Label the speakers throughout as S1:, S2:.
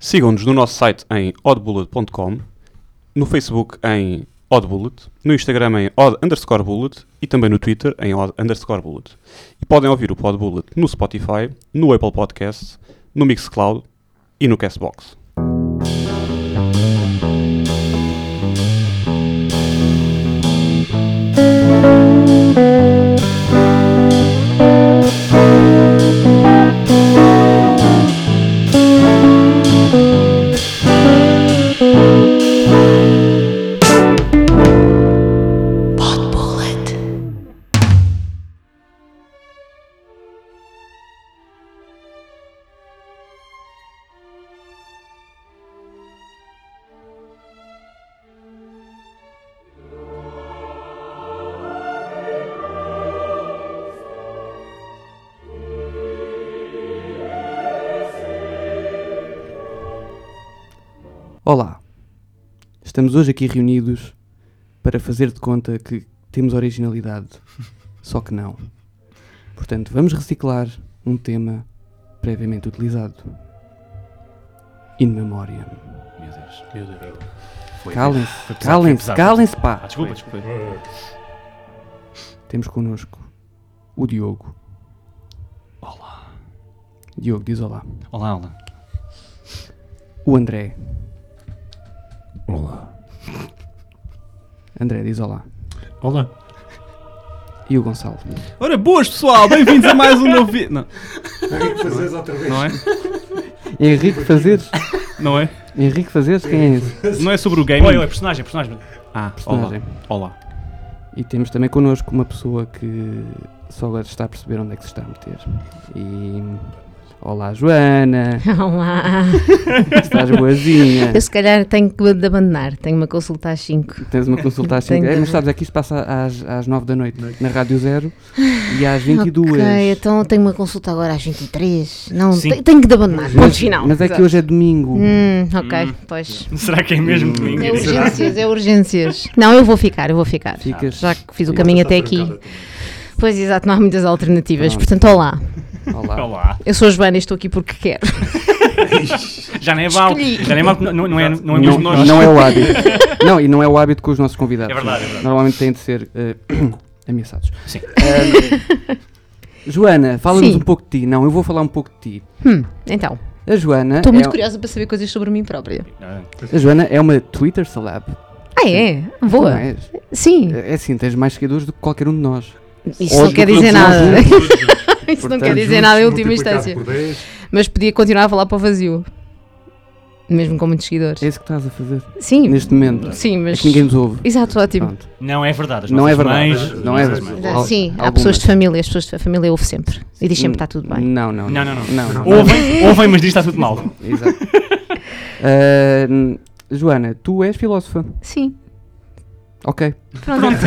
S1: Sigam-nos no nosso site em oddbullet.com, no Facebook em oddbullet, no Instagram em odd underscore bullet e também no Twitter em odd underscore bullet. E podem ouvir o Podbullet no Spotify, no Apple Podcasts, no Mixcloud e no Castbox.
S2: Olá, estamos hoje aqui reunidos para fazer de conta que temos originalidade, só que não. Portanto, vamos reciclar um tema previamente utilizado. In memoriam.
S3: Meu Deus, meu Deus. Foi.
S2: Calem-se,
S3: pesado,
S2: calem-se,
S3: foi pesado.
S2: calem-se, pá!
S3: Ah, desculpa, desculpa.
S2: Temos connosco o Diogo.
S3: Olá.
S2: Diogo diz olá.
S3: Olá, olá.
S2: O André.
S4: Olá.
S2: André diz olá.
S4: Olá.
S2: E o Gonçalo.
S3: Ora, boas pessoal, bem-vindos a mais um novo vídeo. Não,
S4: Fazes outra vez.
S3: não é?
S2: Henrique Fazeres.
S3: Não é?
S2: Henrique Fazeres, quem é esse?
S3: Não é sobre o game.
S5: Oi, oi, personagem, personagem.
S3: Ah,
S2: Personagem.
S3: olá. Olá.
S2: E temos também connosco uma pessoa que só agora está a perceber onde é que se está a meter. E. Olá, Joana!
S6: Olá!
S2: Estás boazinha!
S6: Eu se calhar tenho que de abandonar, tenho uma consulta às 5.
S2: Tens uma consulta às
S6: Tenho
S2: 5. É,
S6: que-
S2: mas sabes, é que isto passa às, às 9 da noite na Rádio Zero e às 22.
S6: Ok, então eu tenho uma consulta agora às 23. Não,
S5: Sim.
S6: te- tenho que de abandonar, ponto final.
S2: Mas é que hoje é domingo.
S6: Hum, ok, pois.
S5: Será que é mesmo comigo?
S6: É urgências, é urgências. Não, eu vou ficar, eu vou ficar.
S2: Ficas.
S6: Já que fiz o caminho até aqui. Pois exato, não há muitas alternativas.
S2: Pronto.
S6: Portanto, olá.
S2: Olá.
S5: Olá.
S6: Eu sou a Joana e estou aqui porque quero.
S5: Já nem é mau.
S6: Escolhi.
S5: Já nem é mau. porque Não, não é, não é
S2: Não,
S5: mesmo nós.
S2: não é o hábito. não, e não é o hábito com os nossos convidados.
S5: É verdade, é verdade.
S2: Normalmente têm de ser eh, ameaçados.
S5: Sim.
S2: Ah, Joana, fala-nos
S6: Sim.
S2: um pouco de ti. Não, eu vou falar um pouco de ti.
S6: Hum, então,
S2: A Joana,
S6: estou muito
S2: é,
S6: curiosa para saber coisas sobre mim própria.
S2: a Joana é uma Twitter celeb.
S6: Ah, é?
S2: Não
S6: Boa.
S2: és?
S6: Sim.
S2: Então É assim, tens mais seguidores do que qualquer um de nós.
S6: Isso não
S2: Hoje
S6: quer
S2: do que
S6: dizer
S2: nós
S6: nada.
S2: juntos.
S6: Isso não
S2: né? Portanto,
S6: quer dizer nada em última instância. Mas podia continuar a falar para o vazio. Mesmo com muitos seguidores.
S2: É isso que estás a fazer
S6: Sim,
S2: neste momento.
S6: sim,
S2: É
S6: mas.
S2: que ninguém nos ouve.
S6: Exato, ótimo.
S2: Pronto.
S5: Não é verdade. as
S2: Não é
S5: nossas
S2: verdade.
S5: mães-
S2: não é
S5: as nossas
S4: verdade.
S5: mães.
S2: Al-
S6: sim, há
S2: algumas.
S6: pessoas de família, as pessoas de família ouvem sempre. E diz sempre que está tudo bem.
S2: Não, não.
S5: Não, não, não.
S2: não, não.
S5: Ouvem, ouvem, mas diz está tudo mal.
S2: Exato. Ah, hum, Joana, tu és filósofa.
S6: Sim,
S2: Ok.
S6: pronto.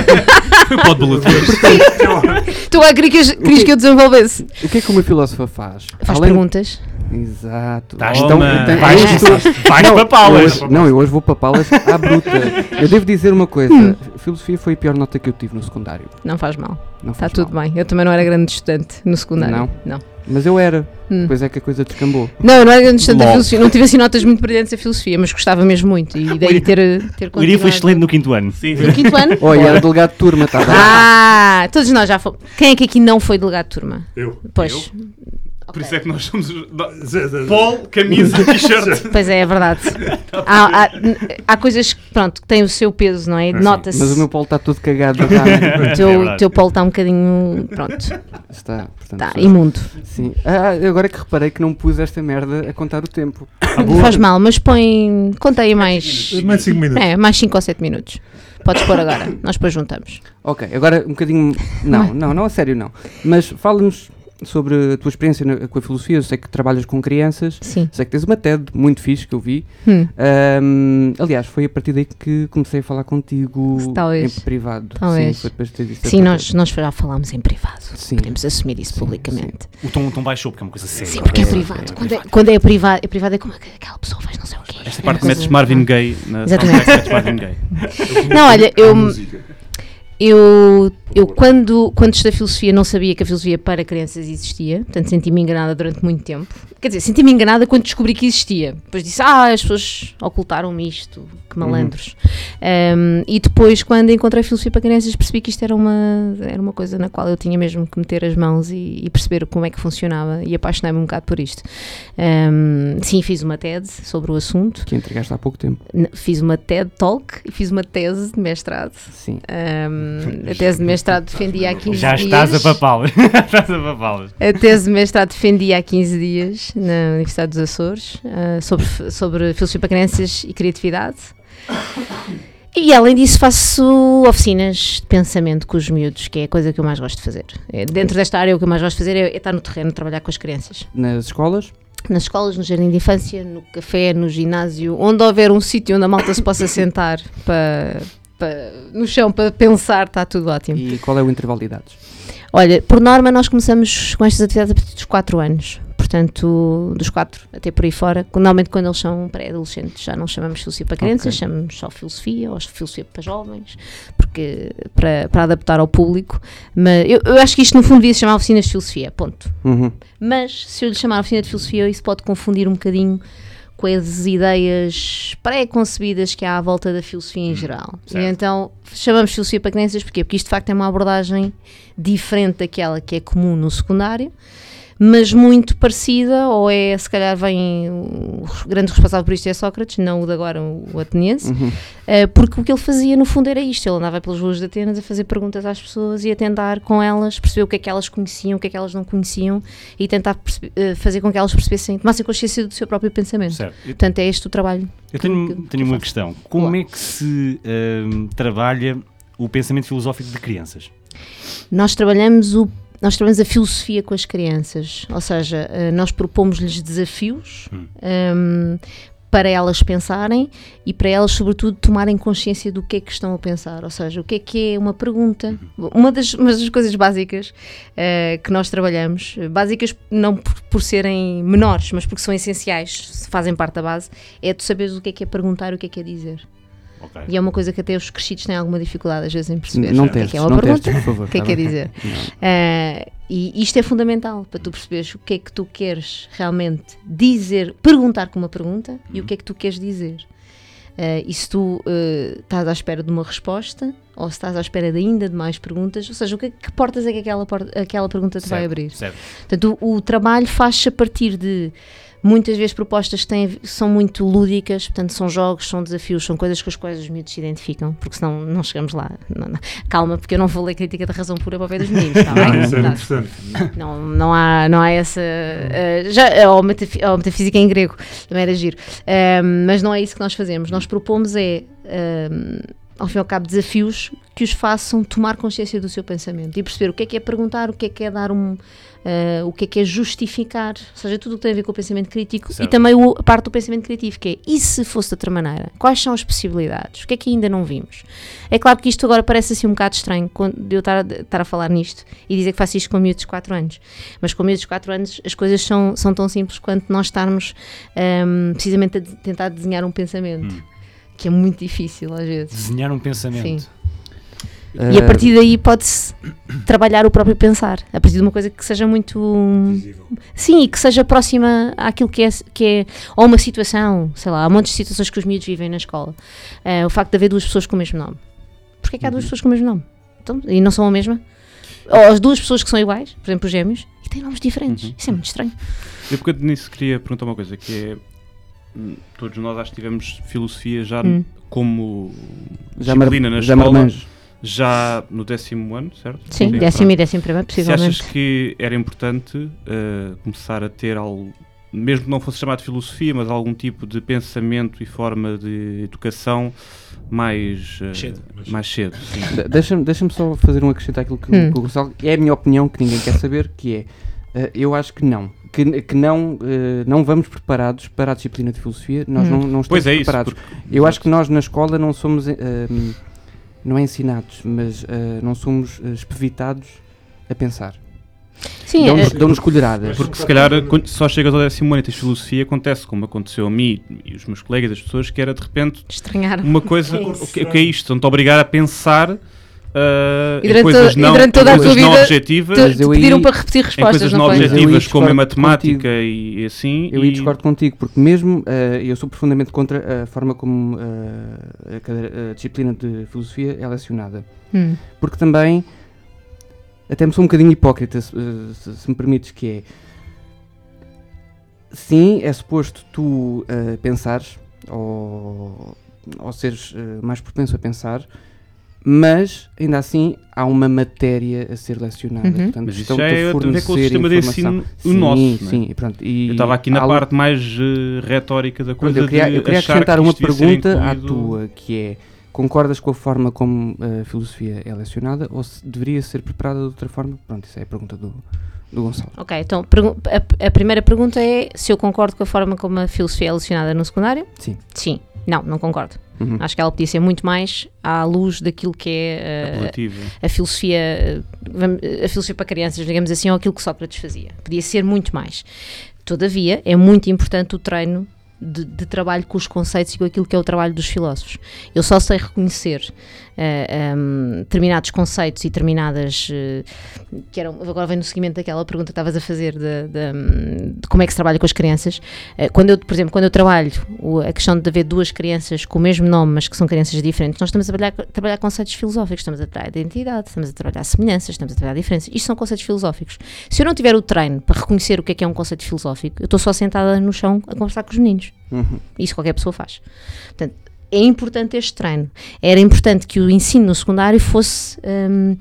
S3: Pode boletar.
S6: tu agora querias, querias que eu desenvolvesse.
S2: O que é que uma filósofa faz?
S6: Faz
S2: Além-
S6: perguntas.
S2: Exato.
S5: Estás
S2: Então-
S5: Tá, toma.
S2: então-
S5: Vais,
S2: é isto-
S5: vais para
S2: Eu
S5: palas.
S2: hoje- não, eu hoje vou para palas à bruta. Eu devo dizer uma coisa.
S6: Hum.
S2: Filosofia foi a pior nota que eu tive no secundário.
S6: Não faz mal.
S2: Não
S6: Está
S2: faz
S6: Tá tudo
S2: mal.
S6: bem. Eu também não era grande estudante no secundário.
S2: Não?
S6: Não,
S2: Mas eu era.
S6: Hum.
S2: Depois é que a coisa descambou.
S6: não eu não era grande estudante da
S3: Logo.
S6: filosofia. Não tive assim notas muito brilhantes da filosofia, mas gostava mesmo muito. E daí
S5: Iri-
S6: ter, ter
S5: O Iri
S6: continuado.
S5: foi excelente no quinto ano. Sim,
S6: No quinto ano?
S2: Olha, era delegado de turma, tá bem?
S6: Ah, todos nós já fomos. Quem é que aqui não foi delegado de turma?
S4: Eu.
S6: Pois,
S5: Por isso é que nós somos.
S4: Paul.
S5: camisa, t-shirt.
S6: pois é, é verdade. há, há- há coisas que, pronto, que têm o seu peso, não é? Nota-se.
S2: Mas o meu polo está todo cagado. Tá,
S6: O
S5: É
S6: teu,
S5: verdade.
S6: teu polo está um bocadinho. Pronto,
S2: está, portanto,
S6: está imundo.
S2: sim. Ah, agora é que reparei que não pus esta merda a contar o tempo.
S6: Não faz mal, mas põe. Conta aí mais.
S4: Mais 5 minutos.
S6: É, mais 5 ou 7 minutos. Podes pôr agora, nós depois juntamos.
S2: Ok, agora um bocadinho.
S6: é?
S2: Não, não, não, a sério não. Mas fala-nos sobre a tua experiência na- com a filosofia. Eu sei que trabalhas com crianças.
S6: Sim.
S2: Sei que tens uma TED muito fixe que eu vi.
S6: Hum.
S2: Ahm, aliás, foi a partir daí que comecei a falar contigo
S6: Talvez.
S2: em privado.
S6: Talvez.
S2: Sim, foi depois de ter visto a
S6: Sim,
S2: tua
S6: nós, nós já falámos em privado.
S2: Sim.
S6: Podemos assumir isso
S2: Sim,
S6: publicamente.
S5: O tom, o tom baixou porque é uma coisa séria.
S6: Sim, porque é privado. Quando é, quando é privado, é privado é como aquela pessoa faz não sei o quê.
S3: Esta
S6: É
S3: parte
S6: uma
S3: metes
S6: coisa-
S3: Marvin Gaye. Na
S6: Exatamente.
S3: soundtrack metes Marvin Gaye.
S6: Não, olha, eu. Eu, eu quando, quando estudei filosofia, não sabia que a filosofia para crianças existia, portanto senti-me enganada durante muito tempo. Quer dizer, senti-me enganada quando descobri que existia. Depois disse, ah, as pessoas ocultaram-me isto, que malandros. Um, e depois, quando encontrei filosofia para crianças, percebi que isto era uma, era uma coisa na qual eu tinha mesmo que meter as mãos e, e perceber como é que funcionava, e apaixonei-me um bocado por isto. Um, sim, fiz uma TED sobre o assunto,
S2: que entregaste há pouco tempo.
S6: N- fiz uma TED Talk e fiz uma tese de mestrado.
S2: Sim.
S6: Um, a tese de mestrado defendia há 15
S5: Já
S6: dias.
S5: estás a papá-las. Já estás a papá-las.
S6: A tese de mestrado defendia há 15 dias na Universidade dos Açores ah, sobre, f- sobre filosofia para crianças e criatividade. E além disso faço oficinas de pensamento com os miúdos, que é a coisa que eu mais gosto de fazer. É, Dentro desta área o que eu mais gosto de fazer é, é estar no terreno, trabalhar com as crianças.
S2: Nas escolas,
S6: Nas escolas, no jardim de infância, no café, no ginásio, onde houver um sítio onde a malta se possa sentar para, para- no chão para pensar, está tudo ótimo.
S2: e qual é o intervalo de idades?
S6: Olha, por norma nós começamos com estas atividades a partir dos 4 anos. Portanto, dos 4 até por aí fora. Normalmente quando eles são pré-adolescentes já não chamamos filosofia para crianças,
S2: Ok.
S6: chamamos só filosofia ou filosofia para jovens, porque para, para adaptar ao público. Mas eu, eu acho que isto no fundo devia se chamar oficinas de filosofia, ponto.
S2: Uhum.
S6: Mas se eu lhe chamar oficina de filosofia, isso pode confundir um bocadinho com as ideias pré-concebidas que há à volta da filosofia em geral. E
S5: certo.
S6: então chamamos filosofia para crianças porquê? Porque isto de facto é uma abordagem diferente daquela que é comum no secundário, mas muito parecida, ou é se calhar vem o grande responsável por isto é Sócrates, não o de agora, o ateniense, eh, porque o que ele fazia no fundo era isto, ele andava pelas ruas de Atenas a fazer perguntas às pessoas e a tentar com elas perceber o que é que elas conheciam, o que é que elas não conheciam e tentar perce- eh, fazer com que elas percebessem, tomassem consciência do seu próprio pensamento.
S5: Certo.
S6: Portanto, é este o trabalho.
S5: Eu tenho,
S6: que
S5: tenho uma questão. Como é que se ahm, trabalha o pensamento filosófico de crianças?
S6: Nós trabalhamos o nós trabalhamos a filosofia com as crianças, ou seja, eh, nós propomos-lhes desafios ehm, para elas pensarem e para elas, sobretudo, tomarem consciência do que é que estão a pensar, ou seja, o que é que é uma pergunta. Uma das, uma das coisas básicas eh, que nós trabalhamos, eh, básicas não por, por serem menores, mas porque são essenciais, se fazem parte da base, é tu saberes o que é que é perguntar e o que é que é dizer.
S5: Ok.
S6: E é uma coisa que até os crescidos têm alguma dificuldade às vezes em perceber.
S2: Não
S6: O que é
S2: testes,
S6: que é uma
S2: não
S6: pergunta?
S2: testes, por favor.
S6: O que é
S2: tá
S6: que é
S2: bem?
S6: dizer?
S2: Não.
S6: Ah, e isto é fundamental para tu perceberes o que é que tu queres realmente dizer, perguntar com uma pergunta e o
S2: Uhum.
S6: que é que tu queres dizer. Ah, e se tu ah, estás à espera de uma resposta ou se estás à espera de ainda de mais perguntas, ou seja, o que, que portas é que aquela, por- aquela pergunta te vai
S5: Certo,
S6: abrir?
S5: Certo.
S6: Portanto, o, o trabalho faz-se a partir de muitas vezes propostas que têm a ver- são muito lúdicas, portanto, são jogos, são desafios, são coisas com as quais os miúdos se identificam, porque senão não chegamos lá. Não, não. Calma, porque eu não vou ler crítica da razão pura para o pé dos meninos, está
S4: Ah,
S6: bem?
S4: isso era
S6: Não,
S4: interessante.
S6: não, não, há, não há essa. eh, já, ou, metafi, ou metafísica em grego, também era giro. Eh, mas não é isso que nós fazemos. Nós propomos é. eh, ao fim e ao cabo, desafios que os façam tomar consciência do seu pensamento e perceber o que é que é perguntar, o que é que é dar um. eh, o que é que é justificar, ou seja, tudo o que tem a ver com o pensamento crítico e
S5: Certo.
S6: também o- a parte do pensamento criativo, que é e se fosse de outra maneira? Quais são as possibilidades? O que é que ainda não vimos? É claro que isto agora parece assim um bocado estranho quando- de eu estar a, estar a falar nisto e dizer que faço isto com miúdos de 4 anos. Mas com miúdos de 4 anos as coisas são, são tão simples quanto nós estarmos ahm, precisamente a de- tentar desenhar um pensamento, que é muito difícil às vezes.
S5: Desenhar um pensamento.
S6: Sim. E a
S2: Ah,
S6: partir daí pode-se trabalhar o próprio pensar, a partir de uma coisa que seja muito.
S4: Visível.
S6: Sim, e que seja próxima àquilo que é, que é ou uma situação, sei lá, há montes de situações que os miúdos vivem na escola. Eh, o facto de haver duas pessoas com o mesmo nome. Porquê é que há
S3: Uhum.
S6: duas pessoas com o mesmo nome? Então, e não são a mesma? Ou as duas pessoas que são iguais, por exemplo, os gêmeos, e têm nomes diferentes.
S3: Uhum.
S6: Isso é muito estranho.
S3: Eu porque nisso queria perguntar uma coisa, que é hum, todos nós acho que tivemos filosofia já
S6: Hum.
S3: como
S2: já mar,
S3: disciplina na
S2: já
S3: escola,
S2: marmanjo.
S3: já no décimo ano, certo?
S6: Sim, décimo
S3: pronto.
S6: e décimo primeiro,
S3: é Se achas
S6: possivelmente.
S3: que era importante eh, começar a ter algo, mesmo que não fosse chamado de filosofia, mas algum tipo de pensamento e forma de educação mais eh,
S5: Cedo.
S3: Mais cedo sim.
S2: De- Deixa-me deixa só fazer um acrescento àquilo que, o-
S6: Hum.
S2: que o Gonçalo. É a minha opinião que ninguém quer saber, que é ah, eu acho que não. Que, que não, ah, não vamos preparados para a disciplina de filosofia, nós
S6: Hum.
S2: não, não estamos
S3: Pois é isso,
S2: preparados.
S3: porque
S2: Eu acho que nós na escola não somos, eh, hum, não é ensinados, mas eh, não somos eh, espevitados a pensar.
S6: Sim, eh,
S2: Dão-nos dão colheradas.
S3: Porque se calhar quando só chegas ao décimo ano e tens filosofia, acontece como aconteceu a mim e os meus colegas, as pessoas, que era de repente
S6: estranhar.
S3: uma coisa,
S6: Que é
S3: o
S6: isso?
S3: que, o que é isto? Estão-te a obrigar a pensar ah,
S6: E
S3: em
S6: durante
S3: coisas
S6: to- e
S3: não,
S6: durante toda
S3: em
S6: a
S3: coisas
S6: tua
S3: não
S6: vida,
S3: objetivas,
S2: Mas
S6: Te,
S2: eu
S6: te pediram
S2: aí-
S6: para repetir
S3: em
S6: respostas,
S3: coisas não
S6: não foi?
S2: objetivas. Mas eu aí
S3: objetivas, como em
S2: discordo contigo.
S3: matemática e, e assim.
S2: Eu
S3: e
S2: aí discordo contigo, porque mesmo eh, eu sou profundamente contra a forma como eh, a, cadeira- a disciplina de filosofia é lecionada.
S6: Hum.
S2: Porque também, até me sou um bocadinho hipócrita, se, eh, se- se me permites, que é... Sim, é suposto tu eh, pensares, ou, ou seres eh, mais propenso a pensar, mas, ainda assim, há uma matéria a ser lecionada.
S6: Uhum.
S2: Portanto,
S3: Mas isso
S2: estão-te
S3: já
S2: a
S3: é a ver com o
S2: fornecer
S3: sistema de
S2: informação.
S3: ensino o nosso.
S2: Sim,
S3: não é?
S2: sim, e pronto. E
S3: Eu estava aqui
S2: há
S3: na
S2: lo-
S3: parte mais eh, retórica da
S2: Pronto,
S3: coisa.
S2: eu queria,
S3: de
S2: eu queria
S3: achar
S2: acrescentar
S3: que
S2: uma
S3: isto devia ser
S2: pergunta à
S3: incluído.
S2: tua, que é concordas com a forma como a filosofia é lecionada ou se deveria ser preparada de outra forma? Pronto, isso é a pergunta do, do Gonçalo.
S6: Ok, então pergu- a, a primeira pergunta é se eu concordo com a forma como a filosofia é lecionada no secundário?
S2: Sim.
S6: Sim. Não, não concordo.
S2: Uhum.
S6: Acho que ela podia ser muito mais à luz daquilo que é eh,
S3: Apelativa.
S6: a filosofia, eh, vam- eh, a filosofia para crianças, digamos assim, ou aquilo que Sócrates fazia. Podia ser muito mais. Todavia, é muito importante o treino de, de trabalho com os conceitos e com aquilo que é o trabalho dos filósofos. Eu só sei reconhecer eh, ehm, determinados conceitos e determinadas. eh, que eram, agora vem no seguimento daquela pergunta que estavas a fazer de, de, hum, de como é que se trabalha com as crianças. Eh, quando eu, por exemplo, quando eu trabalho o- a questão de haver duas crianças com o mesmo nome, mas que são crianças diferentes, nós estamos a trabalhar, trabalhar conceitos filosóficos, estamos a trabalhar identidade, estamos a trabalhar semelhanças, estamos a trabalhar diferenças. Isto são conceitos filosóficos. Se eu não tiver o treino para reconhecer o que é que é um conceito filosófico, eu estou só sentada no chão a conversar com os meninos.
S2: Uhum.
S6: Isso qualquer pessoa faz. Portanto, é importante este treino. Era importante que o ensino no secundário fosse hum,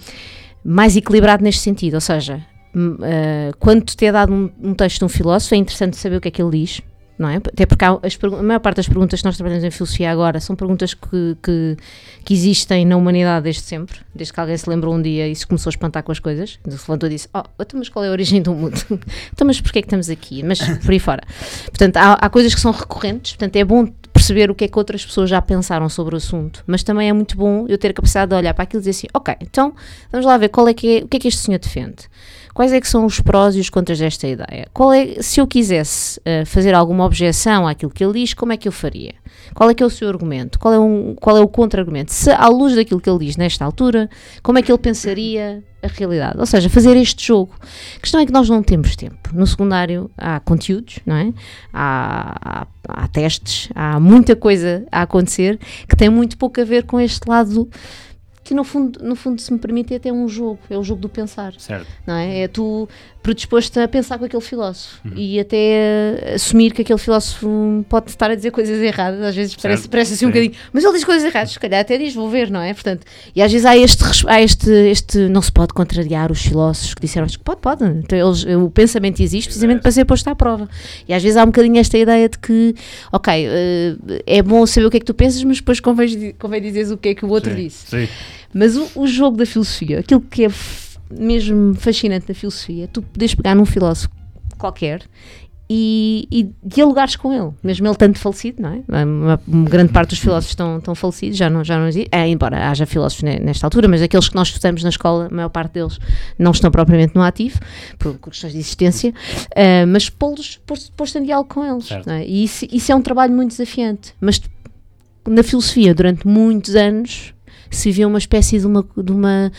S6: mais equilibrado neste sentido. Ou seja, hum, ah, quando te é dado um, um texto de um filósofo, é interessante saber o que é que ele diz. Não é? Até porque há as pergu- a maior parte das perguntas que nós trabalhamos em filosofia agora são perguntas que, que, que existem na humanidade desde sempre, desde que alguém se lembrou um dia e se começou a espantar com as coisas, se levantou e disse: Oh, então, mas qual é a origem do mundo? então, mas porquê é que estamos aqui? Mas por aí fora. Portanto, há, há coisas que são recorrentes, portanto, é bom perceber o que é que outras pessoas já pensaram sobre o assunto, mas também é muito bom eu ter a capacidade de olhar para aquilo e dizer assim, ok, então vamos lá ver qual é que é, o que é que este senhor defende. Quais é que são os prós e os contras desta ideia? Qual é, se eu quisesse eh, fazer alguma objeção àquilo que ele diz, como é que eu faria? Qual é que é o seu argumento? Qual é, um, qual é o contra-argumento? Se, à luz daquilo que ele diz nesta altura, como é que ele pensaria a realidade? Ou seja, fazer este jogo. A questão é que nós não temos tempo. No secundário há conteúdos, não é? Há, há- há testes, há muita coisa a acontecer que tem muito pouco a ver com este lado que no fundo, no fundo se me permite é até um jogo, é o jogo do pensar
S5: Certo.
S6: não é? É tu predisposto a pensar com aquele filósofo
S5: Uhum.
S6: e até eh, assumir que aquele filósofo pode estar a dizer coisas erradas, às vezes parece,
S5: Certo,
S6: parece assim um
S5: sim.
S6: bocadinho, mas ele diz coisas erradas, se calhar até diz, vou ver, não é? Portanto, e às vezes há este, res- há este, este não se pode contrariar os filósofos que disseram, acho que pode, pode, Então, eles- o pensamento existe precisamente para ser posto à prova. E às vezes há um bocadinho esta ideia de que, ok, eh, é bom saber o que é que tu pensas, mas depois convém, di- convém dizeres o que é que o outro
S5: Sim,
S6: disse.
S5: Sim.
S6: Mas o, o jogo da filosofia, aquilo que é f- mesmo fascinante da filosofia, é tu podes pegar num filósofo qualquer e, e dialogares com ele, mesmo ele tanto falecido, não é? Uma, uma grande parte dos filósofos estão, estão falecidos, já não, já não existe, é, embora haja filósofos ne- nesta altura, mas aqueles que nós estudamos na escola, a maior parte deles não estão propriamente no ativo, por questões de existência, eh, mas pô-los, pôr-se- pôr-se em diálogo com eles,
S5: Certo.
S6: não é? E isso, isso é um trabalho muito desafiante, mas na filosofia, durante muitos anos, se vê uma espécie de uma. De uma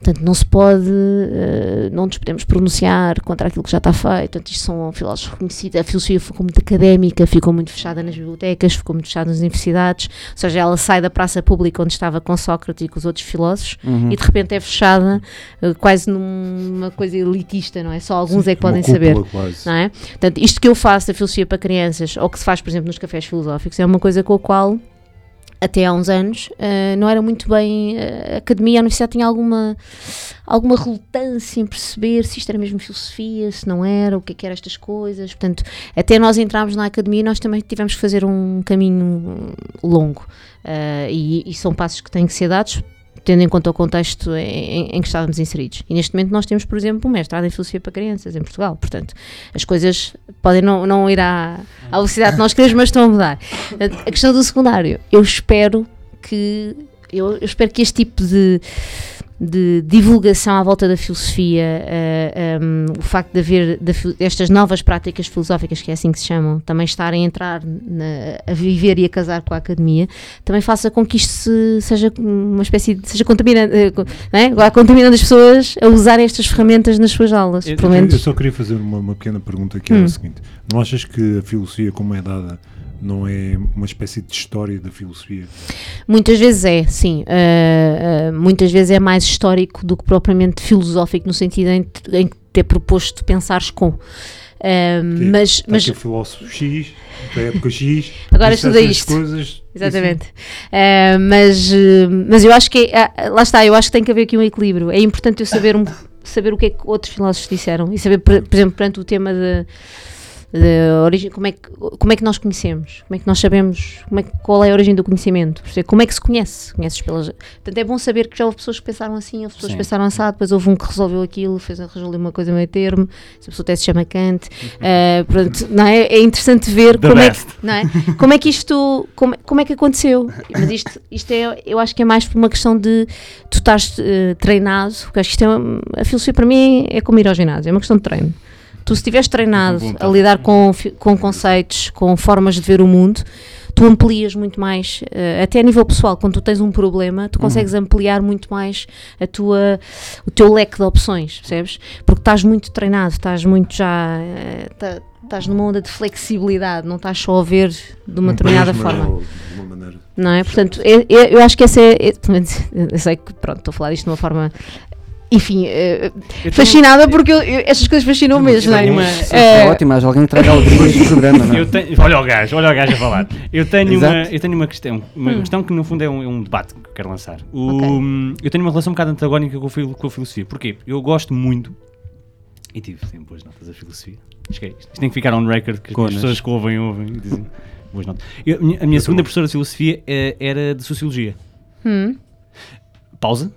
S6: Portanto, não se pode, eh, não nos podemos pronunciar contra aquilo que já está feito. Portanto, isto são filósofos reconhecidos. A filosofia ficou muito académica, ficou muito fechada nas bibliotecas, ficou muito fechada nas universidades. Ou seja, ela sai da praça pública onde estava com Sócrates e com os outros filósofos e de repente é fechada eh, quase numa coisa elitista, não é? Só alguns é que podem saber não é? Portanto, isto que eu faço da filosofia para crianças, ou que se faz, por exemplo, nos cafés filosóficos, é uma coisa com a qual, até há uns anos, eh, não era muito bem. eh, a academia, a universidade tinha alguma, alguma relutância em perceber se isto era mesmo filosofia, se não era, o que é que eram estas coisas. Portanto, até nós entrarmos na academia, nós também tivemos que fazer um caminho longo. Eh, e, e são passos que têm que ser dados. Tendo em conta o contexto em, em- em que estávamos inseridos. E neste momento nós temos, por exemplo, um mestrado em Filosofia para Crianças em Portugal. Portanto, as coisas podem não, não ir à, à velocidade que nós queremos, mas estão a mudar. Portanto, A questão do secundário, eu espero que eu, eu espero que este tipo de de divulgação à volta da filosofia, eh, um, o facto de haver da fil- estas novas práticas filosóficas, que é assim que se chamam, também estarem a entrar, na- a viver e a casar com a academia, também faça com que isto se- seja uma espécie de. seja eh, contaminando, é? contaminando as pessoas a usarem estas ferramentas nas suas aulas.
S5: Eu-
S6: pelo
S5: eu-
S6: menos.
S4: Eu só queria fazer uma, uma pequena pergunta que era
S6: Hum.
S4: a seguinte: não achas que a filosofia, como é dada, não é uma espécie de história da filosofia?
S6: Muitas vezes é, sim. Ah, ah, muitas vezes é mais histórico do que propriamente filosófico, no sentido em, em ter proposto pensares com. Ah,
S4: Sim,
S6: mas,
S4: Está
S6: mas
S4: aqui o filósofo X, da época X,
S6: Agora
S4: disse
S6: estuda
S4: estas
S6: isto.
S4: Coisas, assim,
S6: Exatamente. Eh, mas, eh, mas eu acho que, é- lá está, eu acho que tem que haver aqui um equilíbrio. É importante eu saber, um- saber o que é que outros filósofos disseram e saber, por, por exemplo, perante o tema da da origem, como é, que, como é que nós conhecemos, como é que nós sabemos, como é que- qual é a origem do conhecimento, perceber como é que se conhece, conheces pelas... Portanto, é bom saber que já houve pessoas que pensaram assim, houve pessoas
S5: Sim.
S6: que pensaram assado, depois houve um que resolveu aquilo, fez, resolveu uma coisa meio termo, essa pessoa até se chama Kant, eh, pronto, não é? É interessante ver
S5: Uhum. The
S6: como é que
S5: best.
S6: não é? Como é que isto, como, como é que aconteceu? Mas isto, isto é, eu acho que é mais por uma questão de tu estás eh, treinado, porque acho que isto é, um- a filosofia para mim é como ir ao ginásio, é uma questão de treino. Tu se estiveres treinado
S5: Bom, tá.
S6: a lidar com, fi- com conceitos, com formas de ver o mundo, tu amplias muito mais, eh, até a nível pessoal, quando tu tens um problema, tu consegues ampliar muito mais a tua, o teu leque de opções, percebes? Porque estás muito treinado, estás muito já. eh, tá- estás numa onda de flexibilidade, não estás só a ver de uma determinada forma.
S4: De uma maneira.
S6: Não é? Portanto, é- é- eu acho que essa é. é- pelo menos, eu sei que, pronto, estou a falar disto de uma forma. Enfim, eh, fascinada porque eu- eu- estas coisas fascinam mesmo, não é?
S5: uma-
S6: Eh,
S2: É ótimo, mas alguém que traga alegria neste programa, não é?
S5: Eu tenho- olha o gajo, olha o gajo a falar. Eu tenho,
S2: Exato.
S5: uma, eu tenho uma questão, uma questão que no fundo é um, é um debate que eu quero lançar. O- Eu tenho uma relação um bocado antagónica com, a fil- com a filosofia. Porquê? Eu gosto muito, e tive sempre boas notas da filosofia. Acho que é isto. Isto tem que ficar on record, que as
S3: Conas.
S5: pessoas que ouvem, ouvem e dizem boas notas. Eu- a minha, a minha segunda professora de filosofia eh, era de sociologia.
S6: hum,
S5: Pausa.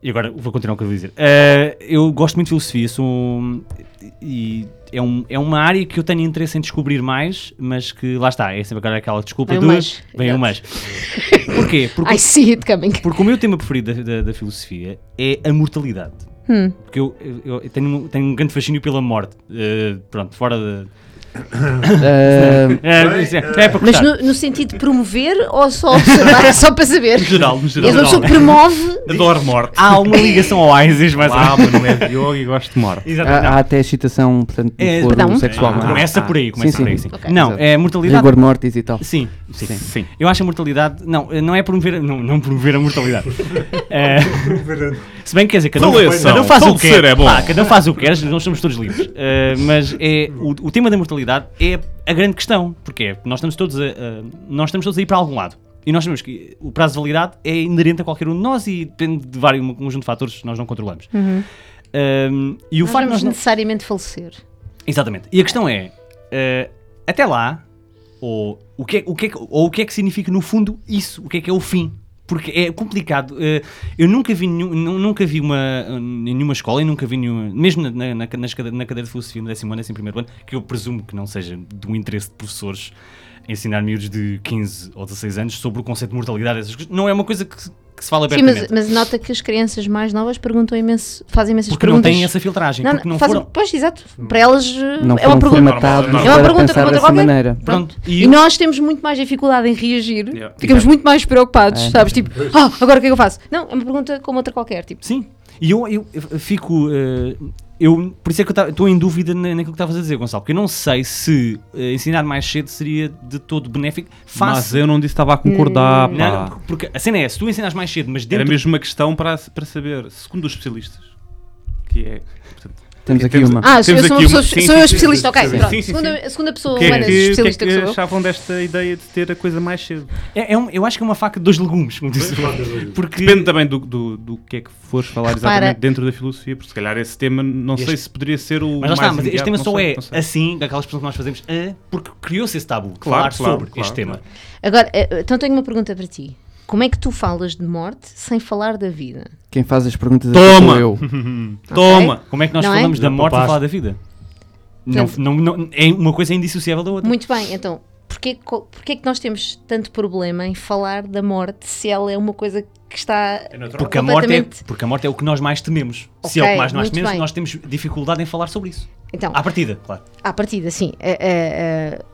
S5: E agora vou continuar o que eu vou dizer. Eh, eu gosto muito de filosofia, sou. um- E é, um- é uma área que eu tenho interesse em descobrir mais, mas que lá está, é sempre aquela- aquela desculpa
S6: Vem o
S5: do.
S6: mas.
S5: Vem o mas.
S6: Exato.
S5: Porquê? Porque,
S6: I see it coming.
S5: porque o meu tema preferido da, da- da filosofia é a mortalidade.
S6: Hum.
S5: Porque eu, eu- eu tenho, um- tenho um grande fascínio pela morte. Eh, pronto, fora da.
S2: Ah,
S5: É, isso é, é para
S6: Mas
S5: cortar.
S6: no, no sentido de promover ou só observar, só para saber?
S5: No geral, no geral.
S6: És uma pessoa que promove.
S3: Adoro morte.
S5: Há uma ligação ao ISIS, mas.
S3: Lá, meu nome é Diogo e gosto de morte.
S5: Exatamente.
S2: há, há até excitação, portanto, no
S5: É,
S2: foro
S6: perdão?
S2: sexual. Ah, não é?
S5: começa por aí, começa
S2: sim,
S5: por aí.
S2: sim.
S5: sim.
S6: Ok.
S5: Não,
S2: Exato.
S5: é mortalidade.
S2: Rigor mortis e tal.
S5: Sim, sim,
S2: Sim.
S5: sim. Eu acho a mortalidade. Não, eh, não é promover. Não, não promover a mortalidade. Eh,
S4: é
S5: se bem que quer dizer, cada um,
S3: Faleçam,
S5: cada um faz o que
S3: falecer
S5: quer.
S3: é bom.
S5: Ah, cada um faz o que quer, nós somos todos livres. Eh, mas é, o, o tema da mortalidade é a grande questão. Porque é, nós estamos todos a, a- nós estamos todos a ir para algum lado. E nós sabemos que o prazo de validade é inerente a qualquer um de nós e depende de vários um conjunto de fatores que nós não controlamos. Eh, e o
S6: Uhum. Nós
S5: facto de
S6: vamos
S5: nós não-
S6: necessariamente falecer.
S5: Exatamente. E a questão é, eh, até lá, ou o, que é, o que é que- ou o que é que significa no fundo isso? O que é que é o fim? Porque é complicado. eh, eu nunca vi, nenhum, nu- nunca vi uma, eh, nenhuma escola e nunca vi nenhuma, mesmo na, na, na, nas cade- na cadeira de filosofia no décimo ano, décimo primeiro ano, que eu presumo que não seja do interesse de professores ensinar miúdos de 15 ou 16 anos sobre o conceito de mortalidade. Essas coisas. Não é uma coisa que, se- que se fala
S6: Sim, mas,
S5: abertamente.
S6: mas nota que as crianças mais novas perguntam imenso, fazem imensas
S5: porque não
S6: perguntas.
S5: têm essa filtragem.
S6: Não, um
S5: porque
S6: não,
S5: não
S6: fazem-
S5: foram.
S6: Pois, exato. Para elas eh,
S2: Não
S6: é uma
S2: foram
S6: pergunta.
S2: formatados
S3: normal, é
S6: uma
S2: para
S6: pergunta,
S2: pensar
S6: pergunta
S2: dessa
S6: qualquer.
S2: maneira.
S5: Pronto.
S6: E nós temos muito mais dificuldade em reagir,
S3: Yeah.
S6: ficamos muito mais preocupados,
S2: É.
S6: sabes? Tipo, ah, agora o que é que eu faço? Não, é uma pergunta como outra qualquer, tipo.
S5: Sim, e eu, eu, eu fico. eh, eu, por isso é que eu estou em dúvida na- naquilo que estavas a dizer, Gonçalo, porque eu não sei se eh, ensinar mais cedo seria de todo benéfico.
S3: Mas
S5: Fácil.
S3: eu não disse que estava a
S6: Hum.
S3: concordar,
S5: Não,
S3: pá.
S5: não, porque a cena é: se tu ensinares mais cedo, mas
S3: Era
S5: dentro.
S3: mesmo uma questão para, para saber, segundo os especialistas, que é
S2: Temos aqui
S3: Temos-
S2: uma.
S6: Ah, sou eu
S3: Temos
S6: sou, uma
S3: aqui
S6: pessoa,
S3: uma- sim,
S6: sou
S3: sim,
S6: eu
S3: sim,
S6: especialista, ok.
S3: sim,
S6: pronto.
S3: sim, sim,
S6: segunda, a segunda
S3: o
S6: pessoa
S3: que é
S6: humana
S3: que, o que, é
S6: especialista que,
S3: que
S6: sou eu.
S3: achavam desta ideia de ter a coisa mais cedo.
S5: É, é um- eu acho que é uma faca de dois legumes, como disse. Porque.
S3: Depende também do, do, do que é que fores falar
S6: Repara-
S3: exatamente dentro da filosofia, porque se calhar esse tema não
S5: Este-
S3: sei se poderia ser o
S5: Mas lá
S3: mais
S5: está, mas este
S3: imediato,
S5: tema
S3: não
S5: só
S3: sei,
S5: é
S3: não sei.
S5: assim, daquelas pessoas que nós fazemos, ah, porque criou-se esse tabu, de
S3: Claro,
S5: falar
S3: claro,
S5: sobre
S3: claro,
S5: este tema.
S6: Agora, eh, eh, então tenho uma pergunta para ti. Como é que tu falas de morte sem falar da vida?
S2: Quem faz as perguntas aqui
S3: Toma!
S2: sou eu.
S3: Toma!
S5: Como é que nós
S6: Não é?
S5: falamos da
S4: Não,
S5: morte e
S4: papás.
S5: falar da vida? Não,
S6: Portanto-
S5: não, não- é uma coisa indissociável da outra.
S6: Muito bem, então, porquê, co- porquê que nós temos tanto problema em falar da morte se ela é uma coisa que está
S5: Porque a, morte é,
S6: completamente-
S5: porque a morte é o que nós mais tememos. Se é o
S6: Ok,
S5: que mais nós
S6: muito
S5: tememos,
S6: bem.
S5: nós temos dificuldade em falar sobre isso.
S6: Então,
S5: À partida, claro.
S6: à partida, sim. eh, eh, eh,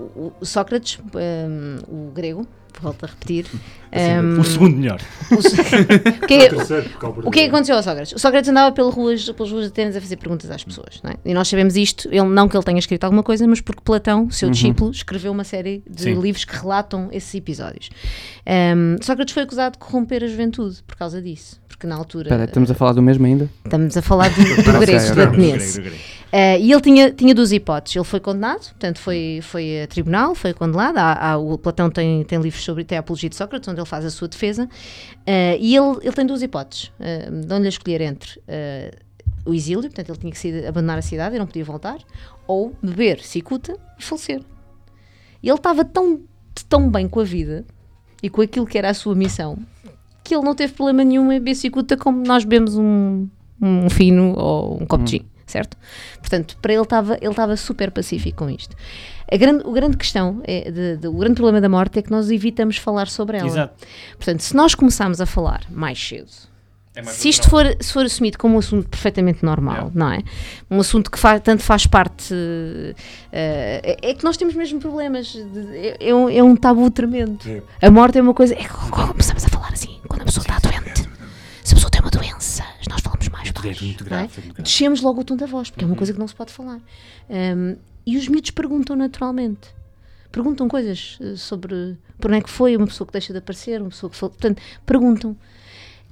S6: o- o Sócrates, eh, o grego, volto a repetir. eh,
S5: Assim, o segundo melhor.
S6: o que é-
S4: Terceiro, porque há o
S6: O que é que
S4: primeiro.
S6: aconteceu ao Sócrates? O Sócrates andava pelas ruas, pelas ruas de Atenas a fazer perguntas às pessoas, não é? E nós sabemos isto, ele, não que ele tenha escrito alguma coisa, mas porque Platão, seu
S2: Uhum.
S6: discípulo, escreveu uma série de
S5: Sim.
S6: livros que relatam esses episódios. Ahm, Sócrates foi acusado de corromper a juventude por causa disso, porque na altura
S2: Espera, estamos a falar do mesmo ainda?
S6: estamos a falar do, do grego, do
S2: ok.
S6: ateniense. Eh, e ele tinha, tinha duas hipóteses. Ele foi condenado, portanto, foi, foi a tribunal, foi condenado. Há- há- o Platão tem, tem livros sobre tem a Apologia de Sócrates, onde ele faz a sua defesa. Eh, e ele, ele tem duas hipóteses. eh, Dão-lhe a escolher entre eh, o exílio, portanto, ele tinha que sair- abandonar a cidade e não podia voltar, ou beber cicuta e falecer. E ele estava tão, tão bem com a vida e com aquilo que era a sua missão que ele não teve problema nenhum em beber cicuta como nós bebemos um, um fino ou um copo de gin, certo? Portanto, para ele estava ele estava super pacífico com isto. A grande, o grande questão, é de- de- o grande problema da morte é que nós evitamos falar sobre ela.
S5: Exato.
S6: Portanto, se nós começarmos a falar mais cedo,
S5: É
S6: se isto for, se for assumido como um assunto perfeitamente normal, não é? Um assunto que fa- tanto faz parte. eh, eh, é, é que nós temos mesmo problemas. de- é, é um, é um tabu tremendo. A morte é uma coisa. É que quando começamos a falar assim, quando a pessoa está doente, se a pessoa tem uma doença, nós falamos mais baixo.
S5: muito
S6: não é?
S5: grave, é muito grave. Uhum.
S6: Descemos logo o tom da voz, porque é uma coisa que não se pode falar. Um, e os miúdos perguntam naturalmente. Perguntam coisas eh, sobre por onde é que foi, uma pessoa que deixa de aparecer, uma pessoa que falou. Portanto, perguntam.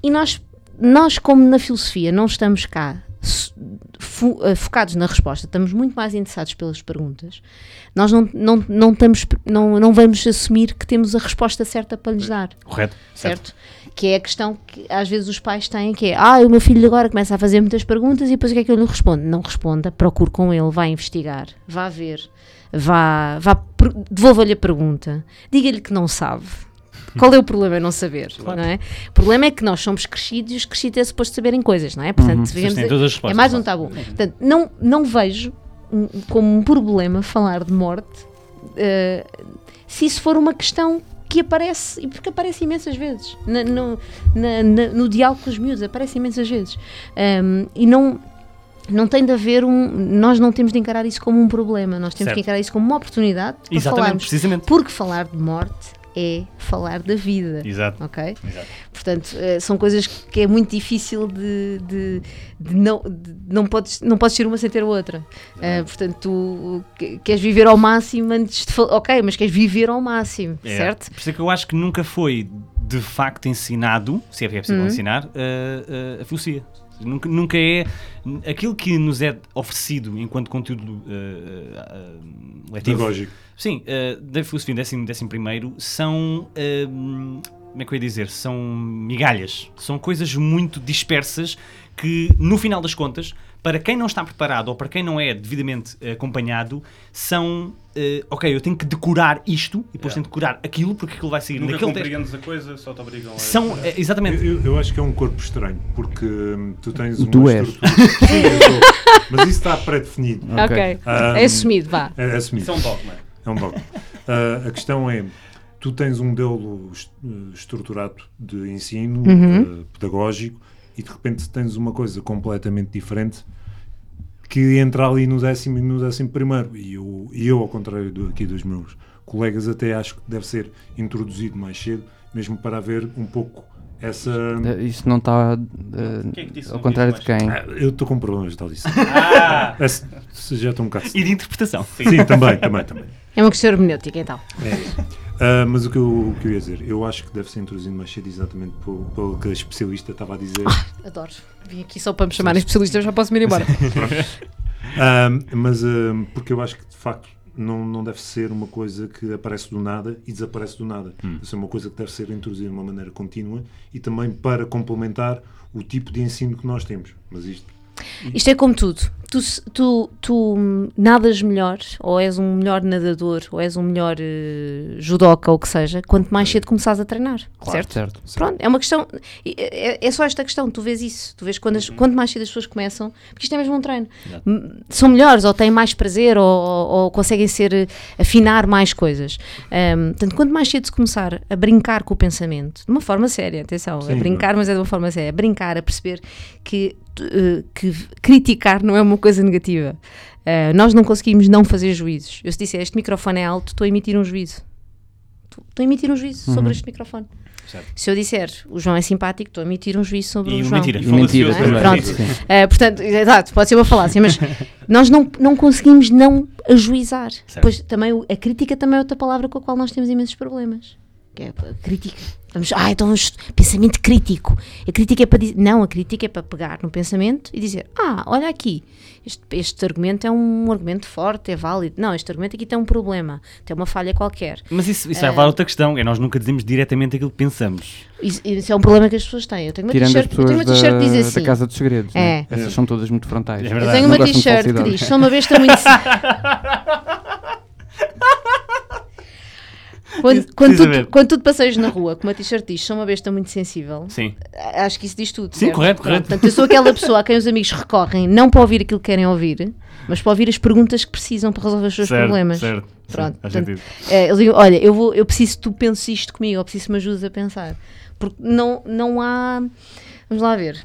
S6: E nós, nós, como na filosofia, não estamos cá s- fo- eh, focados na resposta, estamos muito mais interessados pelas perguntas. Nós não, não, não, estamos, não, não vamos assumir que temos a resposta certa para lhes dar
S5: Correto. Certo.
S6: certo? Que é a questão que às vezes os pais têm, que é, ah, o meu filho agora começa a fazer muitas perguntas e depois o que é que eu lhe respondo? Não responda, procure com ele, vá investigar, vá ver, vá, vá per- devolva-lhe a pergunta, diga-lhe que não sabe. Qual é o problema em não saber, não é? O problema é que nós somos crescidos e os crescidos é suposto saberem coisas, não é? Portanto, vivemos-
S5: Vocês têm todas as respostas,
S6: é mais um
S5: claro.
S6: tabu. Portanto, não, não vejo um- como um problema falar de morte eh, se isso for uma questão que aparece, e porque aparece imensas vezes, na- no, na- na- no diálogo com os miúdos, aparece imensas vezes. Ahm, e não, não tem de haver um. Nós não temos de encarar isso como um problema, nós temos
S5: Certo.
S6: que encarar isso como uma oportunidade para
S5: Exatamente,
S6: falarmos.
S5: precisamente.
S6: Porque falar de morte é falar da vida.
S5: Exato.
S6: Ok?
S5: Exato.
S6: Portanto, eh, são coisas que é muito difícil de, de- de não, de- não, podes, não podes ser uma sem ter outra. Eh, portanto, tu que- queres viver ao máximo antes de falar. Ok, mas queres viver ao máximo,
S5: É.
S6: certo?
S5: Por isso é que eu acho que nunca foi de facto ensinado, se é que é
S6: Uhum.
S5: possível ensinar, a- a- a filosofia. Nunca, nunca é. Aquilo que nos é oferecido enquanto conteúdo ah, ah, letivo.
S4: Pedagógico.
S5: Sim, eh, da filosofia décimo, décimo primeiro são, eh, como é que eu ia dizer, são migalhas, são coisas muito dispersas que no final das contas, para quem não está preparado ou para quem não é devidamente eh, acompanhado, são, eh, ok, eu tenho que decorar isto e depois tenho que decorar aquilo porque aquilo vai sair
S3: Nunca
S5: naquele texto.
S3: compreendes a coisa, só te obrigam a...
S5: São, eh, exatamente,
S4: Eu, eu acho que é um corpo estranho, porque hum, tu tens uma
S2: Tu és.
S4: estrutura. Sim, eu sou. Mas isso está pré-definido.
S2: Ok.
S4: Ah,
S6: É assumido, vá.
S4: É
S3: Isso
S4: assumido.
S3: é um dogma.
S4: É um dogma. Ah, a questão é, tu tens um modelo est- estruturado de ensino, eh, pedagógico, e de repente tens uma coisa completamente diferente que entra ali no décimo e no décimo primeiro. E eu, e eu ao contrário do, aqui dos meus colegas, até acho que deve ser introduzido mais cedo, mesmo para haver um pouco essa...
S2: Eh, Isto não está
S3: Quem é que disse
S2: ao
S3: não
S2: contrário de
S3: disse
S2: quem.
S4: Ah, eu estou com problemas de audição.
S3: Ah!
S4: Ah, se- se já estou um bocado...
S5: e de interpretação.
S4: Sim, também, também, também.
S6: É uma questão hermenêutica, então.
S4: Ah, mas o que, eu, o que eu ia dizer, eu acho que deve ser introduzido mais cedo exatamente pelo, pelo que a especialista estava a dizer.
S6: Adoro. Vim aqui só para me chamarem especialista, eu já posso me ir embora.
S4: Ah, mas ah, porque eu acho que de facto não, não deve ser uma coisa que aparece do nada e desaparece do nada.
S6: Hum.
S4: Deve ser uma coisa que deve ser introduzida de uma maneira contínua e também para complementar o tipo de ensino que nós temos. Mas isto
S6: Isto é como tudo. Tu, se- tu, tu hum, nadas melhor, ou és um melhor nadador, ou és um melhor eh, judoca, ou o que seja, quanto mais cedo começares a treinar, certo?
S2: certo.
S6: Pronto, é uma questão, é, é- é só esta questão, tu vês isso, tu vês quando as- quanto mais cedo as pessoas começam, porque isto é mesmo um treino, M- são melhores, ou têm mais prazer, ou, ou- ou conseguem ser, eh, afinar mais coisas. Ahm, portanto, quanto mais cedo se começar a brincar com o pensamento, de uma forma séria, atenção, a
S4: Sim.
S6: brincar, mas é de uma forma séria, a brincar, a perceber que, tu- eh, que v- criticar não é uma coisa negativa. Ah, nós não conseguimos não fazer juízos. Eu se disser este microfone é alto, estou a emitir um juízo. Estou estou a emitir um juízo sobre
S2: Uhum.
S6: este microfone.
S5: Certo.
S6: Se eu disser o João é simpático, estou a emitir um juízo sobre o
S5: E uma
S6: João.
S5: mentira.
S2: E mentira
S5: Falacioso,
S2: também.
S6: não é? Pronto.
S2: Sim.
S6: Eh, portanto, exato, pode ser uma falácia, mas nós não, não conseguimos não ajuizar. Pois também o- a crítica também é outra palavra com a qual nós temos imensos problemas. Que é a crítica. Vamos, ah, então vamos- pensamento crítico. A crítica é para dizer. Não, a crítica é para pegar no pensamento e dizer: Ah, olha aqui, este, este argumento é um argumento forte, é válido. Não, este argumento aqui tem um problema, tem uma falha qualquer.
S5: Mas isso, isso vai levar a outra questão, é nós nunca dizemos diretamente aquilo que pensamos.
S6: Isso, isso é um problema que as pessoas têm. Eu tenho uma
S2: Tirando as
S6: t-shirt eu tenho
S2: pessoas
S6: uma t-shirt
S2: da,
S6: que diz
S2: da
S6: assim.
S2: Casa dos Segredos.
S6: É.
S2: né? Essas são todas muito frontais.
S5: É
S6: Eu
S5: verdade.
S6: tenho
S2: Não
S6: uma
S2: gostam de
S6: t-shirt que
S2: falsidade.
S6: diz: Sou uma besta muito. Quando, quando,
S5: Precisamente.
S6: tu, quando tu te passeias na rua com uma t-shirt diz sou uma besta muito sensível,
S5: Sim.
S6: acho que isso diz tudo.
S5: Sim,
S6: certo?
S5: correto,
S6: Pronto,
S5: correto.
S6: Portanto, eu sou aquela pessoa a quem os amigos recorrem, não para ouvir aquilo que querem ouvir, mas para ouvir as perguntas que precisam para resolver os seus
S5: certo,
S6: problemas.
S5: Certo.
S6: Pronto,
S5: Sim, faz
S6: portanto,
S5: sentido.
S6: É, eles digam, olha, eu, vou, eu preciso que tu penses isto comigo, ou preciso que me ajudes a pensar. Porque não, não há. Vamos lá ver.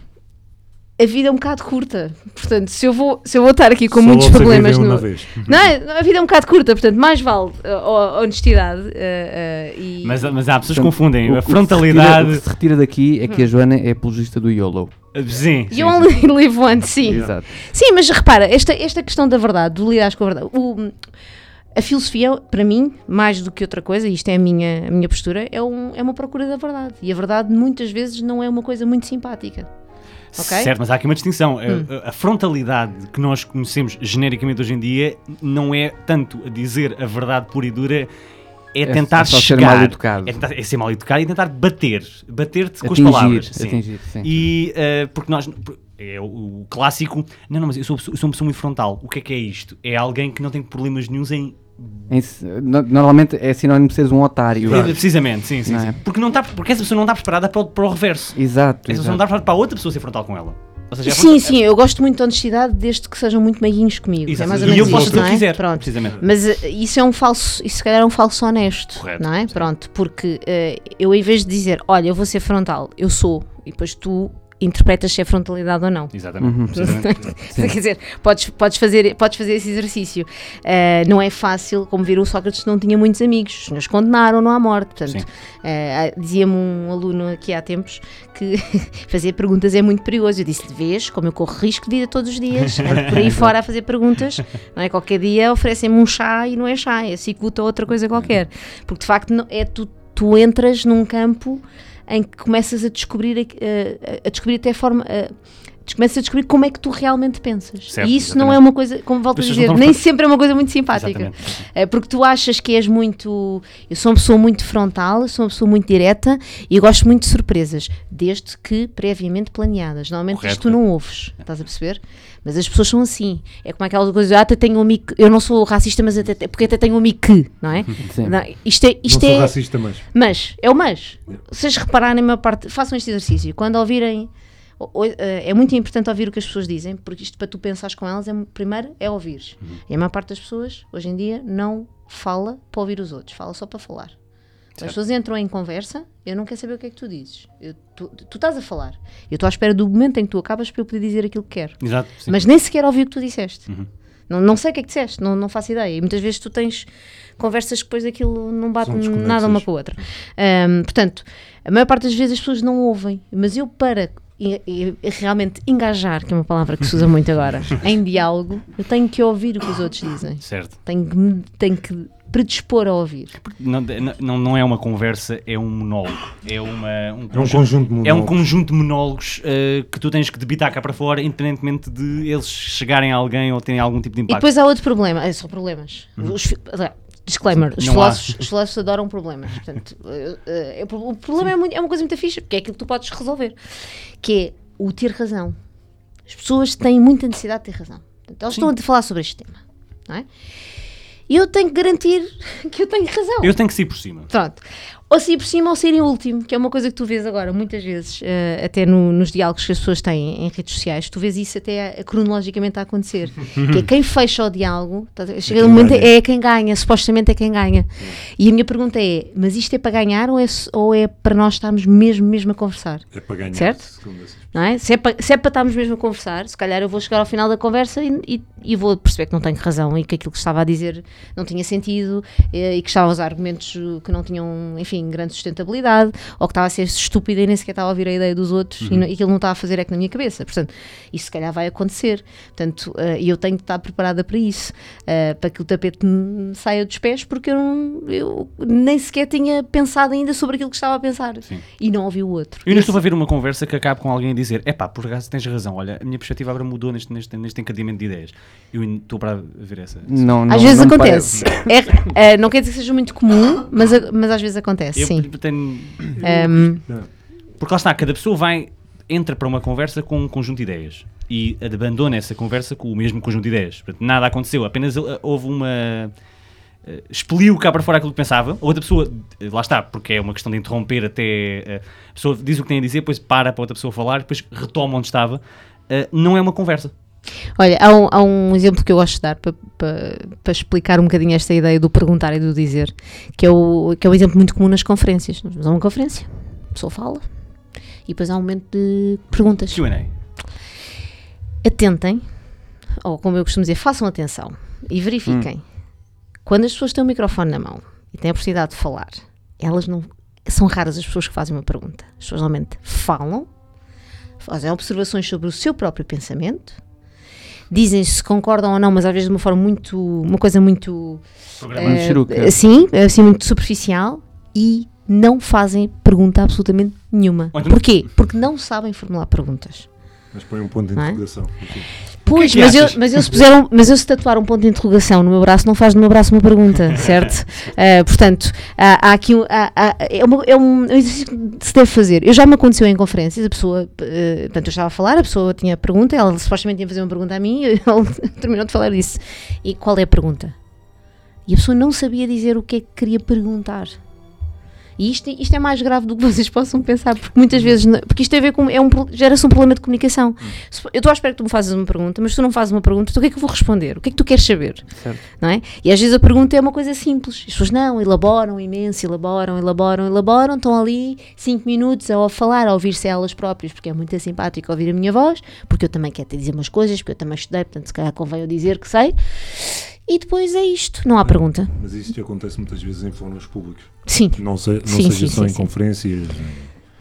S6: A vida é um bocado curta. Portanto, se eu vou, se eu vou estar aqui com
S4: Só
S6: muitos
S4: logo se
S6: problemas.
S4: viveu
S6: No...
S4: uma vez.
S6: Não, é- a vida é um bocado curta, portanto, mais vale uh, ho- honestidade uh, uh, e.
S5: Mas, mas há pessoas que
S2: Portanto,
S5: confundem
S2: O-
S5: a
S2: o que se retira- O que
S5: frontalidade.
S2: se retira daqui é que a
S6: Hum.
S2: Joana é apologista do YOLO.
S5: Sim. sim,
S6: You only live once, sim.
S2: Exato.
S6: Sim, mas repara, esta, esta questão da verdade, do lidar com a verdade, o- a filosofia, para mim, mais do que outra coisa, e isto é a minha, a minha postura, é, um- é uma procura da verdade. E a verdade muitas vezes não é uma coisa muito simpática. Ok?
S5: Certo, mas há aqui uma distinção. A- A, a frontalidade que nós conhecemos genericamente hoje em dia não é tanto a dizer a verdade pura e dura, é tentar
S2: é só ser
S5: chegar.
S2: mal educado.
S5: É, tentar, é ser mal educado e tentar bater. Bater-te com as
S2: atingir,
S5: palavras. Sim.
S2: atingir, sim.
S5: E ah, porque nós. É o, o clássico. Não, não, mas eu sou, eu sou uma pessoa muito frontal. O que é que é isto? É alguém que não tem problemas nenhuns em.
S2: Em se- no- normalmente é sinónimo de seres um otário.
S5: É, Precisamente, sim, sim.
S2: Não
S5: sim.
S2: é?
S5: Porque, não tá, porque essa pessoa não está preparada para o, para o reverso.
S2: Exato.
S5: Essa pessoa não
S2: exato.
S5: está preparada para a outra pessoa ser frontal com ela. Ou seja, é
S6: Sim, sim, eu gosto muito de honestidade, desde que sejam muito meiguinhos comigo. É
S5: Exato.
S6: mais ou
S5: e
S6: menos
S5: eu posso
S6: isto,
S5: fazer o
S6: não
S5: que
S6: é?
S5: quiser,
S6: Pronto.
S5: precisamente.
S6: Mas eh, isso é um falso, isso se calhar é um falso honesto,
S5: Correto,
S6: não é? Pronto, porque eh, eu em vez de dizer, olha, eu vou ser frontal, eu sou, e depois tu interpretas se é frontalidade ou não.
S5: Exatamente. precisamente.
S6: Quer dizer, podes, podes, fazer, podes fazer esse exercício. Eh, não é fácil, como viram, o Sócrates não tinha muitos amigos, os senhores condenaram-no à morte.
S5: Sim.
S6: Portanto, eh, há- dizia-me um aluno aqui há tempos que fazer perguntas é muito perigoso. Eu disse: Vês como eu corro risco de ir a todos os dias, ando por aí fora a fazer perguntas, não é? Qualquer dia oferecem-me um chá e não é chá, é cicuta ou outra coisa qualquer. Porque de facto não- é tu, tu entras num campo em que começas a descobrir, a, a- a descobrir até a forma. eh, a- des- começas a descobrir como é que tu realmente pensas.
S5: Certo,
S6: e isso não é
S5: exatamente.
S6: uma coisa, como volto a
S5: As pessoas
S6: dizer,
S5: não
S6: nem
S5: estão-
S6: sempre é uma coisa muito simpática.
S5: Exatamente.
S6: É, porque tu achas que és muito. Eu sou uma pessoa muito frontal, eu sou uma pessoa muito direta e eu gosto muito de surpresas, desde que previamente planeadas. Normalmente
S5: Correto,
S6: isto tu não ouves, estás a perceber? Mas as pessoas são assim. É como aquela coisa, ah, até tenho um mic. Eu não sou racista, mas até, te- porque até tenho um mic, não é?
S2: Sim.
S6: Não, isto é. Isto
S4: não sou
S6: é
S4: racista, mas.
S6: mas, é o mas. Vocês repararem, a maior parte, façam este exercício. Quando ouvirem, o- o- eh, é muito importante ouvir o que as pessoas dizem, porque isto para tu pensares com elas, é, mu- primeiro é ouvir. E a maior parte das pessoas, hoje em dia, não fala para ouvir os outros, fala só para falar. As pessoas entram em conversa, eu não quero saber o que é que tu dizes. Eu- tu, tu estás a falar. Eu estou à espera do momento em que tu acabas para eu poder dizer aquilo que quero
S5: Exato. sim.
S6: mas nem sequer ouvi o que tu disseste.
S4: Uhum.
S6: Não, não sei o que é que disseste, não, não faço ideia. E muitas vezes tu tens conversas que depois daquilo não bate
S4: São desconexas.
S6: nada uma com a outra. Ahm, portanto, a maior parte das vezes as pessoas não ouvem, mas eu para e- e- e realmente engajar, que é uma palavra que se usa muito agora, em diálogo, eu tenho que ouvir o que os outros dizem.
S5: Certo.
S6: Tenho que, me- tenho que predispor a ouvir.
S5: Porque Não, não, não é uma conversa, é um monólogo. É, uma, um,
S4: É um
S5: conjunto,
S4: conjunto mundial.
S5: é um conjunto de monólogos eh, que tu tens que debitar cá para fora, independentemente de eles chegarem a alguém ou terem algum tipo de
S6: E
S5: impacto. Uhum.
S6: depois há outro problema. Ah, são problemas. Os fi- ah, disclaimer: os
S5: Não há.
S6: filósofos, os filósofos adoram problemas. Portanto, eh, eh, é pro- o problema é, muito- é uma coisa muito fixe, porque é aquilo que tu podes resolver. Que é o ter razão. As pessoas têm muita necessidade de ter razão. Portanto, elas estão a falar sobre este tema. Não é? E eu tenho que garantir que eu tenho razão.
S5: Eu tenho que sair por cima.
S6: Pronto. Ou sair por cima ou sair em último, que é uma coisa que tu vês agora muitas vezes, eh, até no- nos diálogos que as pessoas têm em redes sociais, tu vês isso até eh, cronologicamente a acontecer. que é quem fecha o diálogo, tá- chega um momento, é quem ganha, supostamente é quem ganha. E a minha pergunta é: mas isto é para ganhar ou é, s- ou é para nós estarmos mesmo, mesmo a conversar?
S4: É para ganhar.
S6: Certo?
S4: segundo essas pessoas.
S6: Não é? Se, é para, se é para estarmos mesmo a conversar, se calhar eu vou chegar ao final da conversa e, e- e vou perceber que não tenho razão e que aquilo que estava a dizer não tinha sentido eh, e que estava a usar argumentos eh, que não tinham, enfim, grande sustentabilidade ou que estava a ser estúpida e nem sequer estava a ouvir a ideia dos outros e, não, e aquilo não estava a fazer é que na minha cabeça. Portanto, isso se calhar vai acontecer. Portanto, eh, e eu tenho que estar preparada para isso, eh, para que o tapete me saia dos pés, porque eu, não- eu nem sequer tinha pensado ainda sobre aquilo que estava a pensar e não ouvi o outro.
S5: Eu ainda estou a ver uma conversa que acaba com alguém a dizer: é pá, por acaso tens razão, olha, a minha perspectiva agora mudou neste, neste, neste encadeamento de ideias. Eu ainda estou para ver essa.
S2: Não, não,
S6: Às vezes
S2: não me
S6: acontece. É- eh, não quer dizer que seja muito comum, mas, a- mas às vezes acontece,
S5: Eu
S6: sim.
S5: tenho. Porque lá está, cada pessoa vai, entra para uma conversa com um conjunto de ideias e abandona essa conversa com o mesmo conjunto de ideias. Portanto, nada aconteceu, apenas uh, houve uma. uh, Expeliu cá para fora aquilo que pensava, a outra pessoa, eh, lá está, porque é uma questão de interromper até. uh, A pessoa diz o que tem a dizer, depois para para outra pessoa falar, depois retoma onde estava. Uh, Não é uma conversa.
S6: Olha, há um, há um exemplo que eu gosto de dar para explicar um bocadinho esta ideia do perguntar e do dizer, que é, o, que é um exemplo muito comum nas conferências. Nós vamos a uma conferência, a pessoa fala e depois há um momento de perguntas.
S5: QA.
S6: atentem, ou como eu costumo dizer, façam atenção e verifiquem. Quando as pessoas têm o microfone na mão e têm a oportunidade de falar, elas não. São raras as pessoas que fazem uma pergunta. As pessoas normalmente falam, fazem observações sobre o seu próprio pensamento, dizem se concordam ou não, mas às vezes de uma forma muito. uma coisa muito.
S2: Muito
S6: eh,
S2: churuca.
S6: assim, assim, muito superficial e não fazem pergunta absolutamente nenhuma.
S5: Ou então-
S6: Porquê? Porque não sabem formular perguntas.
S4: Mas põe um ponto de
S6: Não é?
S4: interrogação. Enfim.
S6: Pois,
S5: que é que
S6: mas, eu,
S5: achas?
S6: mas, eu se puseram, mas eu se tatuar um ponto de interrogação no meu braço, não faz do meu braço uma pergunta, certo? Ah, portanto, há, há aqui um, há- há- é, uma- é um exercício que se deve fazer. Eu já me aconteceu em conferências, a pessoa, eh, portanto, eu estava a falar, a pessoa tinha a pergunta, ela supostamente ia fazer uma pergunta a mim, e ele terminou de falar disso. E qual é a pergunta? E a pessoa não sabia dizer o que é que queria perguntar. E isto, isto é mais grave do que vocês possam pensar, porque muitas vezes. não- Porque isto tem a ver com. É um, pro- gera-se um problema de comunicação. Se- Eu estou à espera que tu me fazes uma pergunta, mas se tu não fazes uma pergunta, então o que é que eu vou responder? O que é que tu queres saber?
S2: Certo.
S6: Não é? E às vezes a pergunta é uma coisa simples. As pessoas não, elaboram imenso, elaboram, elaboram, elaboram, estão ali cinco minutos a falar, a ouvir-se a elas próprias, porque é muito simpático ouvir a minha voz, porque eu também quero te dizer umas coisas, porque eu também estudei, portanto, se calhar convém eu dizer que sei. E depois é isto. Não há pergunta.
S4: Mas isto acontece muitas vezes em fóruns públicos.
S6: Sim.
S4: Não, sei, não
S6: Sim, sim,
S4: seja só
S6: sim,
S4: em
S6: sim.
S4: conferências. né?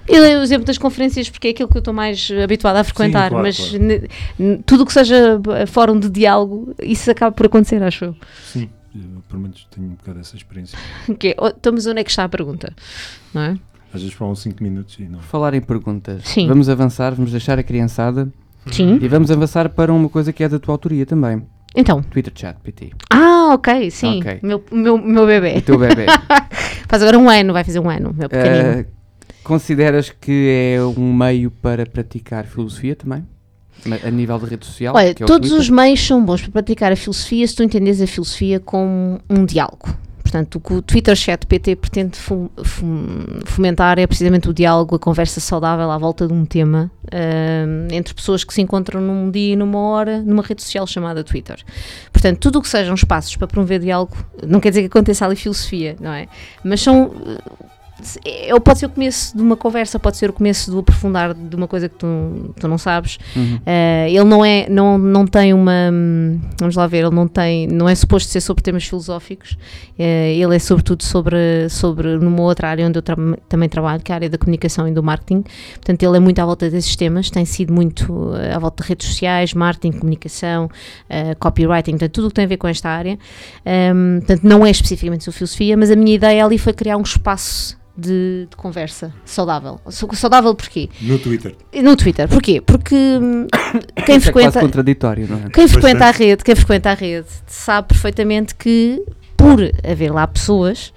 S6: Eu dei o exemplo das conferências porque é aquilo que eu estou mais eh, habituada a frequentar,
S4: claro,
S6: mas
S4: claro.
S6: ne- n- tudo o que seja eh, fórum de diálogo, isso acaba por acontecer, acho eu.
S4: Sim, eu, pelo menos tenho um bocado dessa experiência.
S6: Que é, oh, estamos onde é que está a pergunta, não é?
S4: Às vezes falam 5 minutos e não.
S2: Por falar em perguntas,
S6: Sim. Hum?
S2: vamos avançar, vamos deixar a criançada
S6: Sim.
S2: e vamos avançar para uma coisa que é da tua autoria também.
S6: Então,
S2: Twitter Chat PT.
S6: ah, ok, sim,
S2: Ok.
S6: Meu, meu, meu
S2: O
S6: bebê.
S2: teu bebê.
S6: Faz agora um ano, vai fazer um ano, meu pequenino.
S2: Eh, consideras que é um meio para praticar filosofia também? Ma- A nível de rede social?
S6: Olha,
S2: que é o
S6: todos
S2: Twitter?
S6: os meios são bons para praticar a filosofia se tu entendes a filosofia como um diálogo. Portanto, o que o Twitter Chat PT pretende fom- fom- fomentar é precisamente o diálogo, a conversa saudável à volta de um tema ahm, entre pessoas que se encontram num dia e numa hora numa rede social chamada Twitter. Portanto, tudo o que sejam espaços para promover diálogo, não quer dizer que aconteça ali filosofia, não é? Mas são. eh, é- Pode ser o começo de uma conversa, pode ser o começo do aprofundar de uma coisa que tu, tu não sabes,
S2: Uhum.
S6: eh, ele não é, não, não tem uma, hum, vamos lá ver, ele não tem, não é suposto ser sobre temas filosóficos, eh, ele é sobretudo sobre, sobre numa outra área onde eu tra- também trabalho, que é a área da comunicação e do marketing, portanto ele é muito à volta desses temas, tem sido muito eh, à volta de redes sociais, marketing, comunicação, eh, copywriting, portanto tudo o que tem a ver com esta área, Ehm, portanto não é especificamente sobre filosofia, mas a minha ideia ali foi criar um espaço de, de conversa saudável, Sau- saudável porquê?
S4: No Twitter.
S6: No Twitter, porquê? Porque hum, quem
S2: Isso é quase
S6: frequenta,
S2: contraditório, não é?
S6: quem frequenta a rede, quem frequenta a rede sabe perfeitamente que por haver lá pessoas.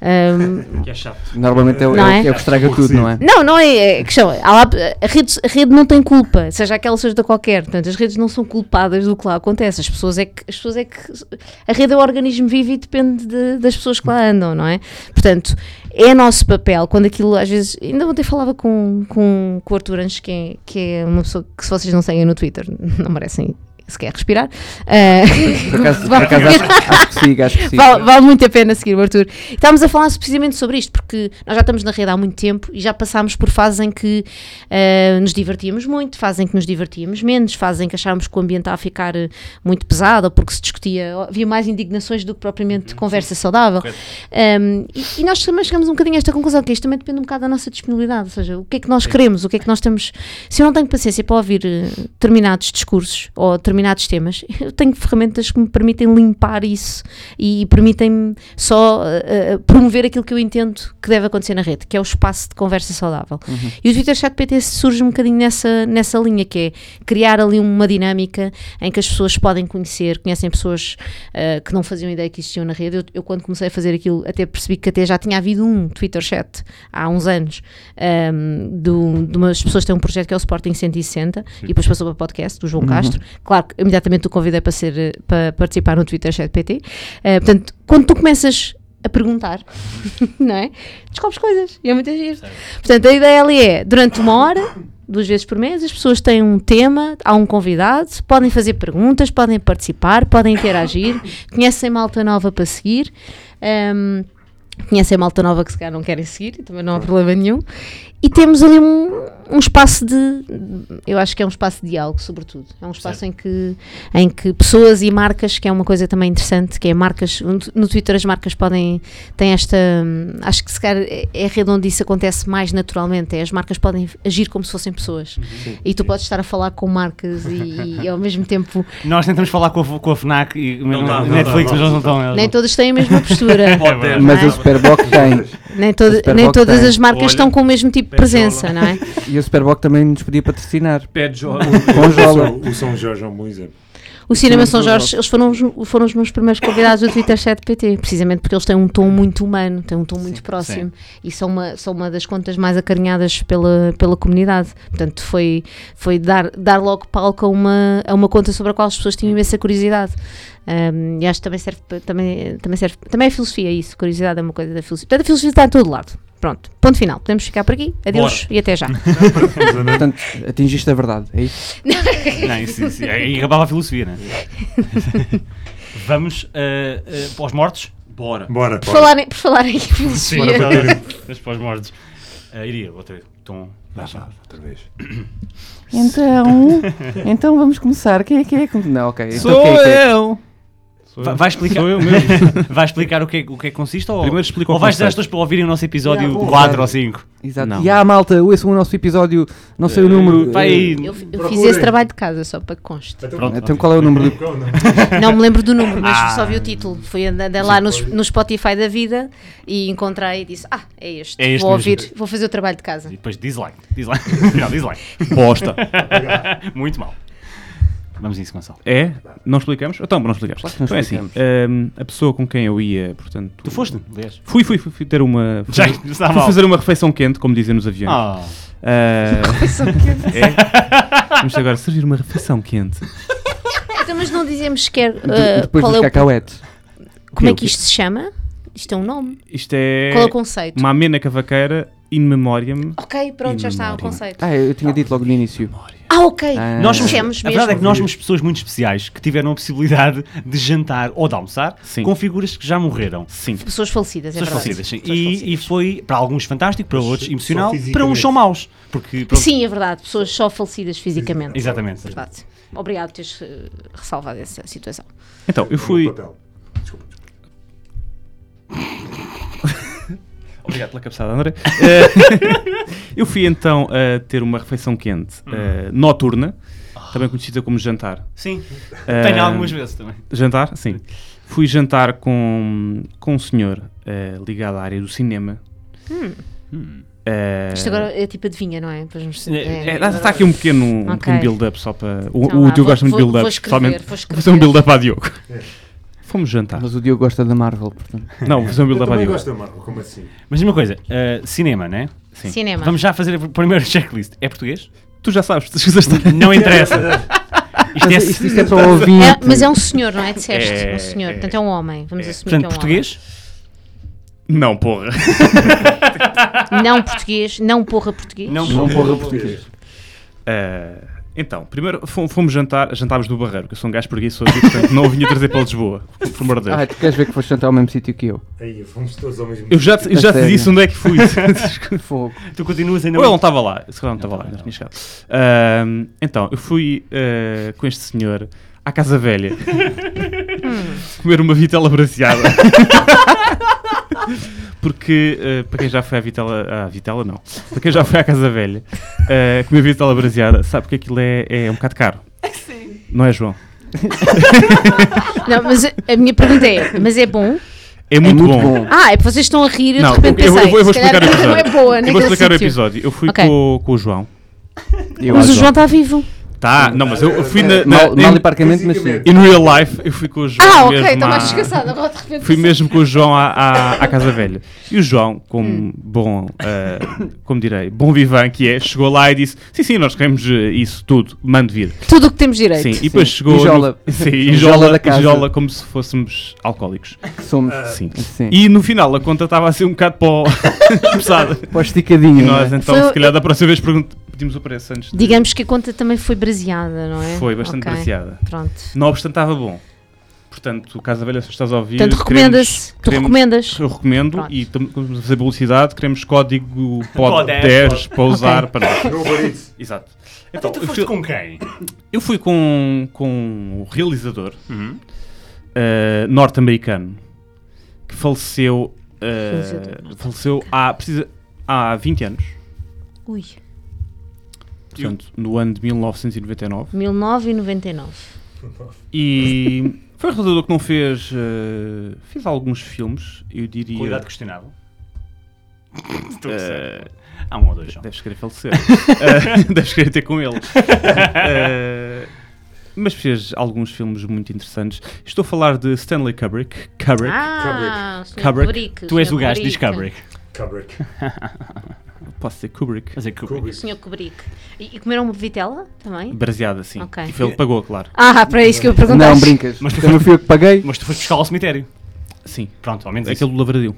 S6: hum,
S5: Que é chato.
S2: Normalmente é, o-
S6: Não
S2: é o-
S6: é?
S2: é o que estraga tudo, não é?
S6: não, não é. é questão, há lá- a, rede, a rede não tem culpa, seja aquela, seja da qualquer. Portanto, as redes não são culpadas do que lá acontece. As pessoas é que. As pessoas é que a rede é o organismo vivo e depende de- das pessoas que lá andam, não é? Portanto, é nosso papel. Quando aquilo, às vezes. Ainda ontem falava com, com, com o Arthur Anjos, que é, que é uma pessoa que, se vocês não seguem no Twitter, não merecem sequer respirar. Ah,
S2: Por acaso, por
S6: vale-
S2: acaso acho, acho que siga, acho que siga.
S6: Vale, vale muito a pena seguir o Arthur. Estávamos a falar precisamente sobre isto, porque nós já estamos na rede há muito tempo e já passámos por fases em que eh, nos divertíamos muito, fazem que nos divertíamos menos, fazem que achávamos que o ambiente estava a ficar eh, muito pesado ou porque se discutia, ou havia mais indignações do que propriamente conversa saudável. Um, e, e nós também chegamos um bocadinho a esta conclusão, que isto também depende um bocado da nossa disponibilidade, ou seja, o que é que nós queremos, o que é que nós temos. Se eu não tenho paciência para ouvir eh, determinados discursos ou determinados temas, eu tenho ferramentas que me permitem limpar isso e permitem-me só eh, eh, promover aquilo que eu entendo que deve acontecer na rede, que é o espaço de conversa saudável. E o Twitter Chat PT surge um bocadinho nessa, nessa linha, que é criar ali uma dinâmica em que as pessoas podem conhecer, conhecem pessoas eh, que não faziam ideia que existiam na rede. Eu, eu, quando comecei a fazer aquilo, até percebi que até já tinha havido um Twitter Chat há uns anos, ehm, do, de umas pessoas que têm um projeto que é o Sporting 160, e depois passou para o podcast, do João Castro. Claro que imediatamente o convidei para, ser, eh, para participar no Twitter Chat PT. Eh, portanto, quando tu começas a perguntar, não é? Descobres coisas, e é muito giro. Portanto, a ideia ali é, durante uma hora, duas vezes por mês, as pessoas têm um tema, há um convidado, podem fazer perguntas, podem participar, podem interagir, conhecem malta nova para seguir, hum, conhecem malta nova que se calhar não querem seguir, e também não há problema nenhum. E temos ali um, um espaço de, eu acho que é um espaço de diálogo, sobretudo. É um espaço em que, em que pessoas e marcas, que é uma coisa também interessante, que é marcas, no- no Twitter as marcas podem, têm esta, hum, acho que se calhar é é a rede onde isso acontece mais naturalmente, é as marcas podem agir como se fossem pessoas.
S3: Uhum.
S6: E tu podes estar a falar com marcas e, e ao mesmo tempo
S5: Nós tentamos falar com a, com a FNAC e
S3: Não dá, não dá,
S5: Netflix,
S3: não
S5: mas
S3: dá.
S5: eles não estão. eles
S6: nem
S5: não-
S6: todas têm a mesma postura.
S3: Tá Pode ter.
S2: Mas o Superboc tem.
S6: Nem, toda-
S2: O Superbox
S6: nem todas
S2: tem.
S6: as marcas
S3: Olha,
S6: estão com o mesmo tipo de presença, não é?
S2: E o Superboc também nos podia patrocinar.
S3: Pede jo-
S2: Com jola.
S4: O São Jorge é um bom exemplo.
S6: O Cinema São Jorge, eles foram os, foram os meus primeiros convidados do Twitter 7PT, precisamente porque eles têm um tom muito humano, têm um tom muito próximo e são uma, são uma das contas mais acarinhadas pela, pela comunidade. Portanto, foi, foi dar, dar logo palco a uma, a uma conta sobre a qual as pessoas tinham imensa curiosidade. Ahm, e acho que também serve, pa- também, também serve, também é filosofia isso, curiosidade é uma coisa da filosofia. Portanto, a filosofia está em todo lado. Pronto, ponto final. Podemos ficar por aqui. Adeus e até já.
S2: Portanto, atingiste a verdade, é isso?
S5: Não, isso, isso, aí acabava a filosofia, né? Vamos eh, eh, para os mortos? Bora.
S4: Bora,
S6: Por
S4: bora.
S6: falar, em- por falar em
S4: Bora
S6: filosofia.
S4: bater em-
S5: Vamos para os mortos. Eh, iria, outra. Tom.
S4: Vá, vá, outra vez.
S2: Então, então vamos começar. Quem é que é? que- Não, ok. Então, quem é que é?
S5: eu!
S3: Sou
S5: Vai,
S3: eu.
S5: vai explicar,
S3: Sou eu mesmo.
S5: vai explicar o que é, o que é que consiste ou,
S3: Primeiro explica o
S5: ou vais dizer às
S3: conceito.
S5: pessoas para ouvirem o nosso episódio
S2: Não, vou
S5: 4
S2: usar.
S5: ou 5?
S2: Exato.
S3: Não.
S2: E há, malta, esse é o nosso episódio, não sei o número.
S5: Vai aí.
S6: Eu, eu fiz
S4: Procurem.
S6: esse trabalho de casa, só para que conste.
S2: Eh, Então qual é o número do...
S4: Não, não.
S6: Não me lembro do número, mas
S5: Ah.
S6: só vi o título. Fui andando lá no, no Spotify da vida e encontrei e disse: Ah, é este.
S5: É este
S6: vou
S5: mesmo.
S6: ouvir, vou fazer o trabalho de casa.
S5: E depois dislike. Dislike. Não, dislike. Bosta. Muito mal. Vamos a isso, Gonçalo.
S3: É? Não explicamos? Então, não explicamos.
S2: não
S3: então é assim, hum, a pessoa com quem eu ia, portanto...
S5: Tu foste? Aliás.
S3: Fui, fui, fui, fui ter uma... Fui,
S5: Já é está
S3: fui
S5: mal.
S3: fazer uma refeição quente, como dizem nos aviões.
S5: Ah.
S3: Ah, é. vamos agora servir uma refeição quente.
S6: Então, mas não dizemos sequer
S2: de-
S6: ah,
S2: depois
S6: qual
S2: dos
S6: é o-
S2: cacauetes.
S6: como é
S3: o quê?
S6: que isto se chama. Isto é um nome.
S3: Isto é
S6: Qual é o conceito?
S3: uma amena cavaqueira in memoriam.
S6: Ok, pronto, já está o
S3: Memória.
S6: conceito.
S2: Ah, eu tinha dito logo no início.
S6: Ah, ok.
S2: Ah.
S5: Nós somos-
S6: dissemos
S5: a verdade é que
S6: mesmo.
S5: nós somos pessoas muito especiais que tiveram a possibilidade de jantar ou de almoçar
S3: Sim.
S5: com figuras que já morreram.
S3: Sim.
S6: Pessoas falecidas, é
S5: Pessoas
S6: verdade.
S5: falecidas, sim.
S6: Pessoas
S5: E, e
S6: falecidas.
S5: foi para alguns fantástico, para outros
S4: só
S5: emocional, para uns
S4: fisicamente.
S5: são maus. Porque, pronto,
S6: Sim, é verdade. Pessoas só falecidas fisicamente. É
S5: Exatamente.
S6: Verdade. Obrigado por teres eh, ressalvado essa situação.
S3: Então, eu
S4: Fui.
S3: fui... Obrigado pela cabeçada, André. Eh, eu fui então a ter uma refeição quente eh, noturna, também conhecida como jantar.
S5: Sim,
S3: Eh,
S5: tenho algumas vezes também.
S3: Jantar? Sim. Fui jantar com, com um senhor eh, ligado à área do cinema. Ah, Eh,
S6: Hum. Isto agora é tipo adivinha, não é? Pois nos-
S3: é, dá- Está aqui um pequeno, um
S6: Ok.
S3: pequeno build-up só para.
S6: Então
S3: O, o
S6: lá,
S3: Diogo
S6: vou-
S3: gosta muito de
S6: vou-
S3: build-up.
S6: vou escrever,
S3: somente-
S6: vou
S3: fazer um
S4: É.
S6: escrever.
S3: build-up a Diogo. Fomos jantar.
S2: Mas o Diogo gosta da Marvel, portanto.
S3: Não, um Zumbi
S4: Eu também
S3: Lavadigo.
S4: gosto da Marvel, como assim?
S5: Mas uma coisa, eh, cinema, né? Sim.
S6: Cinema.
S5: Vamos já fazer a primeira checklist. É português?
S3: Tu já sabes, tu esqueceste.
S5: Não interessa. Isto é,
S2: Mas isto, isto é para ouvir.
S6: É, mas é um senhor, não é? Disseste,
S5: É,
S6: um senhor.
S5: é.
S6: Portanto, é um homem. Vamos assumir
S5: portanto,
S6: que é um
S5: português?
S3: Não, porra.
S6: homem. Não português, não porra português.
S3: É um
S2: Não porra português.
S3: Eh, então, primeiro fom- fomos jantar, jantámos no Barreiro, que eu sou um gajo preguiçoso e portanto não o vinha trazer para Lisboa, por amor de Deus.
S2: Ah, tu queres ver que foste jantar ao mesmo sítio que eu?
S4: Aí, fomos todos ao mesmo
S3: Eu já, te- eu já te
S2: sério?
S3: disse onde é que fui.
S2: Fogo.
S5: Tu continuas ainda.
S3: Ou ele não estava lá. Se calhar não estava lá, não tinha chegado. Ahm, então, eu fui eh, com este senhor à Casa Velha comer uma vitela braseada. Porque, eh, para quem já foi à vitela, à vitela não, para quem já foi à Casa Velha, eh, comer vitela braseada, sabe que aquilo é, é um bocado caro. Sim. Não é, João?
S6: Não, mas a a minha pergunta é: mas é bom?
S3: É muito, bom.
S6: Ah, é porque vocês estão a rir. Eu
S3: Não,
S6: de repente
S3: eu- eu
S6: pensei:
S3: vou- eu vou
S6: se calhar
S3: explicar o
S6: a vida não é
S3: episódio.
S6: boa,
S3: Eu vou
S6: naquele
S3: explicar o
S6: sítio.
S3: episódio. Eu fui
S6: Ok.
S3: com, com o João.
S2: Eu
S6: Mas o
S2: acho.
S6: João está vivo.
S3: Tá, não, mas eu, eu fui na, na,
S2: Mal, mal e
S3: em,
S2: parcamente, mas sim.
S4: Fisicamente.
S3: in real life, eu fui com o João
S6: Ah, ok,
S3: mesmo
S6: estou mais
S3: à-
S6: descansada. Agora de repente.
S3: Fui mesmo com o João à, à, à Casa Velha. E o João, como bom, eh, como direi, bom vivan que é, chegou lá e disse: Sim, sim, nós queremos eh, isso tudo, mande vir.
S6: Tudo o que temos direito.
S3: Sim, e depois
S2: Eh, Sim,
S3: chegou.
S2: ijola.
S3: No, sim,
S2: Ijola
S3: ijola,
S2: da casa.
S3: ijola como se fôssemos alcoólicos.
S2: Que somos.
S3: Sim.
S2: Sim.
S3: E no final a conta estava a ser um bocado pó pesada.
S2: Para o
S3: E
S2: esticadinho.
S3: nós
S2: não é?
S3: então,
S6: Foi-
S3: se calhar, da próxima vez pergunt- pedimos o preço antes. de-
S6: Digamos que a conta também foi braseada, não é?
S3: Foi bastante
S6: Ok,
S3: baseada.
S6: Pronto.
S3: Não obstante, estava bom. Portanto, Casa Velha, se estás a ouvir.
S6: Portanto, recomenda-se.
S3: queremos-
S6: Tu
S3: queremos-
S6: recomendas.
S3: Eu recomendo
S6: Pronto.
S3: e estamos a fazer publicidade. Queremos código POD
S5: Pod 10,
S3: 10 para usar
S6: é, Ok.
S3: para nós.
S4: No Uber Eats.
S3: Exato.
S5: Então, tu
S3: eu
S5: foste
S3: fui,
S5: com quem?
S3: eu fui com, com o realizador
S5: Uhum.
S3: eh, norte-americano que faleceu, eh,
S6: Realizador
S3: faleceu há, precisa, há 20 anos.
S6: Ui,
S3: Portanto, no ano de 1999.
S6: 1999.
S3: E foi um realizador que não fez. eh, fez alguns filmes, eu diria.
S5: Qualidade questionável. Estou a
S3: eh,
S5: perceber. Há um ou dois, João.
S3: Deves querer falecer. Eh, deves querer ter com ele. Eh, mas fez alguns filmes muito interessantes. Estou a falar de Stanley Kubrick. Kubrick.
S6: Ah, Sr.
S3: Kubrick.
S6: Kubrick.
S5: Tu és
S6: Sr.
S5: o gajo de Discovery.
S6: Kubrick.
S4: Kubrick.
S6: Ah.
S3: Posso ser Kubrick.
S5: Mas é que
S4: Kubrick.
S6: Sr. Kubrick. E, e comeram uma vitela também?
S3: Baseado assim.
S6: Ok.
S3: E foi ele que pagou, claro.
S6: Ah, para isso que eu perguntei.
S2: Não, brincas.
S5: Mas tu
S2: Também fui eu que paguei.
S5: Mas tu foste buscar ao cemitério.
S3: Sim.
S5: Pronto, ao menos isso.
S3: Aquele do Lavradio.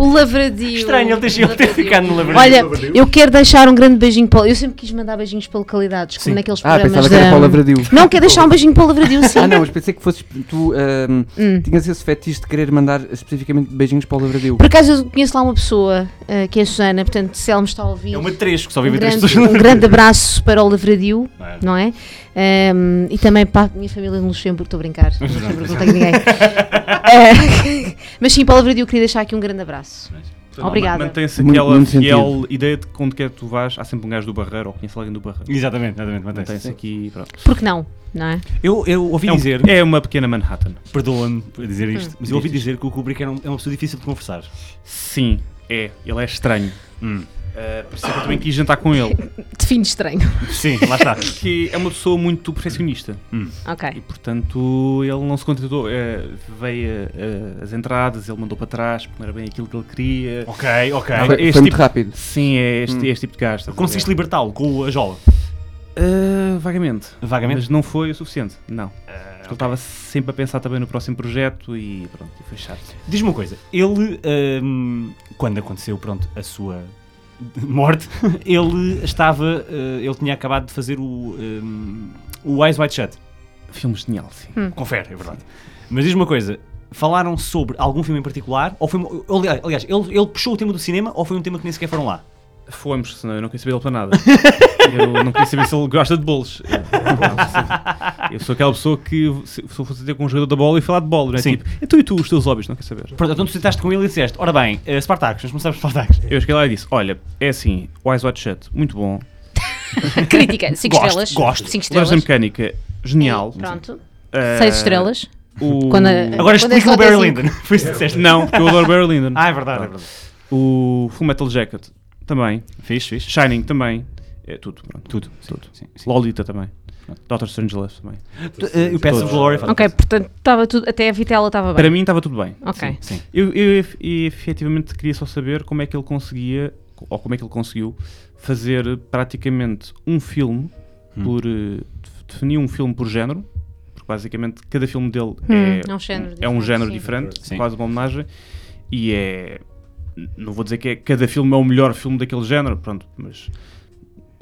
S6: O lavradio.
S5: Estranho ele ter- ele ter ficado no lavradio.
S6: Olha,
S4: Lavradio.
S6: eu quero deixar um grande beijinho para o... Eu sempre quis mandar beijinhos para localidades, como
S5: Sim.
S6: naqueles
S2: Ah,
S6: programas
S2: pensava que era
S6: da-
S2: para o Lavradio.
S6: Não, quero deixar um beijinho para o lavradio, sim.
S2: Ah, não, mas pensei que fosses. Tu ahm,
S6: Hum.
S2: tinhas esse fetiche de querer mandar especificamente beijinhos para o Lavradio.
S6: Por acaso eu conheço lá uma pessoa, eh, que é a Susana, portanto, se ela me está a ouvir...
S5: É uma de três, que só
S6: um
S5: vivem três
S6: grande,
S5: pessoas.
S6: um grande abraço para o Lavradio,
S5: Não é?
S6: não é? Ehm, e também para a minha família no Luxemburgo, estou a brincar, no Luxemburgo não tenho ninguém. Eh, mas sim, para o Lavradio eu queria deixar aqui um grande abraço. Obrigada.
S3: Mantém-se
S2: Muito-
S3: aquela
S2: muito
S3: fiel
S2: sentido.
S3: ideia de que onde quer que tu vás, há sempre um gajo do Barreiro ou conhece alguém do Barreiro.
S5: Exatamente, exatamente. mantém-se. É
S3: Mantém-se aqui. Pronto.
S6: Porque não, não é?
S5: Eu, eu ouvi
S3: É, um-
S5: dizer,
S3: é uma pequena Manhattan.
S5: perdoa-me por dizer isto, mas eu ouvi
S3: Diz.
S5: dizer que o Kubrick era um- é uma pessoa difícil de conversar.
S3: Sim, é. Ele é estranho. Eh, por isso é que eu também quis jantar com ele.
S6: Define estranho.
S5: Sim, lá está.
S3: Que é uma pessoa muito perfeccionista. E
S6: Ok.
S3: portanto ele não se contentou. eh, veio eh, as entradas, ele mandou para trás, porque não era bem aquilo que ele queria.
S5: ok, ok.
S3: Ah,
S2: Foi,
S3: este
S2: foi muito
S3: tipo-
S2: rápido.
S3: Sim, é
S2: Hum.
S3: este, este tipo de gasto.
S5: Conseguiste libertá-lo com a jola?
S3: Eh, vagamente.
S5: Vagamente.
S3: Mas não foi o suficiente. Não.
S2: Eh,
S3: Porque Ele estava sempre a pensar também no próximo projeto e pronto, e foi chato.
S5: Diz-me uma coisa, ele, ahm, quando aconteceu, pronto, a sua morte, ele estava, ah, ele tinha acabado de fazer o, ahm, o Eyes Wide Shut.
S3: Filme genial, sim.
S5: Confere, é verdade. Mas diz-me uma coisa, falaram sobre algum filme em particular? Ou foi, uma- aliás, aliás, ele, ele puxou o tema do cinema ou foi um tema que nem sequer foram lá?
S3: Fomos, senão eu não queria saber dele para nada. eu não queria saber se ele gosta de bolos. Eu sou aquela pessoa que se se eu fosse ter com um jogador da bola e falar de bola, não é?
S5: Sim.
S3: Tipo, então e tu, os teus hobbies, não quer saber?
S5: Pronto, então tu sentaste com ele e disseste, ora bem, eh, Spartacus, vamos começar por Spartacus.
S3: Eu cheguei lá e disse: Olha, é assim, Wise Watch Shut, muito bom.
S6: Crítica, 5
S5: Gosto,
S6: estrelas.
S5: gosto. é
S6: 5
S3: Laranja
S6: estrelas.
S3: Mecânica, genial.
S6: Pronto.
S3: Eh,
S6: 6 estrelas.
S3: O...
S6: Quando a-
S5: Ah, Agora
S6: Quando é
S5: explica
S6: só
S5: o Barry
S6: dez e-
S5: Lyndon, foi isso que disseste.
S3: Não, porque eu adoro Barry Lyndon.
S5: Ah, é verdade, é verdade.
S3: O Full Metal Jacket, também.
S5: Fiz, fiz.
S3: Shining, também. É tudo, pronto.
S5: Tudo, tudo. Sim, sim.
S3: Lolita também. Doctor Strange Love também.
S5: eh, o Paths of Glory, faz-
S6: Ok, portanto, estava tudo, até a vitela estava bem.
S3: Para mim estava tudo bem.
S6: Ok.
S3: Sim, sim. Eu, eu ef- e efetivamente queria só saber como é que ele conseguia, ou como é que ele conseguiu, fazer praticamente um filme
S7: Hum.
S3: por. eh, def- definir um filme por género, porque basicamente cada filme dele
S6: Hum,
S3: é,
S6: é um género
S3: é um
S6: diferente,
S3: género
S6: sim.
S3: diferente,
S7: Sim.
S3: quase uma homenagem, e é. Não vou dizer que é, cada filme é o melhor filme daquele género, pronto, mas.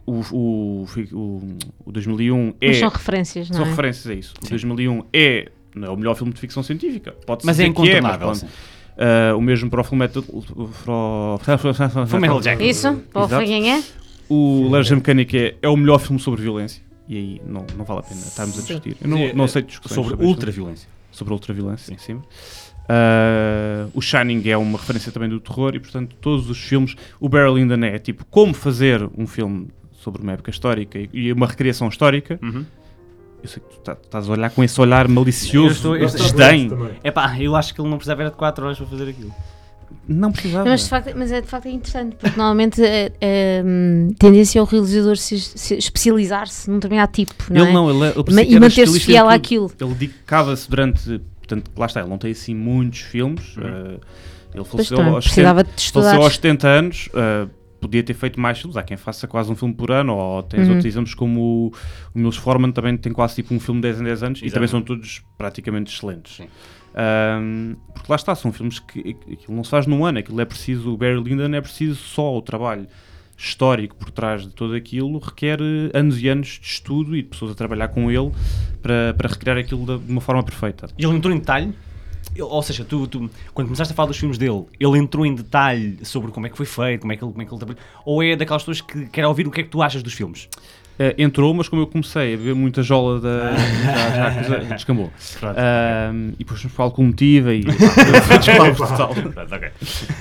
S3: O, o, o, o 2001 é.
S6: Mas são referências, não
S3: São
S6: é?
S3: referências a isso. O 2001 é, não é o melhor filme de ficção científica. Pode
S5: Mas é incontornável.
S3: É, mas pronto. Ah, o mesmo para o filme
S5: Fullmetal Jacket.
S6: Isso? Para
S3: Exato.
S6: quem é?
S3: O Laranja Mecânica é, é o melhor filme sobre violência. E aí não, não vale a pena estarmos a
S6: Sim.
S3: discutir. Eu não,
S5: é,
S3: não sei discussões
S7: Sobre
S3: isto.
S7: ultraviolência.
S3: Sobre ultraviolência, em cima. Ah, o Shining é uma referência também do terror e, portanto, todos os filmes. O Barry Lyndon é tipo como fazer um filme sobre uma época histórica e- e uma recriação histórica.
S5: Uhum.
S3: Eu sei que tu tá- estás a olhar com esse olhar
S5: Eu
S3: malicioso,
S5: estou- eu estou-
S3: desdém.
S5: É pá, eu acho que ele não precisava era de 4 horas para fazer aquilo.
S3: Não precisava.
S6: Não, Mas, de facto, mas é, de facto é interessante, porque normalmente a, a- a tendência é o realizador se, se especializar-se num determinado tipo, não
S3: ele
S6: é?
S3: não, ele, ele
S6: Ma-
S3: parecia que
S6: e
S3: era
S6: manter-se
S3: estilista em
S6: fiel
S3: tudo.
S6: àquilo.
S3: Ele dedicava-se durante. Portanto, lá está, ele não tem assim muitos
S2: Uhum.
S3: filmes. eh, ele
S6: Pois
S3: faleceu
S6: também,
S3: aos, 70,
S6: precisava de estudar.
S3: faleceu aos 70 anos. eh, podia ter feito mais filmes. Há quem faça quase um filme por ano, ou tens
S6: Uhum.
S3: outros exemplos como o, o Milos Forman também tem quase tipo um filme de 10 em 10 anos e
S7: Exato.
S3: também são todos praticamente excelentes.
S7: Sim.
S3: Ahm, porque lá está, são filmes que que aquilo não se faz num ano, aquilo é preciso, o Barry Lyndon é preciso só o trabalho histórico por trás de tudo aquilo requer eh, anos e anos de estudo e de pessoas a trabalhar com ele para, para recriar aquilo da- de uma forma perfeita.
S5: E ele entrou em detalhe. Ele- ou seja, tu, tu- quando começaste a falar dos filmes dele, ele entrou em detalhe sobre como é que foi feito, como é que ele, como é que ele trabalhou. Ou é daquelas pessoas que quer ouvir o que é que tu achas dos filmes?
S3: Eh, entrou, mas como eu comecei a beber muita jola da,
S2: Ah.
S3: já, já a coisa descambou.
S2: Tá
S5: Pronto.
S3: Ahm, e depois falo com motiva e foi descalço total.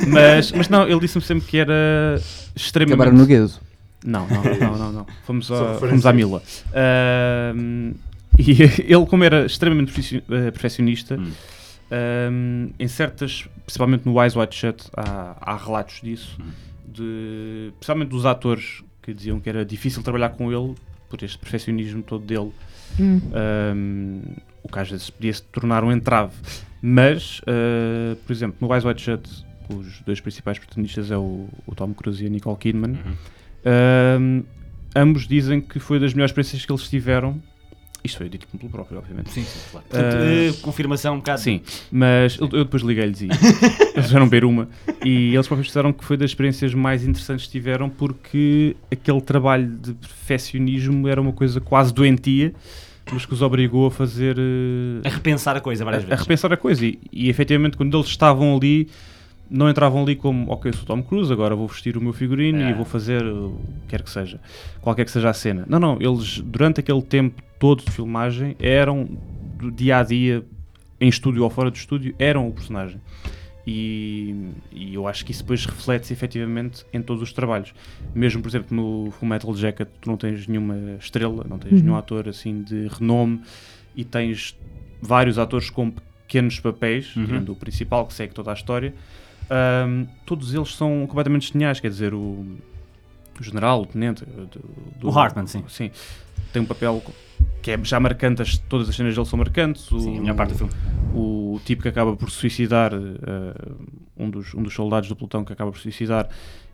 S3: Mas, mas não, ele disse-me sempre que era extremamente.
S2: Acabaram no gueso.
S3: Não, não, não, não, não. Fomos,
S4: Só
S3: a,
S4: referências.
S3: fomos à Mila. Ahm, e ele, como era extremamente profici- eh, perfeccionista,
S7: Hum.
S3: ahm, em certas, principalmente no Eyes Wide Shut, há, há relatos disso, de, principalmente dos atores que diziam que era difícil trabalhar com ele por este perfeccionismo todo dele,
S6: Hum.
S3: ahm, o que às vezes podia se tornar um entrave. Mas, ah, por exemplo, no Eyes Wide Shut, os dois principais protagonistas é o, o Tom Cruise e a Nicole Kidman. Ahm, ambos dizem que foi das melhores experiências que eles tiveram. Isto foi dito pelo próprio, obviamente.
S7: Sim, sim, claro.
S5: Portanto,
S3: eh,
S5: eh, confirmação um bocado.
S3: Sim, mas eu, eu depois liguei-lhes e eles vieram ver uma. E eles próprios disseram que foi das experiências mais interessantes que tiveram porque aquele trabalho de perfeccionismo era uma coisa quase doentia, mas que os obrigou a fazer. eh,
S5: A repensar a coisa várias
S3: a- a,
S5: vezes.
S3: repensar a coisa. E, e efetivamente, quando eles estavam ali, não entravam ali como, ok, eu sou Tom Cruise, agora vou vestir o meu figurino
S5: É.
S3: e vou fazer o que quer que seja, qualquer que seja a cena. Não, não, eles durante aquele tempo todo de filmagem eram do dia a dia, em estúdio ou fora do estúdio, eram o personagem. E, e eu acho que isso depois reflete-se efetivamente em todos os trabalhos. Mesmo, por exemplo, no Full Metal Jacket, tu não tens nenhuma estrela, não tens nenhum ator assim de renome e tens vários atores com pequenos papéis,
S5: Uhum.
S3: tirando o principal que segue toda a história. Ahm, todos eles são completamente geniais, quer dizer, o, o general, o tenente, eh, do- do-
S5: O Hartman, sim.
S3: Sim, tem um papel que é já marcante, as- todas as cenas dele são marcantes. O,
S5: Sim, a melhor parte do filme.
S3: o tipo que acaba por se suicidar, eh, um, dos, um dos soldados do pelotão que acaba por se suicidar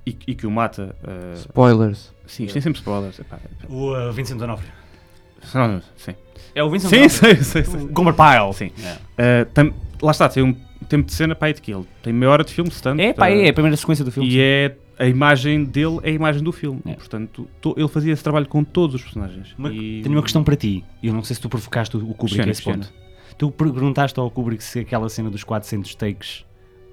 S3: e, que- e que o mata. eh,
S2: Spoilers.
S3: sim, isto tem sempre spoilers. epá, epá.
S5: O eh, Vincent D'Onofrio.
S3: Não, Sim,
S5: É o Vincent
S3: sim,
S5: D'Onofrio. É.
S3: sim, sim, sim.
S5: O Gomer Pyle. Sim.
S3: Uh, tam- lá está, tem um tempo de cena para aí de que ele tem meia hora de filme, se tanto.
S5: É, pá,
S3: uh,
S5: é, a primeira sequência do filme.
S3: E é a imagem dele, é a imagem do filme.
S5: É.
S3: E, portanto, to- ele fazia esse trabalho com todos os personagens.
S5: Uma-
S3: E-
S5: Tenho uma questão para ti. Eu não sei se tu provocaste o o Kubrick
S3: Cristiano,
S5: a esse ponto. Tu perguntaste ao Kubrick se aquela cena dos 400 takes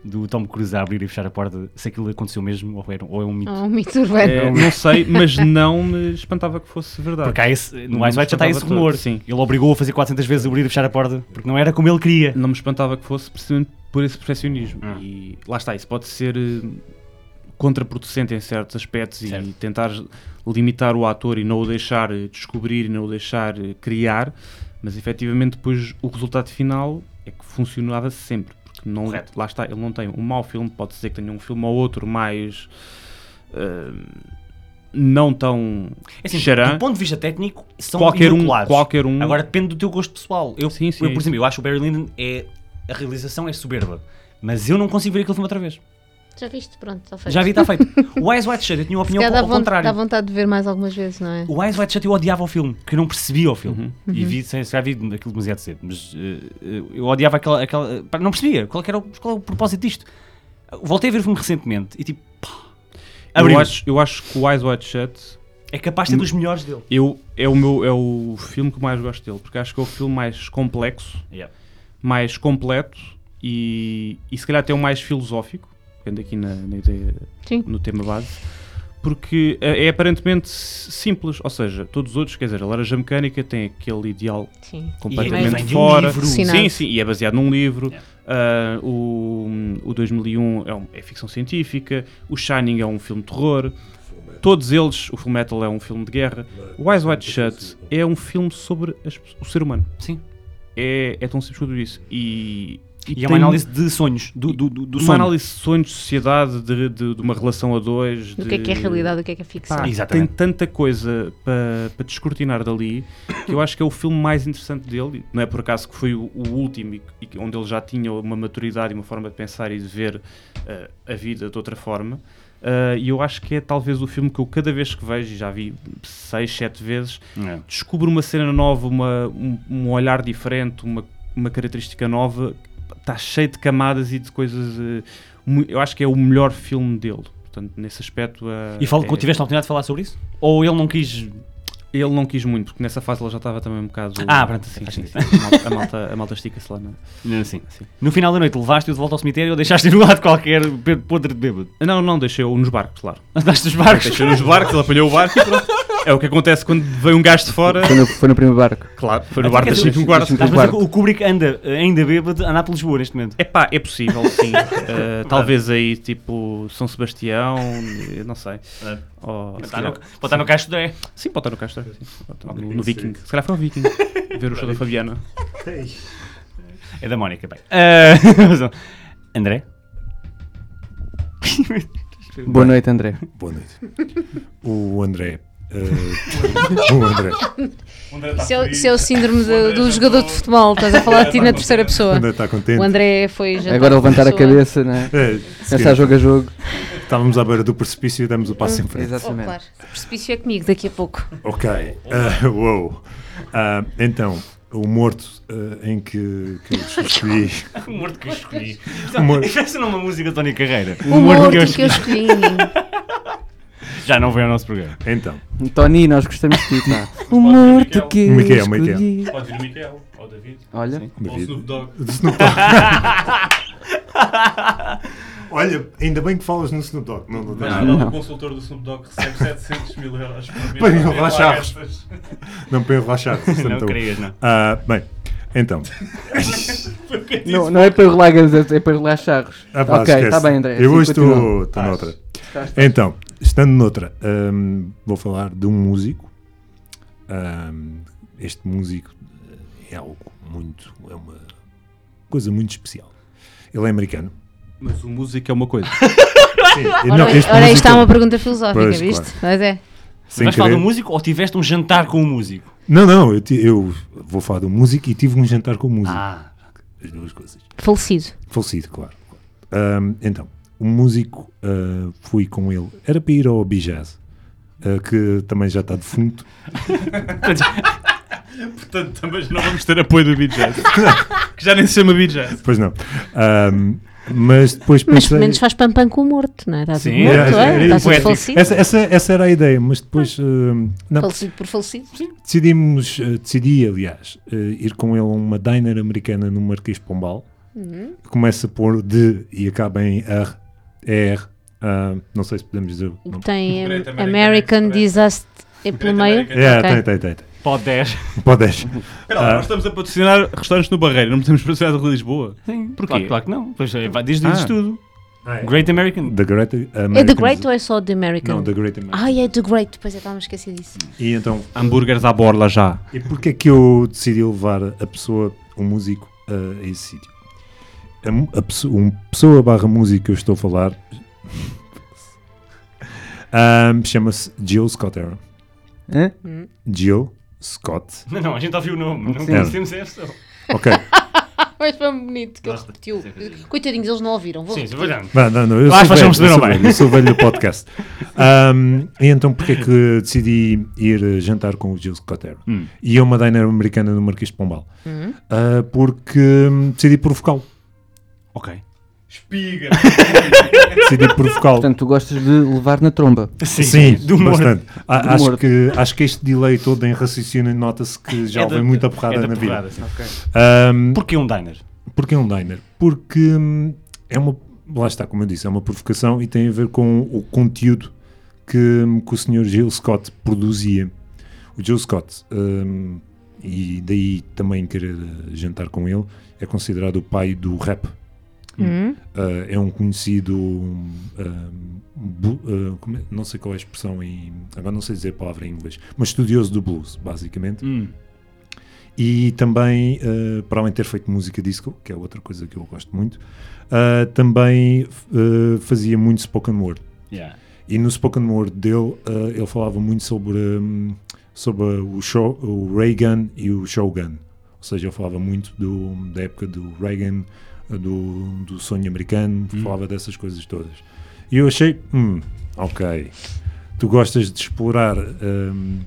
S5: do Tom Cruise a abrir e fechar a porta, se aquilo aconteceu mesmo ou, era, ou é um mito.
S6: É um mito urbano.
S3: É, não sei, mas não me espantava que fosse verdade.
S5: Porque há esse, no
S3: Não
S5: Eyes Wide já está
S3: estava
S5: esse
S3: todo,
S5: rumor.
S3: sim.
S5: Ele obrigou a fazer 400 vezes a abrir e fechar a porta porque não era como ele queria.
S3: Não me espantava que fosse precisamente por esse perfeccionismo.
S5: Hum.
S3: E lá está, isso pode ser uh, contraproducente em certos aspectos e
S5: Certo.
S3: tentar limitar o ator e não o deixar uh, descobrir e não o deixar uh, criar, mas efetivamente depois o resultado final é que funcionava sempre. Porque não,
S5: Correto.
S3: lá está, ele não tem um mau filme, pode ser que tenha um filme ou outro mais. uh, não tão
S5: É assim,
S3: xará.
S5: do ponto de vista técnico, são
S3: Qualquer um,
S5: imaculados.
S3: qualquer um.
S5: Agora depende do teu gosto pessoal. Eu,
S3: Sim, sim,
S5: eu, por
S3: é isso.
S5: exemplo, eu acho que o Barry Lyndon é. A realização é soberba. Mas eu não consigo ver aquele filme outra vez.
S6: Já viste? Pronto, está feito.
S5: Já vi, está feito. O Eyes Wide Shut, eu tinha uma
S6: Se
S5: opinião
S6: calhar dá,
S5: ao
S6: von- dá
S5: contrário.
S6: vontade de ver mais algumas vezes, não é?
S5: O Eyes Wide Shut eu odiava o filme, que eu não percebia o filme. E vi, se se calhar vi aquilo demasiado cedo, mas eh, eh, eu odiava aquela. aquela pá, não percebia qual, que era o, qual é o propósito disto. Voltei a ver o filme recentemente e tipo. Pá,
S3: eu
S5: abriu-me.
S3: acho, eu acho que o Eyes Wide Shut
S5: É capaz de ser dos melhores dele.
S3: eu, é, o meu, é o filme que mais gosto dele, porque acho que é o filme mais complexo,
S5: Yeah.
S3: mais completo e, e se calhar até o mais filosófico, depende aqui na, na ideia,
S6: Sim.
S3: no tema base, porque eh, é aparentemente s- simples, ou seja, todos os outros, quer dizer, a laranja mecânica tem aquele ideal
S6: Sim.
S3: completamente
S5: vem de um
S3: fora.
S5: livro.
S3: Sim,
S6: Assinado.
S3: sim, e é baseado num livro.
S5: Yeah.
S3: Ah, o, o 2001 é, um- é ficção científica. O Shining é um filme de terror. Todos eles, o Full Metal é um filme de guerra. O Eyes Wide Shut é um filme sobre as pe- o ser humano.
S5: Sim.
S3: É, é tão simples quanto isso. E,
S5: E é uma
S3: tem
S5: análise de sonhos, do, do, do, do
S3: uma
S5: sono.
S3: análise de sonhos, de sociedade, de, de- de uma relação a dois.
S6: Do que é que é
S3: de-
S6: realidade, o que é que é ficção.
S5: Pá,
S3: Ah, tem
S5: Exatamente.
S3: tanta coisa para pa descortinar dali que eu acho que é o filme mais interessante dele. Não é por acaso que foi o, o último e, que- e que- onde ele já tinha uma maturidade e uma forma de pensar e de ver eh, a vida de outra forma. Ah, e eu acho que é talvez o filme que eu cada vez que vejo, e já vi 6, 7 vezes,
S5: É.
S3: descubro uma cena nova, uma, um, um olhar diferente, uma, uma característica nova. Está cheio de camadas e de coisas. eh, mu- eu acho que é o melhor filme dele. Portanto, nesse aspecto. ah,
S5: E falo que
S3: é-
S5: tiveste a oportunidade de falar sobre isso? Ou ele não quis.
S3: ele não quis muito, porque nessa fase ele já estava também um bocado.
S5: Ah, pronto,
S3: Sim,
S5: faz
S3: sim,
S5: sentido.
S3: sim. A malta- A malta, a malta estica-se lá, não é?
S5: Assim. No final da noite, levaste-o de volta ao cemitério ou deixaste-o no lado qualquer pe- podre de bêbado?
S3: Não, não, deixei-o nos barcos, claro.
S5: Andaste os barcos?
S3: Deixei-o nos barcos, ele apanhou o barco e pronto. É o que acontece quando vem um gajo de fora. Ah,
S2: Foi no, foi no primeiro barco.
S3: Claro, foi no
S5: Até
S3: barco
S5: que
S3: das
S5: é
S3: 5
S5: tu-
S3: do guarda.
S2: deixa-me-
S5: Estás a dizer que
S2: Quarto.
S5: o Kubrick anda eh, ainda bêbado a andar por Lisboa neste momento.
S3: um É pá, é possível, sim. Eh, talvez aí, tipo, São Sebastião, eh, não sei.
S5: É.
S3: Ou-
S5: Pode
S3: se
S5: estar no,
S3: calhar-
S5: pode estar no Caixa de Dé.
S3: Sim, pode estar no Castro. sim, pode estar No,
S4: Ok,
S3: no
S4: sim.
S3: Viking. Se calhar foi o Viking. Ver o show da Fabiana.
S5: É da Mónica, bem. Eh, André?
S2: Boa noite, André.
S4: Boa noite. O André. eh, o André.
S6: Isso é, o- isso é o síndrome do, do jogador de futebol, estás a falar de ti na terceira
S4: O
S6: pessoa.
S4: André está contente.
S6: O André foi já.
S2: Agora levantar a cabeça, né?
S4: Eh,
S2: Pensar
S4: sim,
S2: jogo a jogo.
S4: estávamos à beira do precipício e demos o passo em frente.
S6: Oh,
S2: Exatamente.
S6: claro. O precipício é comigo daqui a pouco.
S4: Ok. Ah, uou. Ah, então, o morto ah, em que, que eu escolhi.
S5: O morto que eu escolhi.
S4: Humor.
S5: Essa não é uma música de Tony Carreira.
S6: O morto que eu escolhi.
S5: Já não veio ao nosso programa.
S4: Então,
S2: Tony, nós gostamos de ti, pá. O morto que eu
S4: Miquel, Miquel.
S2: escolhi.
S3: Pode vir o Miguel, ou o David,
S2: Olha,
S4: David.
S3: Dogg.
S4: De Snoop Dogg. Olha, ainda bem que falas no Snoop Dogg. Não, não, não.
S2: Não.
S3: consultor do Snoop Dogg recebe 700 mil euros por mês.
S4: Para ele relaxar. Não, para eu relaxar.
S5: Não
S4: portanto,
S5: querias, não.
S4: ah, bem, então.
S2: não, não é para rolar gazetas, é para rolar charros.
S4: Ah, pá,
S2: ok,
S4: esquece.
S2: está bem, André.
S4: Eu
S2: Sim,
S4: hoje
S2: continua.
S4: estou estou noutra. Então, estando noutra, hum, vou falar de um músico. Hum, este músico é algo muito. é uma coisa muito especial. Ele é americano.
S3: Mas o músico é uma coisa.
S4: Sim,
S6: Ora,
S4: não, este
S6: ora
S4: músico,
S6: isto é uma pergunta filosófica,
S4: Pois,
S6: viste? Mas é.
S4: sem
S5: Vais falar
S4: querer-
S5: do músico ou tiveste um jantar com o músico?
S4: Não, não, eu, ti- eu vou falar do músico e tive um jantar com o músico.
S5: Ah,
S4: As duas coisas.
S6: Falecido.
S4: Falecido, claro. claro. Hum, então, o músico, ah, fui com ele. Era para ir ao Bijaz, ah, que também já está defunto.
S3: Portanto, também não vamos ter apoio do BJ. que já nem se chama BJ.
S4: Pois não. Ahm, mas depois
S6: Mas pelo
S4: pensei.
S6: menos faz pam-pam com o morto, não é? Está tudo
S5: Sim,
S6: morto, é?
S4: era- era
S6: Está
S4: isso.
S6: tudo falecido.
S4: essa, essa, essa era a ideia, mas depois ahm, não,
S6: Ah. Falecido por falecido.
S4: decidimos, eh, decidi, aliás, eh, ir com ele a uma diner americana no Marquês de Pombal.
S6: Uhum.
S4: Começa por de e acaba em R, ER. ahm, não sei se podemos dizer. o nome.
S6: Tem um,
S3: Great American
S6: American
S3: Express.
S6: Disaster é pelo meio.
S4: É,
S6: Ok.
S4: tem, tem, tem. tem.
S5: pode 10.
S4: Podes.
S3: Espera, nós estamos a patrocinar restaurantes no Barreiro, não podemos patrocinar do Rio Lisboa.
S5: Sim,
S3: Porquê?
S5: Claro, claro que não. Pois, é, vai- diz, diz
S3: Ah.
S5: tudo. Great American.
S4: The Great ah, American.
S6: É The Great ou é só The American?
S4: Não, The Great American.
S6: Ai, é The Great, depois eu estava a esquecer disso.
S4: E então
S3: Hambúrgueres à borla já.
S4: E porquê é que eu decidi levar a pessoa, o músico, a esse sítio? A, mu- a pesso- um pessoa barra músico que eu estou a falar Ahm, Chama-se Jill Scott Aaron.
S2: Hã?
S6: Hum.
S4: Jill Scott.
S5: Não, não, a gente ouviu o nome. Não
S2: Sim.
S5: conhecemos esta.
S4: Ok.
S6: Mas foi um bonito que ele
S5: Basta.
S6: repetiu.
S5: Sim, sim, sim.
S6: Coitadinhos, eles não ouviram. Vou
S5: Sim,
S6: repetir.
S5: é verdade.
S4: Não, não, não, eu
S5: Acho
S4: sou
S5: que
S4: velho,
S5: vocês perceberam
S4: eu sou
S5: bem.
S4: velho, eu sou velho do podcast. Ahm, e então porquê que decidi ir eh, jantar com o Gil Scotero?
S5: Hum.
S4: E a uma diner americana no Marquês de Pombal? Ah, porque hum, decidi provocá-lo.
S5: Ok. Espiga.
S4: Decidi provocá-lo.
S2: Portanto, tu gostas de levar na tromba.
S5: Sim,
S4: Sim,
S5: do humor.
S4: bastante. A-
S2: Do
S4: acho,
S2: humor.
S4: que, acho que este delay todo em raciocínio nota-se que já
S5: É
S4: houve
S5: da-
S4: muita porrada
S5: é da
S4: na
S5: porrada, sim.
S4: vida. Ahm,
S5: Porquê um diner?
S4: Porquê um diner? Porque hum, é uma. Lá está, como eu disse, é uma provocação e tem a ver com o conteúdo que, hum, que o Sr. Gil Scott produzia. O Gil Scott, hum, e daí também querer eh, jantar com ele, é considerado o pai do rap.
S6: Hum.
S4: Ah, é um conhecido. hum, hum, bu- ah, como é? Não sei qual é a expressão em. Agora não sei dizer a palavra em inglês, mas estudioso do blues, basicamente. E também, eh, para além de ter feito música disco, que é outra coisa que eu gosto muito, ah, também eh, fazia muito spoken word.
S5: Yeah.
S4: E no spoken word dele, ah, ele falava muito sobre, hum, sobre o, show, o Reagan e o Shogun. Ou seja, ele falava muito do, da época do Reagan, ah, do, do sonho americano, falava dessas coisas todas. E eu achei, hum, ok, tu gostas de explorar hum,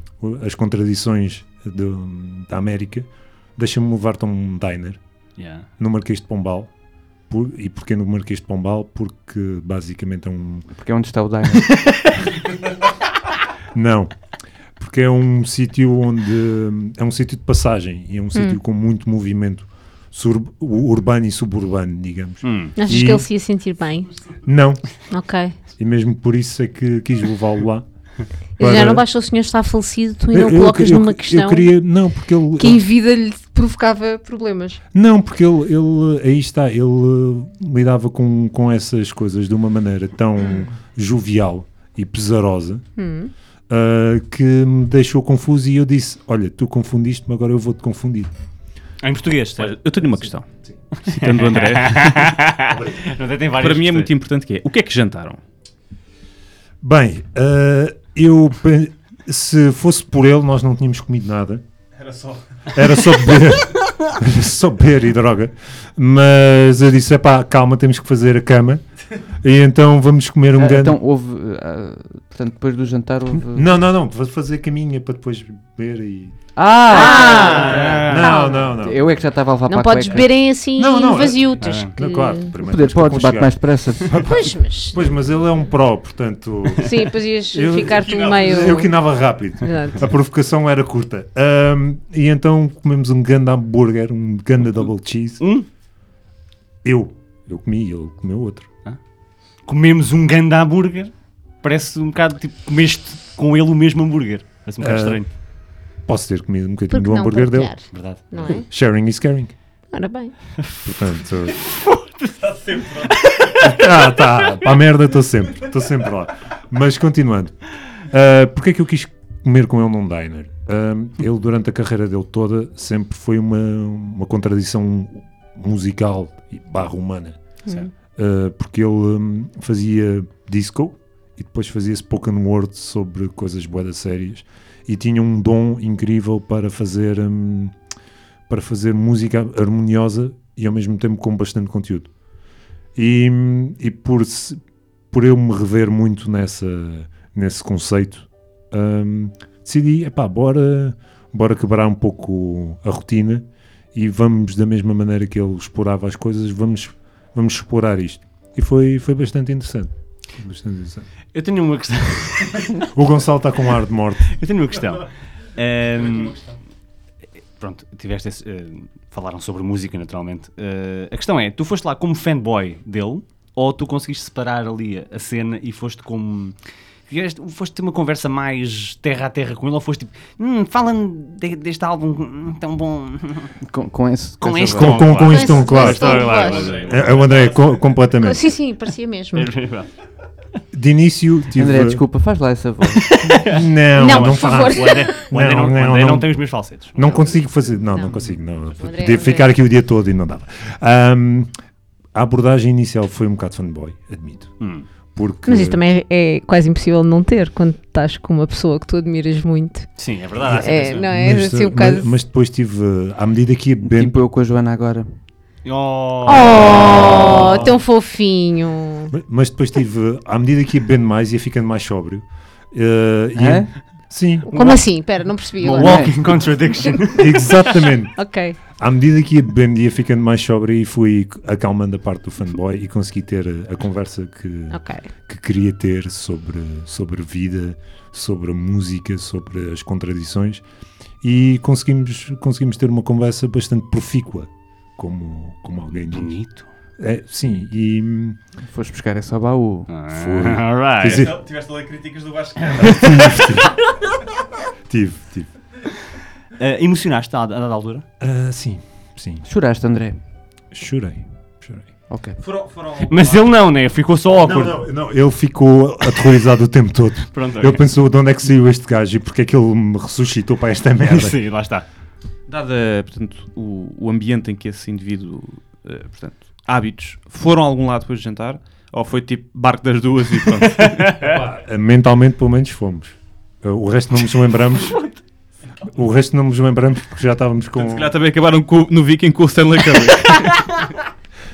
S4: as contradições do- da América, deixa-me levar-te a um diner
S5: Yeah.
S4: no Marquês de Pombal. Por, e porquê no Marquês de Pombal? Porque basicamente é um
S2: Porque é onde está o Dino.
S4: Não. Porque é um sítio onde é um sítio de passagem e é um sítio com muito movimento sur- urbano e suburbano, digamos.
S5: Hum.
S6: Achas
S4: E-
S6: que ele se ia sentir bem?
S4: Não,
S6: Ok.
S4: e mesmo por isso é que quis levá-lo lá.
S6: Já
S4: Para-
S6: não basta o senhor estar falecido, tu ainda
S4: Eu-
S6: o
S4: eu-
S6: colocas
S4: eu-
S6: numa
S4: eu
S6: questão
S4: queria- então não, porque ele,
S6: que em vida lhe provocava problemas.
S4: não, porque ele, ele- aí está, ele eh, lidava com, com essas coisas de uma maneira tão jovial e pesarosa
S6: Hum.
S4: ah, que me deixou confuso e eu disse: Olha, tu confundiste-me, agora eu vou-te confundir.
S5: Em português, certo?
S3: Olha, eu tenho uma questão. Citando o André,
S5: Não, tem- tem várias
S3: para mim é
S5: questões.
S3: muito importante que é, o que é que jantaram?
S4: Bem, eh, eu pe- se fosse por ele, nós não tínhamos comido nada. Era só. Era só beber. era só beber e droga. Mas eu disse: pá, calma, temos que fazer a cama. E então vamos comer um
S2: Ah,
S4: grande.
S2: então houve. ah, portanto, depois do jantar houve.
S4: Não, não, não, vou fazer caminha para depois beber e.
S2: Ah!
S4: não, não, não.
S2: Eu é que já estava a levar
S6: Não
S2: para a
S6: podes
S2: cueca.
S6: beberem assim
S4: Não, não, é-
S6: no vazio. tens
S5: ah,
S6: que...
S4: Não, claro,
S2: Eh,
S4: primeiro temos
S2: Poder,
S4: que
S2: podes, bate
S4: aconchegar.
S2: mais depressa.
S6: Pois, mas.
S4: Pois, mas ele é um pró, portanto.
S6: Sim, depois ias
S4: Eu-
S6: ficar tu meio.
S4: Eu que andava rápido.
S6: Exato.
S4: A provocação era curta. Ahm, e então comemos um grande hambúrguer, um grande double cheese.
S5: Um?
S4: Eu. Eu comi, ele comeu outro.
S5: Comemos um ganda hambúrguer, parece um bocado tipo comeste com ele o mesmo hambúrguer. Parece um bocado
S4: Ah.
S5: estranho,
S4: Posso ter comido um bocadinho
S6: Porque
S4: do
S6: não
S4: hambúrguer dele.
S6: partilhar,
S5: verdade?
S6: não é?
S4: Sharing is caring.
S6: Ora bem.
S4: Portanto. tá, tá. Para a merda estou sempre. Estou sempre lá. Mas continuando. Ah, Porquê é que eu quis comer com ele num diner? Ahm, ele, durante a carreira dele toda, sempre foi uma, uma contradição musical e barra humana.
S6: Hum.
S5: Certo.
S4: Uh, porque ele um, fazia disco e depois fazia spoken word sobre coisas boedas sérias e tinha um dom incrível para fazer um, para fazer música harmoniosa e ao mesmo tempo com bastante conteúdo e, hum, e por se- por eu me rever muito nessa nesse conceito um, decidi epá, bora bora quebrar um pouco a rotina e vamos da mesma maneira que ele explorava as coisas vamos vamos explorar isto. E foi, foi bastante interessante. Foi bastante interessante.
S5: Eu tenho uma questão.
S4: O Gonçalo está com um ar de morte.
S5: Eu tenho uma questão. Ahm, pronto, tiveste esse, ahm, falaram sobre música, naturalmente. Ah, a questão é, tu foste lá como fanboy dele ou tu conseguiste separar ali a, a cena e foste como... tiveste- Foste ter uma conversa mais terra a terra com ele ou foste tipo, hum, fala-me de- deste álbum hum, tão bom.
S2: Com, com esse.
S5: Com
S2: essa
S5: este
S2: voz.
S4: Com, com, com este tom,
S6: Mas-
S4: claro.
S6: mas tom, claro.
S4: É é o André, co-
S6: Ah,
S4: completamente.
S6: Sim, sim, parecia mesmo.
S5: É
S4: De início tive.
S2: André, desculpa, faz lá essa voz.
S4: Não,
S6: Não,
S4: não,
S6: por
S4: faz.
S6: favor.
S5: Ah, O André, o André não,
S4: Não,
S5: o
S4: não,
S5: André não
S4: não.
S5: tem os meus falsetes.
S4: Não consigo fazer. Não, não,
S6: Não.
S4: consigo. Não. Podia
S6: André-
S4: ficar aqui o dia todo e não dava. Ahm, a abordagem inicial foi um bocado fanboy, admito.
S5: Hum.
S4: Porque
S7: Mas isso também é, é quase impossível de não ter quando estás com uma pessoa que tu admiras muito.
S5: Sim, é verdade. há sempre
S7: É,
S5: essa-
S7: não é?
S4: mas,
S7: assim um
S4: mas-
S7: bocado.
S4: mas depois tive, eh, à medida que ia bebendo,
S2: Tipo eu com a Joana agora.
S5: Oh,
S7: Oh, tão fofinho.
S4: Ma- Mas depois tive, à medida que ia bebendo mais, ia ficando mais sóbrio. Eh, e-
S2: Hã?
S4: Sim,
S6: Como assim? Pera, não percebi
S5: Uma
S6: agora.
S5: walking contradiction.
S4: exatamente.
S7: Ok.
S4: À medida que ia bebendo, ia ficando mais sóbrio e fui acalmando a parte do fanboy e consegui ter a, a conversa que,
S7: Ok.
S4: que queria ter sobre, sobre vida, sobre música, sobre as contradições. E conseguimos, conseguimos ter uma conversa bastante profícua, como, como alguém diz.
S5: Bonito.
S4: É, sim, e hum,
S2: Foste buscar essa ao baú.
S4: Ah.
S3: Ah.
S4: Foi.
S5: Alright.
S4: Quer dizer,
S3: é Tiveste a ler críticas do Vasco.
S4: tive, tive.
S5: Eh, emocionaste a a dada altura?
S4: Ah, sim, sim,
S2: Choraste, André.
S4: chorei, chorei.
S2: Ok.
S3: Foram, foram
S5: Mas ele não, né? Ficou só
S4: Não,
S5: awkward.
S4: não, não, ele ficou aterrorizado o tempo todo.
S5: Pronto,
S4: Ele
S5: ok.
S4: pensou de onde é que saiu este gajo e porque é que ele me ressuscitou para esta merda.
S5: Sim, lá está.
S3: Dada, portanto, o, o ambiente em que esse indivíduo, eh, portanto, hábitos, foram a algum lado depois de jantar? Ou foi tipo barco das duas e pronto?
S4: Mentalmente, pelo menos, fomos. Uh, O resto não nos lembramos. o resto não nos lembramos porque já estávamos com.
S3: Se calhar também acabaram com- no Viking com o Stanley Kubrick.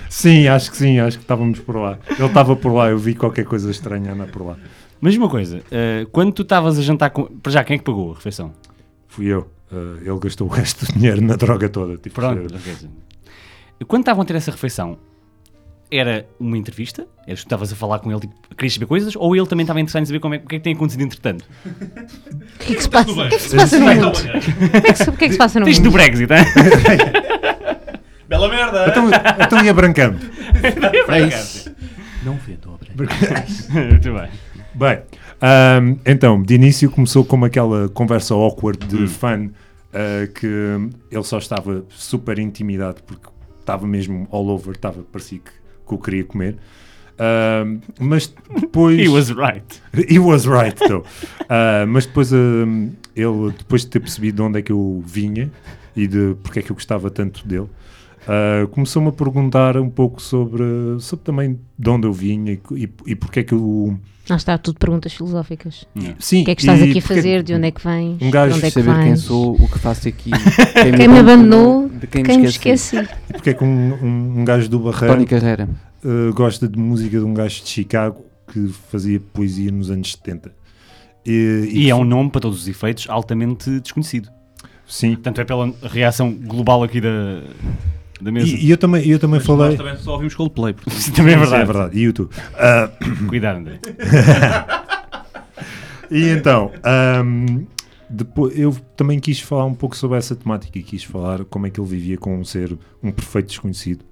S4: Sim, acho que sim, acho que estávamos por lá. Ele estava por lá, eu vi qualquer coisa estranha andar por lá.
S5: Mas uma coisa, eh, quando tu estavas a jantar com. Para já, quem é que pagou a refeição?
S4: Fui eu. Uh, ele gastou o resto do dinheiro na droga toda. Tipo,
S5: Pronto,
S4: uh,
S5: ok. Quando estavam a ter essa refeição, era uma entrevista? Eras tu estavas a falar com ele, tipo, querias saber coisas? Ou ele também estava interessado em saber como é, o que é que tem acontecido entretanto?
S6: O que é que se passa? O que é que se passa no mundo? O que é que se- O que é que se passa no
S5: Tens do
S6: mundo?
S5: Brexit, hein?
S3: Bela merda!
S4: Então, então ia brancando.
S5: É Não vendo a Muito bem.
S4: Bem, ahm, então, de início começou como aquela conversa awkward
S5: Hum.
S4: de fã ah, que ele só estava super intimidado porque estava mesmo all over, estava, parecia que, que o queria comer. Ahm, mas depois.
S5: He was right.
S4: He was right, though. Ah, mas depois ahm, ele, depois de ter percebido de onde é que eu vinha e de porque é que eu gostava tanto dele, ah, começou-me a perguntar um pouco sobre, sobre também de onde eu vinha e, e, e porque é que eu.
S6: Lá está, tudo perguntas filosóficas.
S4: Sim,
S6: O que é que estás
S4: e
S6: aqui a
S4: porque-
S6: fazer? De onde é que vens?
S4: Um gajo
S6: de onde é que
S2: saber quem
S6: vais?
S2: sou, o que faço aqui, quem,
S6: Quem me
S2: abandonou,
S6: abandonou,
S2: de quem,
S6: Quem me
S2: esqueci.
S6: esqueci?
S4: E porque é que um, um, um gajo do Barreiro
S2: Tony Carreira.
S4: eh, gosta de música de um gajo de Chicago que fazia poesia nos anos 70? E,
S5: E é um nome, para todos os efeitos, altamente desconhecido.
S4: Sim.
S5: Tanto é pela reação global aqui da, da mesa.
S4: E, e eu também, eu também
S3: Nós
S4: falei.
S3: também só ouvimos Coldplay. portanto.
S5: Isso também é
S4: Sim,
S5: verdade.
S4: E YouTube. Ah,
S5: Cuidado, André.
S4: e então, ahm, depois, eu também quis falar um pouco sobre essa temática e quis falar como é que ele vivia com um ser, um perfeito desconhecido.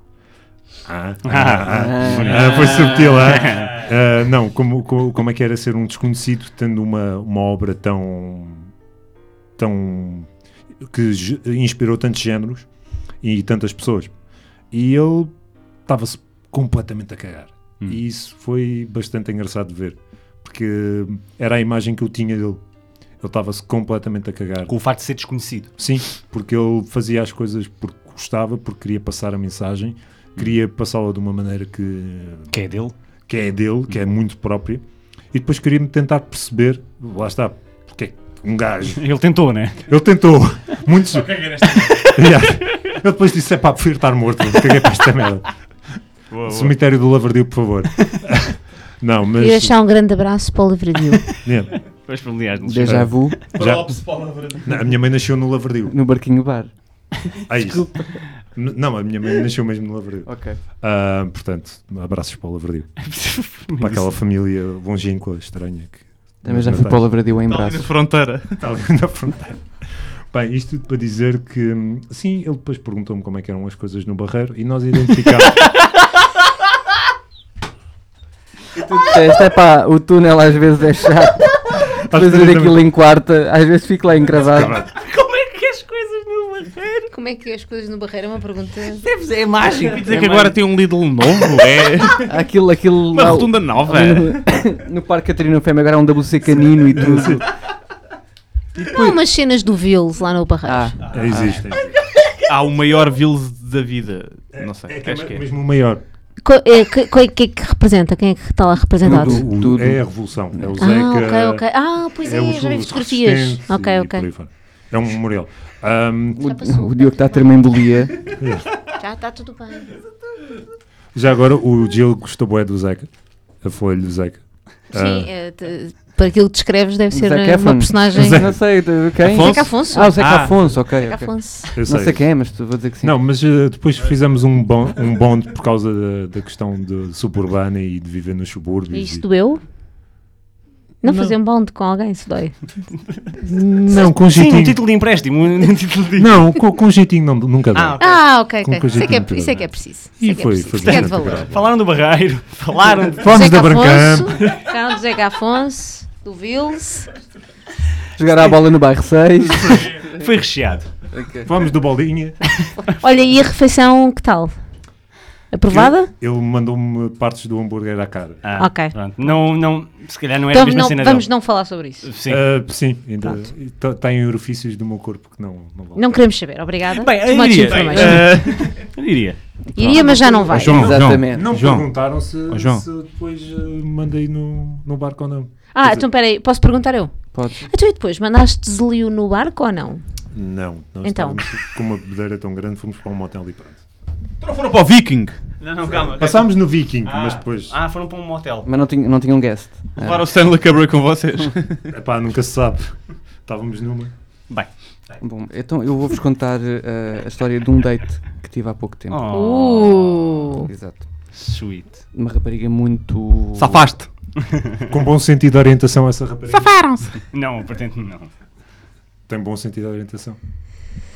S4: Ah, ah, ah, ah, foi subtil, ah? Ah, não, como, como, como é que era ser um desconhecido tendo uma, uma obra tão. tão. que ge- inspirou tantos géneros e tantas pessoas. E ele estava-se completamente a cagar.
S5: Hum.
S4: E isso foi bastante engraçado de ver, porque era a imagem que eu tinha dele. Ele estava-se completamente a cagar.
S5: Com o facto de ser desconhecido.
S4: Sim, porque ele fazia as coisas porque gostava, porque queria passar a mensagem, queria passá-la de uma maneira que
S5: Que é dele.
S4: que é dele, que é muito própria, e depois queria-me tentar perceber, lá está, porque é que um gajo.
S5: Ele tentou, né?
S4: Ele tentou, muitos.
S5: é
S4: Yeah. Eu depois disse: é pá, prefiro estar morto, caguei para esta merda. Cemitério do Lavradio, por favor. Não, mas.
S6: E deixar um grande abraço para o Livradio.
S4: Yeah.
S5: Depois familiares. não sei.
S2: Déjà vu
S4: Já- Não, a minha mãe nasceu no Lavradio.
S2: no barquinho bar.
S4: É isso. N- Não, a minha mãe nasceu mesmo no Lavradio.
S2: Ok.
S4: Ah, portanto, abraços para o Lavradio. Para aquela família longínqua, estranha que
S2: Também já
S4: Mas
S2: fui
S4: não
S2: para o Lavradio em
S3: Ali na
S2: braços.
S3: fronteira.
S4: Está ali na fronteira. Bem, isto tudo para dizer que, hum, sim, ele depois perguntou-me como é que eram as coisas no Barreiro e nós identificámos.
S2: Isto é pá, o túnel às vezes é chato. Fazer
S4: também-
S2: aquilo em quarta, às vezes fico lá encravado.
S4: Caralho.
S5: Como é que as coisas no barreiro?
S6: Como é que as coisas no Barreiro? É uma pergunta.
S5: Deves é mágico.
S3: Quer dizer que agora tem um Lidl novo? É
S2: Aquilo, aquilo.
S3: uma
S2: lá-
S3: rotunda nova?
S2: no, no Parque Catarina Fêmea agora há um WC canino e tudo.
S6: Não, umas cenas do Vils lá no
S2: Ah,
S6: Barreiro.
S4: É, Existem.
S3: Há o maior Vils da vida. Não sei,
S4: É,
S3: acho que é.
S4: mesmo o maior.
S6: Co é, que, co- que é que representa? Quem é que está lá representado?
S4: Tudo, o-
S2: Tudo.
S4: É a revolução. É o
S6: Ah, ok,
S4: Zeca.
S6: ok. Ah, pois é,
S4: é os
S6: já vi
S4: os
S6: fotografias.
S4: resistentes
S6: Ok,
S4: e
S6: ok.
S4: por aí fora. É um memorial. Ahm,
S6: Já passou.
S2: O, o Diogo está a ter uma embolia.
S6: Já está tudo bem.
S4: já agora, o Gil gostou bué do Zeca. A folha do Zeca.
S6: Sim, é, te- para aquilo que descreves deve ser
S2: Zac
S6: eh, uma
S2: Efron.
S6: personagem.
S2: Não sei de quem.
S6: Zeca Afonso.
S2: Ah, o Zeca
S3: Ah.
S2: Afonso, ok.
S6: Zeca
S2: ok.
S6: Afonso.
S4: Eu
S2: Não
S4: sei.
S2: sei quem é, mas tu- vou dizer que sim.
S4: Não, mas eh, depois fizemos um, bon, um bonde por causa da, da questão de suburbana e de viver nos subúrbios.
S6: E isso
S4: e-
S6: doeu? Não,
S5: Não.
S6: fazer um bonde com alguém, isso dói.
S4: Não, com
S5: Sim, um
S4: jeitinho.
S5: título de empréstimo. Um título de...
S4: Não, com, com jeitinho não- nunca
S5: Ah,
S4: dá.
S5: ok.
S6: Ah, ok,
S4: Com
S6: ok.
S4: coisa
S6: Isso é que
S4: de
S6: é, isso é que é preciso. Isso
S4: E
S6: é que é
S4: foi-
S6: preciso.
S4: foi
S6: Isso é que é de
S4: bastante
S6: valor.
S4: grave.
S5: Falaram do Barreiro. Falaram de...
S4: Falamos
S6: Zeca
S4: da Barcamp.
S6: Afonso, canal do Zeca Afonso, do Vils.
S2: Jogar a bola no bairro 6.
S5: Foi recheado.
S4: Vamos do Bolinha.
S6: Olha, e a refeição, que tal? Aprovada?
S4: Ele mandou-me partes do hambúrguer à cara.
S5: Ah,
S6: Ok.
S5: Pronto. Não, não, se calhar não era a
S6: Então
S5: mesma
S6: não,
S5: cena
S6: vamos
S5: dele.
S6: não falar sobre isso.
S5: Sim.
S4: Ah, sim, ainda tá- tem orifícios do meu corpo que não, não vale.
S6: Não queremos saber, obrigada.
S5: Bem,
S6: Too
S5: eu
S6: much
S5: iria.
S6: information.
S5: eh, eu iria.
S6: Iria, mas já não vai.
S3: João,
S2: Exatamente.
S4: Não
S3: João.
S4: perguntaram se,
S3: Ó, João.
S4: se depois eh, mandei no, no barco ou não.
S6: Ah, então peraí, posso perguntar eu?
S2: Podes.
S6: Então e depois, mandaste Zelio no barco ou não?
S4: Não. nós
S6: Então.
S4: estávamos Com uma bedeira tão grande, fomos para um motel e pronto.
S3: Então foram para o Viking.
S5: Não, não, calma.
S4: Passámos no Viking,
S5: Ah,
S4: mas depois.
S5: Ah, foram para um motel.
S2: Mas não tinha, não tinha um guest.
S3: Levaram o Stanley Kubrick com vocês.
S4: Epá, nunca se sabe. Estávamos numa.
S5: Bem.
S2: Bom, então eu vou-vos contar eh, a história de um date que tive há pouco tempo.
S6: Uh.
S5: Oh,
S2: Exato.
S5: Sweet.
S2: Uma rapariga muito.
S3: Safaste.
S4: Com bom sentido de orientação, essa rapariga.
S5: Não, pretendo não.
S4: Tem bom sentido de orientação.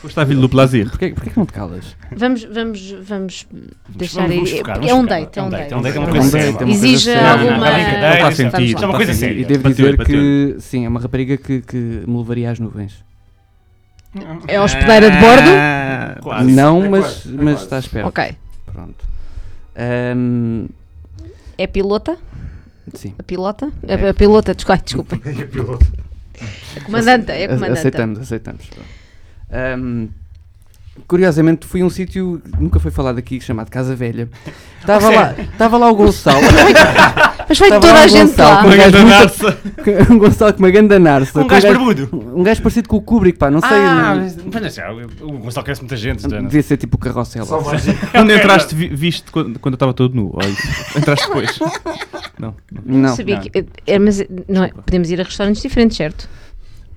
S3: Foste à Vila do Plazer.
S2: Porquê, porquê que não te calas?
S6: Vamos, vamos, vamos deixar
S5: vamos- vamos
S6: aí.
S5: focar,
S6: é,
S5: vamos
S6: um
S5: focar.
S6: date, é
S5: É
S6: um
S5: um
S6: date,
S5: date, é um date, é uma
S2: coisa séria.
S6: date. Exige
S2: Não, não, não,
S6: alguma...
S5: não está brincadeira, não está
S6: Vamos lá,
S3: sentido,
S6: vamos
S5: É
S6: lá.
S5: uma coisa séria.
S2: E devo
S3: Bateu,
S2: dizer
S3: bateu.
S2: que, sim, é uma rapariga que, que me levaria às nuvens.
S6: É a hospedeira de bordo?
S5: Quase.
S2: não,
S4: é
S2: mas,
S4: quase, é
S2: mas
S4: quase.
S2: está à espera.
S6: Ok.
S2: Pronto. Ahm,
S6: É pilota?
S2: sim,
S6: A pilota? A, a pilota, desculpa, desculpa.
S2: É
S6: A comandante, é a
S2: A-
S6: comandante.
S2: aceitamos, aceitamos. pronto. Ahm, curiosamente, fui a um sítio que nunca foi falado aqui chamado Casa Velha. Estava lá, estava lá o Gonçalo.
S6: Mas vai
S2: Estava
S6: toda
S2: lá
S6: a
S2: o
S6: gente lá.
S2: Gonçalo com um gajo um muito- com- um Gonçalo com uma ganda narça.
S5: Um
S2: com
S5: gajo barbudo.
S2: Um gajo parecido com o Kubrick, pá, não sei.
S5: Ah,
S2: não-
S5: mas mas não sei, o- o Gonçalo conhece muita gente. já não-
S2: devia ser tipo carrossela.
S3: Quando entraste, vi- viste quando, quando eu estava todo nu. Ou isso. Entraste depois. Não. não.
S2: assim. Não,
S6: Sabia que- é, mas não é, podemos ir a restaurantes diferentes, certo?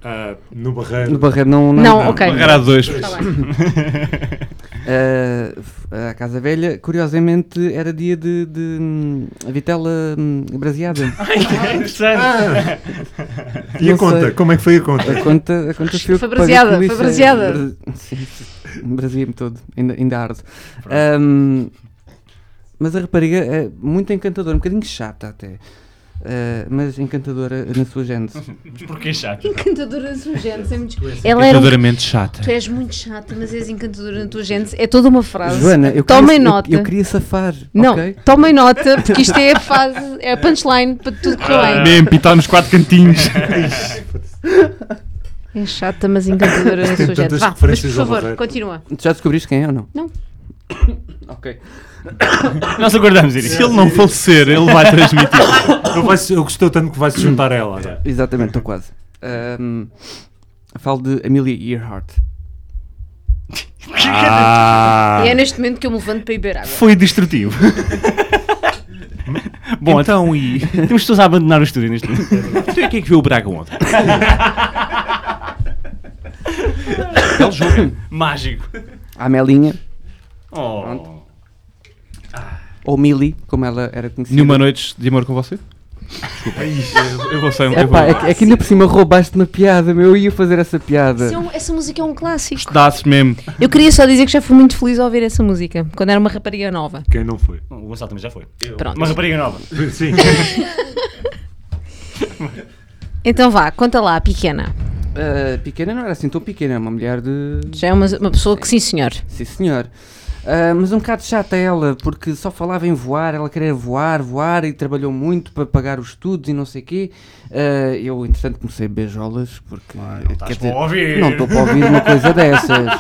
S4: Ah, no Barreiro.
S2: no Barreiro não.
S6: Não, ok.
S3: Pagar a dois.
S6: Tá bem.
S2: Uh, f- a Casa Velha, curiosamente, era dia de, de, hum, vitela hum, braseada.
S5: Interessante.
S4: E a
S2: não
S4: conta?
S2: sei.
S4: Como é que foi a conta?
S2: A conta, a conta
S6: Foi braseada, foi braseada.
S2: Braseia-me todo, ainda, ainda arde. Ahm, mas a rapariga é muito encantadora, um bocadinho chata até. Ah, mas encantadora na sua gente.
S3: Uhum.
S5: Mas porquê chato?
S6: Encantadora surgente, é muito... Ela era um-
S3: chata.
S6: Tu és muito chata, mas és encantadora na tua gente. É toda uma frase.
S2: Joana, eu
S6: Tomem
S2: queria, eu-
S6: nota.
S2: Eu, queria safar.
S6: Não,
S2: ok?
S6: tomem nota, porque isto é a fase, é a punchline para tudo que bem.
S3: Ah. Mesmo, pitar nos quatro cantinhos.
S6: É chata, mas encantadora na
S4: Tem
S6: sua gente.
S4: tantas
S6: Vá, mas por
S4: referências ao
S6: favor,
S4: Barreiro.
S6: continua.
S2: Tu já descobriste quem é ou não?
S6: Não.
S2: ok.
S5: Nós aguardamos, Iris.
S3: Se ele não falecer, ele vai transmitir.
S4: Ele vai se- Ele gostou tanto que vai se juntar a ela. agora.
S2: Exatamente, estou quase. Ahm, falo de Amelia Earhart.
S4: Ah.
S6: E é neste momento que eu me levanto para ir beber água.
S5: Foi destrutivo. Bom,
S3: então, e.
S5: temos pessoas a abandonar o estúdio neste momento.
S3: Então, e quem é que viu o Braga ontem? Belo jogo.
S5: Mágico.
S2: A Amelinha,
S5: Oh.
S2: ou Millie, como ela era conhecida.
S3: Nenhuma noite de amor com você? Desculpa. Eu, eu vou sair um pouco.
S2: Epá, é, que- é que ainda por cima roubaste uma piada, meu. Eu ia fazer essa piada.
S6: Isso é um- essa música é um clássico.
S3: Dá-se mesmo.
S6: Eu queria só dizer que já fui muito feliz ao ouvir essa música, quando era uma rapariga nova.
S4: Quem não foi?
S5: O Gonçalo também já foi.
S6: Pronto.
S5: Uma rapariga nova.
S4: Sim.
S6: Então vá, conta lá, pequena.
S2: Ah, pequena não era assim tão pequena, era é uma mulher de.
S6: Já é uma, uma pessoa que sim senhor.
S2: Sim, senhor. Ah, mas um bocado chata ela, porque só falava em voar, ela queria voar, voar e trabalhou muito para pagar os estudos e não sei o quê. Ah, eu, entretanto, comecei a beijolas, porque. quer dizer,
S5: ouvir.
S2: não estou para ouvir uma coisa dessas.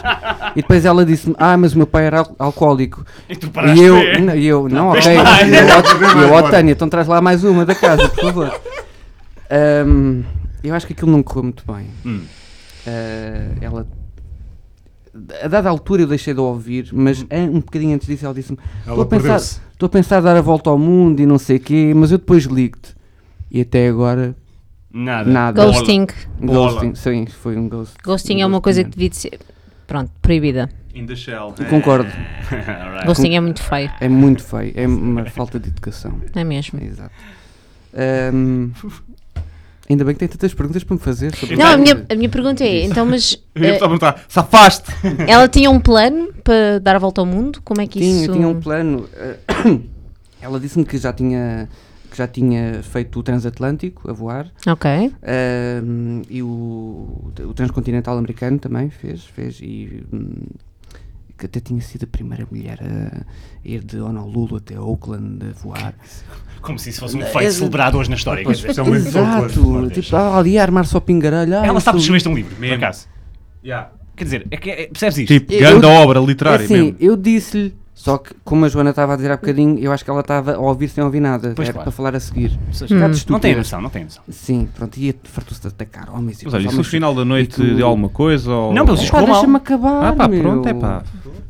S2: E depois ela disse-me: Ah, mas o meu pai era al- alcoólico.
S5: E tu
S2: e
S5: paraste
S2: eu,
S5: de-
S2: não, e eu, não,
S5: Vês
S2: ok.
S5: mais?
S2: E eu, ó- e eu, ó,
S4: Agora.
S2: Tânia, então traz lá mais uma da casa, por favor. Ahm, eu acho que aquilo não correu muito bem.
S5: Hum.
S2: Ah, ela. A dada altura eu deixei de a ouvir,
S5: Hum.
S2: mas an- um bocadinho antes disso ela disse-me: Estou
S4: Ela
S2: a pensar-
S4: perdeu-se.
S2: Estou a pensar dar a volta ao mundo e não sei o quê, mas eu depois ligo-te. E até agora,
S5: Nada.
S2: nada.
S6: Ghosting.
S5: Bola.
S2: Ghosting, sim, foi um ghost.
S6: Ghosting é uma coisa que devia de ser. Pronto, proibida.
S5: In the shell.
S2: Concordo,
S5: Alright.
S6: Ghosting é muito feio,
S2: é muito feio, é uma falta de educação.
S6: não é mesmo?
S2: Exato. Ahm, ainda bem que tem tantas perguntas para me fazer. Sobre
S6: Não, a minha, a minha pergunta é, então, mas
S5: Eu ia
S6: eh,
S5: só perguntar, safaste!
S6: ela tinha um plano para dar a volta ao mundo? Como é que
S2: tinha,
S6: isso...
S2: tinha um plano. ah, Ela disse-me que já tinha que já tinha feito o transatlântico a voar
S6: Ok,
S2: ahm, e o, o transcontinental americano também fez fez e hum, que até tinha sido a primeira mulher a ir de Honolulu até Oakland a voar.
S5: Como se isso fosse um
S2: é-
S5: feito celebrado hoje na história.
S4: Pois,
S5: quer dizer.
S4: especialmente com o
S2: Exato,
S4: Oakland.
S2: tipo, estava ali a armar só pingaralho. ah,
S5: Ela
S2: eu
S5: sabe que
S2: sou-
S5: escreveste um livro, por
S3: Mesmo.
S5: acaso.
S3: Yeah.
S5: Quer dizer, é que, é- percebes isto?
S3: Tipo,
S2: Eu-
S3: grande obra
S2: É
S3: literária
S2: assim,
S3: mesmo.
S2: eu disse-lhe, só que como a Joana estava a dizer há bocadinho, eu acho que ela estava a ouvir sem ouvir nada.
S5: Pois,
S2: era
S5: claro.
S2: para falar a seguir.
S6: Hum.
S5: Pessoas-
S2: Um bocado
S5: Não
S2: estúpida.
S5: tem noção, não tem noção.
S2: Sim, pronto, e fartou-se de atacar homens e
S3: Mas olha,
S2: depois
S3: isso no
S2: homens-
S3: final da noite
S2: tu-
S3: de alguma coisa ou...
S5: Não, pelos
S3: ou-
S2: Pá,
S5: escol- Ficou mal.
S2: deixa-me acabar.
S3: Ah pá,
S2: meu.
S3: pronto, é pá.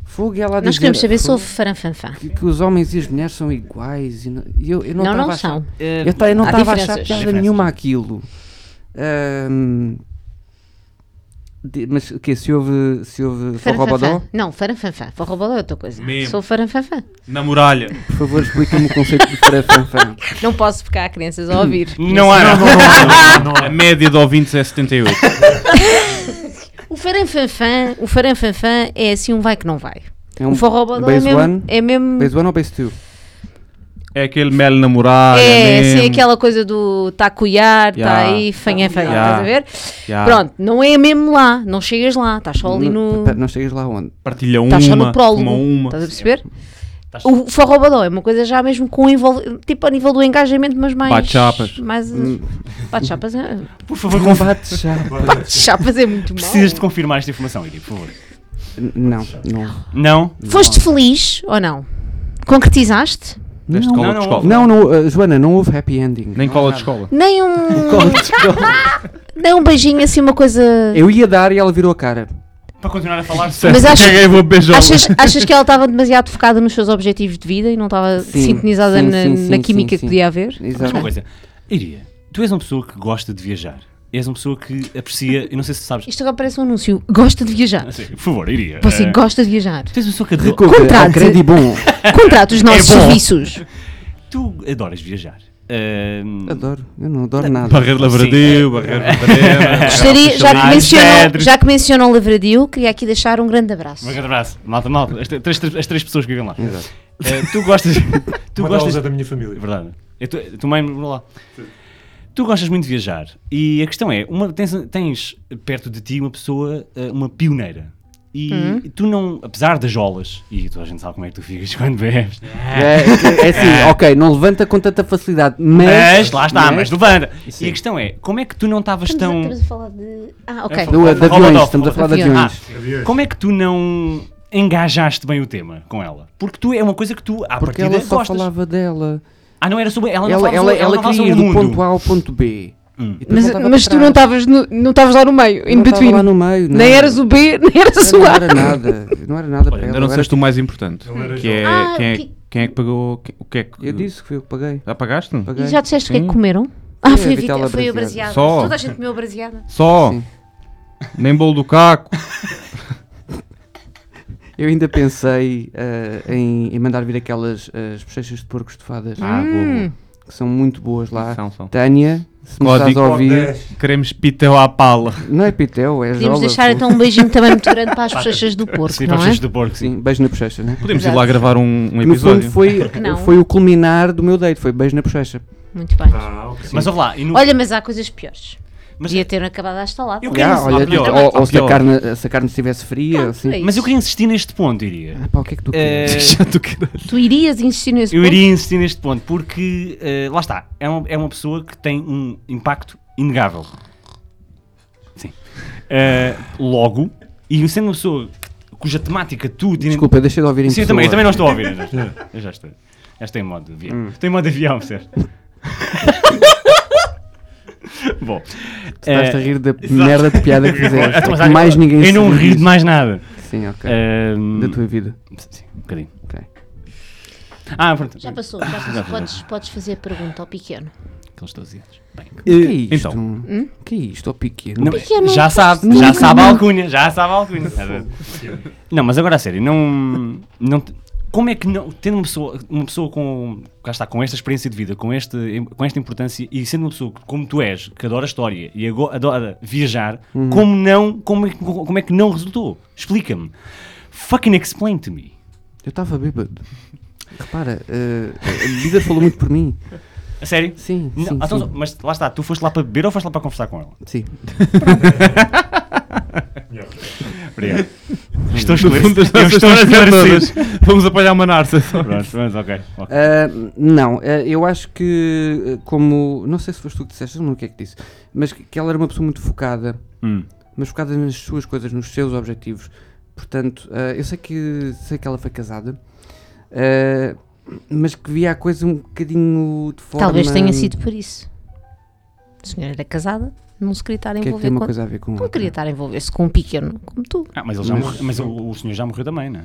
S2: Fogo e ela a
S6: nós
S2: dizer-
S6: queremos saber se
S2: fogo,
S6: houve faranfanfá.
S2: que, que os homens e as mulheres são iguais. E não, e eu, eu não,
S6: Não, não,
S2: estava a achar-
S6: são.
S5: Eh,
S2: Eu, ta- eu não
S6: Há
S2: estava a achar
S6: diferenças.
S2: piada
S5: Diferenças.
S2: nenhuma àquilo. Ahm, de- mas o quê? Se houve, se houve forrobodó?
S6: Faranfanfá. Não, faranfanfá. Forrobodó é outra coisa.
S3: Mesmo.
S6: Sou faranfanfá.
S3: Na muralha.
S2: Por favor, explica-me o conceito de parafanfã.
S6: Não posso ficar crianças a ouvir.
S5: Não há nada.
S3: A média de ouvintes é 78.
S6: O faranfanfã, o faranfanfã é assim um vai que não vai.
S2: É
S6: O forrobodó é
S2: base
S6: mesmo...
S2: one?
S6: É mesmo...
S2: Base 1 ou Base 2?
S3: É aquele mel na
S5: Ah,
S3: muralha
S6: É,
S3: mesmo.
S6: sim, aquela coisa do tá a coiar, tá
S3: Yeah.
S6: aí, fanha, fanha,
S3: Yeah.
S6: estás a ver?
S3: Yeah.
S6: Pronto, não é mesmo lá, não chegas lá, estás só ali no.
S2: Pera, Não chegas lá onde?
S3: Partilha uma,
S6: Estás só no Tá prólogo.
S3: uma uma.
S6: Estás a perceber?
S2: Tá
S5: Estás-
S6: O forrobadó é uma coisa já mesmo com envol... tipo a nível do engajamento, mas mais.
S3: Bate-chapas.
S6: Mais.
S2: Hum.
S6: Bate-chapas é.
S5: Por favor,
S2: Não
S5: conf...
S2: bate chapa.
S6: Bate-chapas é muito mal.
S5: precisas de confirmar esta informação, Iri, por favor.
S2: N- Não, não.
S5: Não?
S6: Foste feliz ou não? Concretizaste?
S3: Deste
S2: Não.
S3: cola
S5: Não,
S3: de
S5: não.
S3: escola.
S2: Não, não, uh, Joana, não houve happy ending.
S3: Nem cola de escola.
S6: Nem um. Nem um beijinho assim, uma coisa.
S2: Eu ia dar e ela virou a cara.
S5: Para continuar a falar sobre.
S6: Mas acho,
S3: Cheguei, vou beijar.
S6: Achas, achas que ela estava demasiado focada nos seus objetivos de vida e não estava
S2: Sim,
S6: sintonizada
S2: sim,
S6: na,
S2: sim, sim,
S6: na
S2: sim,
S6: química
S2: sim.
S6: que podia haver?
S5: Mas
S2: Exato.
S5: uma coisa, Iria, tu és uma pessoa que gosta de viajar. És uma pessoa que aprecia. Eu não sei se sabes.
S6: Isto agora parece um anúncio. Gosta de viajar.
S5: Não sei, por favor, Iria.
S6: Tipo
S2: É.
S6: assim,
S5: eh,
S6: gosta de viajar.
S5: Tu és uma pessoa que adora.
S2: Recorra
S6: Contrate.
S2: ao crédito é bom.
S6: Contrata os nossos
S5: É bom.
S6: serviços.
S5: Tu adoras viajar. Eh, Ahm,
S2: Adoro, eu não adoro nada.
S3: Barreiro de Lavradio, Barreiro de Matarena.
S6: Gostaria, já, que
S5: Ah,
S6: mencionam,
S5: Pedro.
S6: já que mencionam o Lavradio, queria aqui deixar um grande abraço.
S5: Um grande abraço. Malta, malta. As, três- três- as três pessoas que vivem lá. Eh, tu gostas. tu
S4: Uma
S5: gostas.
S4: delas é da minha
S5: É
S4: família.
S5: verdade. Eu tu, a tua mãe morou lá. Tu gostas muito de viajar e a questão é, uma, tens, tens perto de ti uma pessoa, eh, uma pioneira. E
S6: Hum?
S5: tu não, apesar das jolas, e toda a gente sabe como é que tu ficas quando bebes,
S2: É, é assim, ok, não levanta com tanta facilidade, mas.
S5: mas lá está, mas, levanta.
S2: É Sim.
S5: E a questão é, como é que tu não estavas
S6: Estamos, a,
S5: tão...
S6: estamos a falar de. Ah, ok.
S2: Do- de
S5: Robodó,
S2: aviões, estamos a
S5: Robodó.
S2: falar de
S6: Aviões.
S2: aviões.
S4: Aviões.
S5: Como é que tu não engajaste bem o tema com ela? Porque tu é uma coisa que tu, à
S2: Porque
S5: partida,
S2: ela só
S5: gostas.
S2: falava dela.
S5: Ah, não era sobre... Ela não
S2: Ela,
S5: falava
S2: ela,
S5: sobre, ela
S2: ela
S5: não falava
S2: queria ir
S5: sobre o
S2: do
S5: mundo.
S2: ponto A ao ponto B.
S5: Hum.
S2: E depois
S7: Mas,
S2: voltava
S7: mas
S2: para
S7: tu não
S2: trás.
S7: estavas no- não estavas lá no meio, in
S2: Não estava
S7: between.
S2: lá no meio, não.
S7: Nem eras o B, nem eras o
S2: Não
S7: A.
S2: era nada, não era nada para
S3: Ainda
S2: ela.
S3: não
S2: eu
S3: disseste o mais importante.
S4: Ele era
S3: Que é,
S6: Ah,
S3: quem, é
S6: que-
S3: quem é que pagou... que- o que é que...
S2: era- Eu disse que foi eu que paguei.
S3: Já pagaste?
S2: paguei.
S6: E já disseste o que é que
S5: Hum?
S3: Sim.
S6: comeram? Ah, foi, a
S2: vitela
S6: vitela, foi a
S2: braseada.
S6: braseada.
S3: Só.
S6: Toda a gente comeu a braseada.
S3: Só.
S2: Sim.
S3: Nem bolo do caco.
S2: Eu ainda pensei ah, em, em mandar vir aquelas eh, as bochechas de porco estufadas,
S3: Ah,
S6: Hum,
S3: boa, boa.
S2: que são muito boas lá.
S3: São, são.
S2: Tânia, se me
S3: Código
S2: estás a ouvir,
S4: Dez.
S3: Queremos pitel à pala.
S2: não é pitel, é jola.
S6: Podíamos deixar
S2: pô.
S6: então um beijinho também muito grande para as bochechas do porco,
S5: Sim, para
S6: não
S5: os
S6: é?
S5: cheios do porco, sim.
S2: Sim, beijo na bochecha, né?
S3: Podemos ir
S6: Exato.
S3: lá gravar um, um
S2: No
S3: episódio.
S2: fundo foi,
S6: Não.
S2: foi o culminar do meu date, foi beijo na bochecha.
S6: Muito bem.
S4: Ah, ok.
S5: Mas ouve lá, e no-
S6: Olha, mas há coisas piores.
S5: Mas, é-
S6: Devia ter acabado a instalar.
S5: Eu
S2: Yeah,
S5: quero-
S2: Ah,
S6: Ah,
S2: olha,
S5: há pior,
S2: ou,
S5: há
S2: ou se, a
S5: Ah, pior.
S2: carne, se a carne estivesse fria,
S6: Pronto,
S2: assim.
S6: é isso.
S5: mas eu queria insistir neste ponto, iria.
S2: Ah, pá, o que é que tu
S5: Eh,
S2: queres?
S6: Tu irias insistir nesse
S5: eu
S6: ponto?
S5: iria insistir neste ponto, porque eh, lá está, é uma, é uma pessoa que tem um impacto inegável. Sim. Eh, logo, e sendo uma pessoa cuja temática tu te
S2: Desculpa, deixa de ouvir em
S5: Sim, eu também, eu também
S2: pessoa.
S5: não estou a ouvir. Eu já estou, eu já estou, já estou em modo avião.
S2: Hum.
S5: Estou em modo avião, certo? Bom,
S2: Estás-te a
S5: eh,
S2: rir da merda de piada que fizeste.
S5: Então, mas
S2: que mais ninguém
S5: eu
S2: se
S5: não
S2: ri
S5: É, rio de
S2: disso.
S5: mais nada.
S2: Sim, ok.
S5: Ahm,
S2: Da tua vida.
S5: Sim, um bocadinho.
S2: Ok.
S5: Ah, pronto.
S6: Já passou, já passou. Podes, podes fazer pergunta ao pequeno.
S5: Aqueles 12 anos. Bem.
S2: O que é isto?
S5: então.
S6: Hum?
S2: O que é isto, ó Piquet?
S5: Não,
S6: pequeno,
S5: já sabe,
S2: não,
S5: já
S2: não.
S5: sabe a alcunha, já sabe a alcunha. É não, mas agora a sério, não, não te- como é que não, tendo uma pessoa, uma pessoa com, cá está, com esta experiência de vida, com, este, com esta importância e sendo uma pessoa que, como tu és, que adora história e ago- adora viajar,
S2: Uhum.
S5: como não, como é, que- como é que não resultou? Explica-me. Fucking explain to me.
S2: Eu estava bêbado. Repara, eh, a bebida falou muito por mim.
S5: A sério?
S2: Sim,
S5: Não,
S2: sim,
S5: então,
S2: sim.
S5: Mas lá está, tu foste lá para beber ou foste lá para conversar com ela?
S2: Sim.
S5: Obrigado. estou esclarecido.
S3: Perguntas
S5: Eu
S3: dessas
S5: estou
S3: estão
S5: esclarecido.
S3: todas. Vamos apanhar uma narça.
S5: Pronto, mas ok. ok.
S2: Ah, não, ah, eu acho que, ah, como. Não sei se foste tu que disseste, não sei o que é que disse, mas que, que ela era uma pessoa muito focada,
S5: Hum.
S2: mas focada nas suas coisas, nos seus objetivos. Portanto, ah, eu sei que, sei que ela foi casada, ah, mas que via a coisa um bocadinho de forma.
S6: Talvez tenha sido por isso. A senhora era casada, não se queria estar
S2: O que é que
S6: envolver
S2: tem uma
S6: com...
S2: coisa a ver com.
S6: Não
S2: outra?
S6: queria estar a envolver-se com um pequeno como tu.
S5: Ah, mas, ele já
S2: Mas-
S5: morreu, mas o, o senhor já morreu também, não é?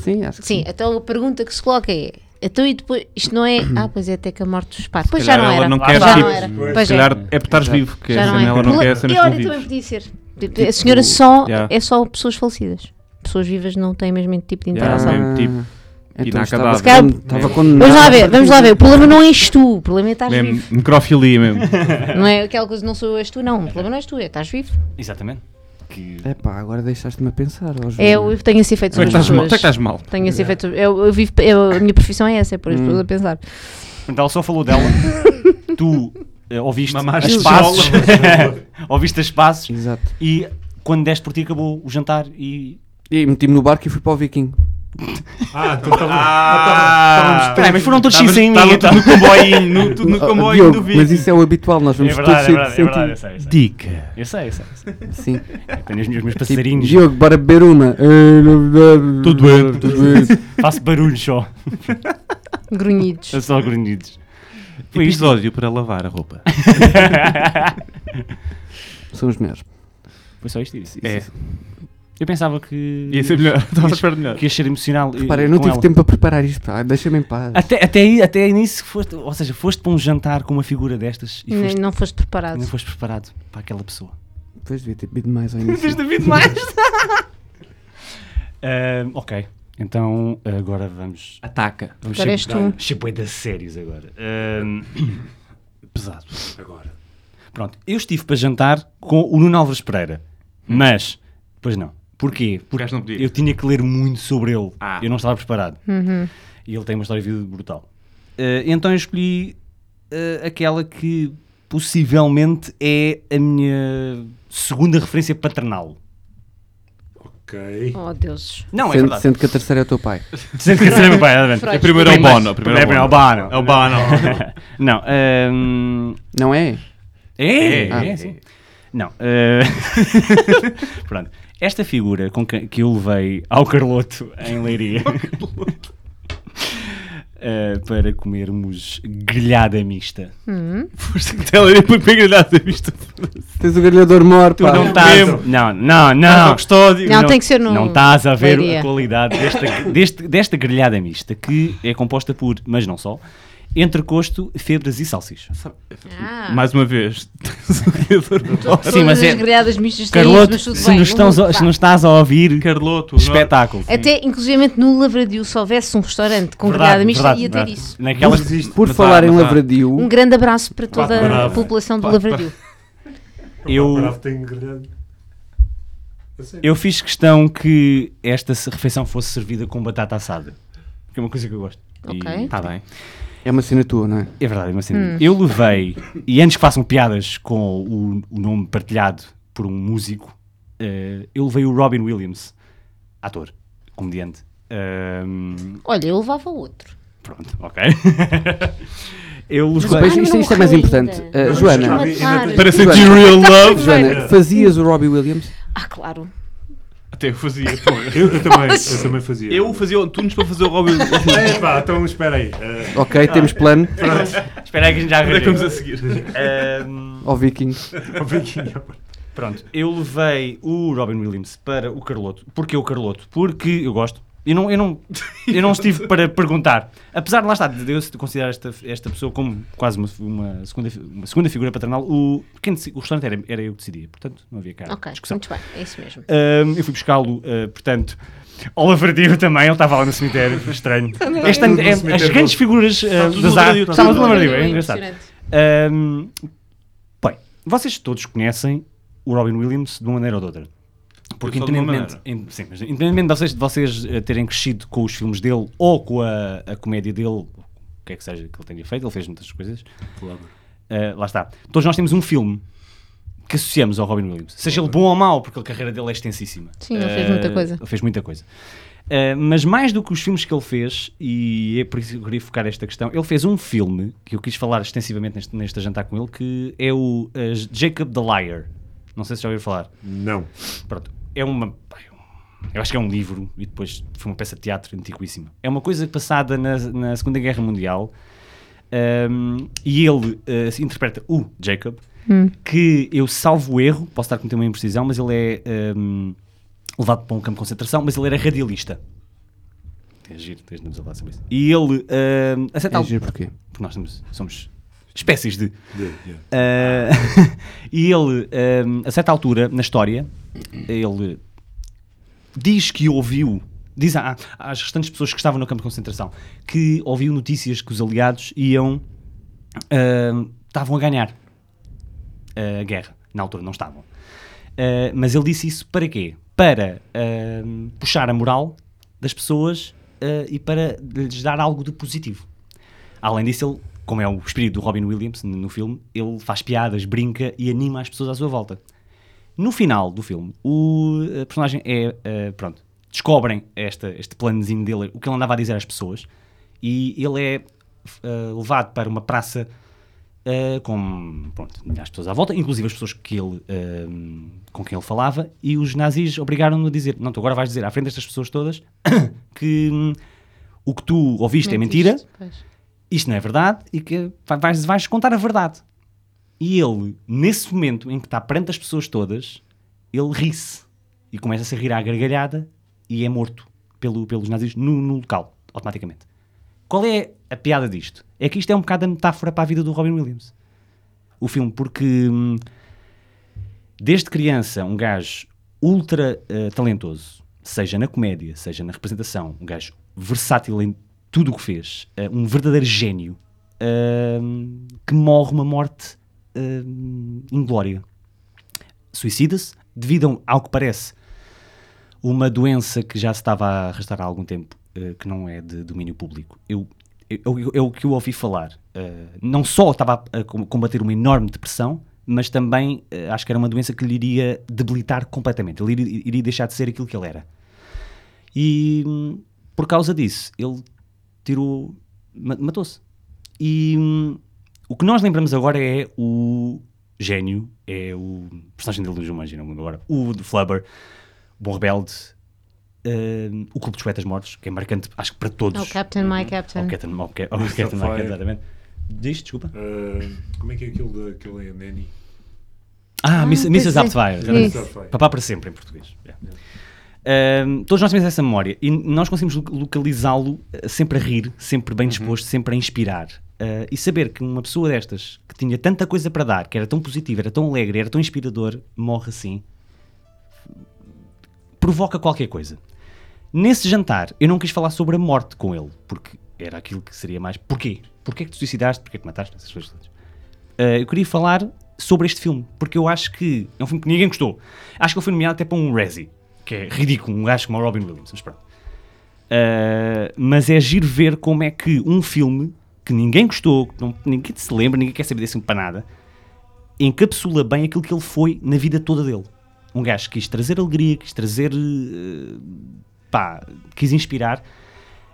S2: Sim, acho que
S6: Sim,
S2: sim.
S6: então a pergunta que se coloca é. Então e depois, isto não é,
S2: Uhum.
S6: ah pois é até que a morte dos pais, pois já
S3: calhar
S6: não
S3: ela
S6: era, Ah,
S3: não
S6: já
S3: quer
S6: não
S3: tipos.
S6: era,
S4: Pois,
S6: pois
S3: Se
S6: é,
S3: calhar é por estares
S2: Exato.
S3: vivo, que
S6: já
S3: a
S6: não é.
S3: janela não quer cenas
S6: e olha,
S3: tão
S6: também
S3: vivas.
S6: podia ser, Tipo, a senhora só,
S3: Yeah.
S6: é só pessoas falecidas, pessoas vivas não têm o mesmo tipo de
S3: Yeah,
S6: interação.
S3: mesmo tipo
S2: um- Então, estava,
S3: inacabável.
S2: con-
S6: Se
S2: estava
S3: É.
S2: condenado.
S6: Vamos lá ver, vamos lá ver, o problema não és tu, o problema é estás vivo,
S3: Mesmo, necrofilia mesmo.
S6: não é aquela coisa não sou és tu não, o problema não és tu, é estás vivo,
S5: Exatamente. Que...
S2: Epá, agora deixaste-me a pensar. ó, João.
S6: é, eu tenho esse efeito
S3: Tu é que
S6: sobre as
S3: estás mal.
S6: pessoas.
S3: Tu é que estás mal.
S6: Tenho esse efeito. Eu, eu vivo, eu- a minha profissão é essa, é pôr as pessoas a pensar.
S5: Portanto, Então, ela só falou dela. tu eh, ouviste
S3: Mamaste
S5: as
S3: o
S5: passos. ouviste as passos
S2: Exato.
S5: e quando deste por ti acabou o jantar e.
S2: E meti-me no barco e fui para o Viking.
S4: Ah, então estava.
S3: Ah,
S5: Peraí, mas foram todos
S3: Estavas-
S5: xixi em mim.
S3: estava tudo no comboio, no, tudo no
S2: Ah,
S3: comboio
S2: Diogo,
S3: do
S2: Mas
S3: vídeo.
S2: isso é o habitual, nós vamos
S5: É verdade, é
S2: todos
S5: verdade, é
S2: sempre
S5: verdade, eu sei, eu sei.
S3: Dica.
S5: Eu sei, eu sei. eu sei.
S2: sentir. Sim.
S5: Eu Tenho os meus, meus
S2: Tipo,
S5: passarinhos,
S2: Diogo, bora beber uma.
S3: Tô doente.
S2: Tô doente.
S5: faço barulhos só.
S6: Grunhidos.
S5: Eu só grunhidos. Foi isto.
S3: Episódio para lavar a roupa.
S2: São os melhores.
S5: Foi só isto e disse.
S3: É.
S5: isso. Eu pensava que.
S3: Ia ser melhor. Estava à espera de melhor.
S5: Que ia ser emocional. eh,
S2: Repara, eu não
S5: com
S2: tive
S5: ela.
S2: tempo para preparar isto. pá, Deixa-me em paz.
S5: Até, até, aí- até aí nisso foste, ou seja, foste para um jantar com uma figura destas e
S6: Nem-
S5: foste,
S6: Não foste preparado.
S5: não foste preparado para aquela pessoa.
S2: Depois devia ter bebido mais ao início.
S5: Tens David mais? ok, então agora vamos.
S2: Ataca.
S5: vamos
S6: Agora és tu.
S5: da sérios agora. Ahm, pesado.
S4: Agora.
S5: Pronto, eu estive para jantar com o Nuno Álvares Pereira, mas. Pois não. Porquê?
S3: Hum. O gajo não podia.
S5: Eu tinha que ler muito sobre ele.
S3: Ah.
S5: Eu não estava preparado.
S6: Uhum.
S5: E ele tem uma história de vida brutal. Eh, então eu escolhi eh, aquela que possivelmente é a minha segunda referência paternal.
S4: Ok.
S6: Oh, deuses.
S5: Não, é
S2: Sendo,
S5: verdade.
S2: sendo que a terceira é o teu pai.
S5: Sendo que a cena é meu pai, exatamente.
S6: Freud.
S3: Primeiro é o Bono.
S5: É
S3: Primeiro
S5: primeiro é o Bono.
S3: É o Bono.
S5: Não, ehm,
S2: Não é?
S5: é, é,
S2: Ah.
S5: sim. Não, eh, pronto. Esta figura com que, que eu levei ao Carloto em Leiria eh, para comermos grelhada mista.
S6: Hum.
S3: Foste que tela e depois peguei olhar da vista.
S2: Tens o grelhador mor, pá.
S5: Não tá- estás. Não, não, não.
S3: custódio.
S6: Não, tem que ser no.
S5: Não estás a ver
S6: Leiria.
S5: a qualidade desta, deste- desta grelhada mista que é composta por, mas não só, entrecosto, febras e salsicha.
S6: Ah,
S3: Mais uma vez. tens o criador do Bono.
S6: todas
S5: Sim, mas
S6: as
S5: é-
S6: grelhadas mistas têm isso,
S5: Carloto,
S6: mas tudo
S5: se,
S6: bem,
S5: nos
S6: não-
S5: estás, a- se
S6: pá.
S5: nos estás a ouvir,
S3: Carloto. não-
S5: espetáculo.
S6: Até, inclusivamente, no Lavradio, se houvesse um restaurante É com grelhada mista, ia ter
S5: verdade.
S6: isso.
S5: Naquelas,
S2: Por
S3: Mas
S2: falar
S3: há,
S2: em
S5: tá.
S3: mas há.
S2: lavradio,
S6: Um grande abraço para toda a
S4: bravo.
S6: população de
S3: Pá,
S6: Lavradio.
S5: eu,
S4: Bravo tem grelhado. A sério?
S5: eu fiz questão que esta se- refeição fosse servida com batata assada. Que é uma coisa que eu gosto.
S6: Ok.
S5: Está
S3: Tá bem.
S2: É uma cena tua, não é?
S5: É verdade, é uma cena. Eu levei, e antes que façam piadas com o, o nome partilhado por um músico, eh, eu levei o Robin Williams, ator, comediante. Ahm,
S6: Olha, eu levava outro.
S5: pronto, ok. eu
S2: Desculpa,
S5: levei.
S2: isto,
S6: Ah, não
S2: isto- isto é
S6: morreu
S2: mais
S6: ainda.
S2: importante. Uh,
S6: Vamos
S2: Joana,
S6: chamar.
S2: Joana.
S3: Para sentir real
S6: Tá
S3: love.
S2: Joana, fazias o Robbie Williams?
S6: Ah, claro.
S3: Até eu fazia, porra.
S4: Eu, eu também, eu também fazia.
S3: Eu fazia turnos para fazer o Robin Williams.
S4: É, pá, então espera aí. Eh,
S2: Ok, temos plano.
S5: Espera aí que a gente já
S3: Onde é que
S5: arranja.
S3: vamos a seguir?
S5: Ahm,
S2: Ao Viking.
S4: um pouquinho.
S5: Pronto, eu levei o Robin Williams para o Carloto. Porquê o Carloto? Porque eu gosto. Eu não, eu não, eu não estive para perguntar. Apesar de lá estar, de eu considerar esta, esta pessoa como quase uma, uma segunda, fi- uma segunda figura paternal, o, quem decidi- o restaurante era, era eu que decidia, portanto não havia cara. de
S6: ok,
S5: discussão.
S6: muito bem, é isso mesmo.
S5: Ahm, eu fui buscá-lo, ah, portanto, ao Lavradio também, ele estava lá no cemitério, estranho. Este ano,
S4: tudo no
S5: é- as
S4: cemitério.
S5: grandes figuras ah,
S3: tudo
S5: das
S3: no Lavradio,
S5: artes.
S3: está
S5: Estava
S3: tudo
S5: no
S3: no
S5: Lavradio,
S6: Lavradio,
S5: é
S6: é
S5: engraçado.
S6: impressionante.
S5: Ahm, bem, vocês todos conhecem o Robin Williams de uma maneira ou de outra. Porque
S3: Eu só de uma
S5: independentemente, in- sim, mas independentemente de vocês, de vocês eh, terem crescido com os filmes dele ou com a, a comédia dele, o que é que seja que ele tenha feito, ele fez muitas coisas. Eh, lá está. Todos nós temos um filme que associamos ao Robin Williams, seja ele bom ou mau, porque a carreira dele é extensíssima.
S6: Sim, ele fez
S5: Eh,
S6: muita coisa.
S5: Ele fez muita coisa. Eh, mas mais do que os filmes que ele fez, e é por isso que eu queria focar esta questão, ele fez um filme que eu quis falar extensivamente neste, neste jantar com ele, que é o eh, Jacob the Liar. Não sei se já ouviram falar.
S4: Não.
S5: Pronto, é uma. pá, Eu acho que é um livro e depois foi uma peça de teatro antiquíssima. É uma coisa passada na, na Segunda Guerra Mundial ahm, e ele ah, se interpreta o Jacob, que eu salvo erro, posso estar a cometer uma imprecisão, mas ele é ahm, levado para um campo de concentração, mas ele era radialista. É giro, tens de nos falar sobre isso. E ele hum, ahm,
S2: É
S5: aceita algo-
S2: giro porquê.
S5: porque nós somos, somos espécies de.
S4: Yeah, yeah.
S5: Ah, e ele, ah, a certa altura na história, ele diz que ouviu, diz à- às restantes pessoas que estavam no campo de concentração, que ouviu notícias que os aliados iam, ah, estavam a ganhar a guerra. Na altura não estavam. Ah, mas ele disse isso para quê? Para ah, puxar a moral das pessoas ah, e para lhes dar algo de positivo. Além disso, ele, como é o espírito do Robin Williams no no filme, ele faz piadas, brinca e anima as pessoas à sua volta. No final do filme, o a personagem é. eh, pronto. Descobrem esta, este planozinho dele, o que ele andava a dizer às pessoas, e ele é f- eh, levado para uma praça eh, com pronto, milhares de pessoas à volta, inclusive as pessoas que ele, eh, com quem ele falava, e os nazis obrigaram-no a dizer: Não, tu agora vais dizer à frente destas pessoas todas que hum, o que tu ouviste é mentira,
S6: Pois.
S5: isto não é verdade e que vai- vais, vais contar a verdade. E ele, nesse momento em que está perante as pessoas todas, ele ri-se e começa-se a rir à gargalhada e é morto pelo, pelos nazis no, no local, automaticamente. Qual é a piada disto? É que isto é um bocado a metáfora para a vida do Robin Williams. O filme, porque hum, desde criança, um gajo ultra eh, talentoso, seja na comédia, seja na representação, um gajo versátil em tudo o que fez, eh, um verdadeiro gênio ahm, que morre uma morte ahm, inglória. Suicida-se devido a- um, ao que parece uma doença que já se estava a arrastar há algum tempo, eh, que não é de domínio público. Eu, eu, eu- é o que eu ouvi falar. Eh, não só estava a, a com- combater uma enorme depressão, mas também eh, acho que era uma doença que lhe iria debilitar completamente. Ele iria, iria deixar de ser aquilo que ele era. E hum, por causa disso, ele tirou. ma- matou-se. E hum, o que nós lembramos agora é o gênio, é o personagem dele do Jumanji, não me lembro agora, o de Flubber, Bom Rebelde, hum, o Clube dos Poetas Mortos, que é marcante, acho que para todos.
S6: Oh, Captain, my Captain.
S5: Ou Captain, ou Ca- ou Captain
S4: Sapphire.
S5: Marvel, exatamente. Diz, desculpa.
S4: Ah, como é que é aquele da aquele é Nanny?
S5: Ah, Miss-
S6: pois
S5: Mrs.
S6: é.
S5: Aptfire.
S6: Sim.
S5: exatamente.
S4: Já foi.
S5: Papá para sempre, em português. Yeah. Um, todos nós temos essa memória e nós conseguimos lo- localizá-lo uh, sempre a rir, sempre bem disposto, sempre a inspirar. Uh, e saber que uma pessoa destas, que tinha tanta coisa para dar, que era tão positiva, era tão alegre, era tão inspirador, morre assim, provoca qualquer coisa. Nesse jantar, eu não quis falar sobre a morte com ele, porque era aquilo que seria mais. Porquê? Porquê que te suicidaste? Porquê que mataste? Essas coisas todas. Uh, eu queria falar sobre este filme, porque eu acho que é um filme que ninguém gostou. Acho que ele foi nomeado até para um Razzie, que é ridículo, um gajo como o Eh, Robin Williams, mas pronto. Uh, mas é giro ver como é que um filme que ninguém gostou, que não- ninguém se lembra, ninguém quer saber desse para nada, encapsula bem aquilo que ele foi na vida toda dele. Um gajo que quis trazer alegria, quis trazer. eh, pá, quis inspirar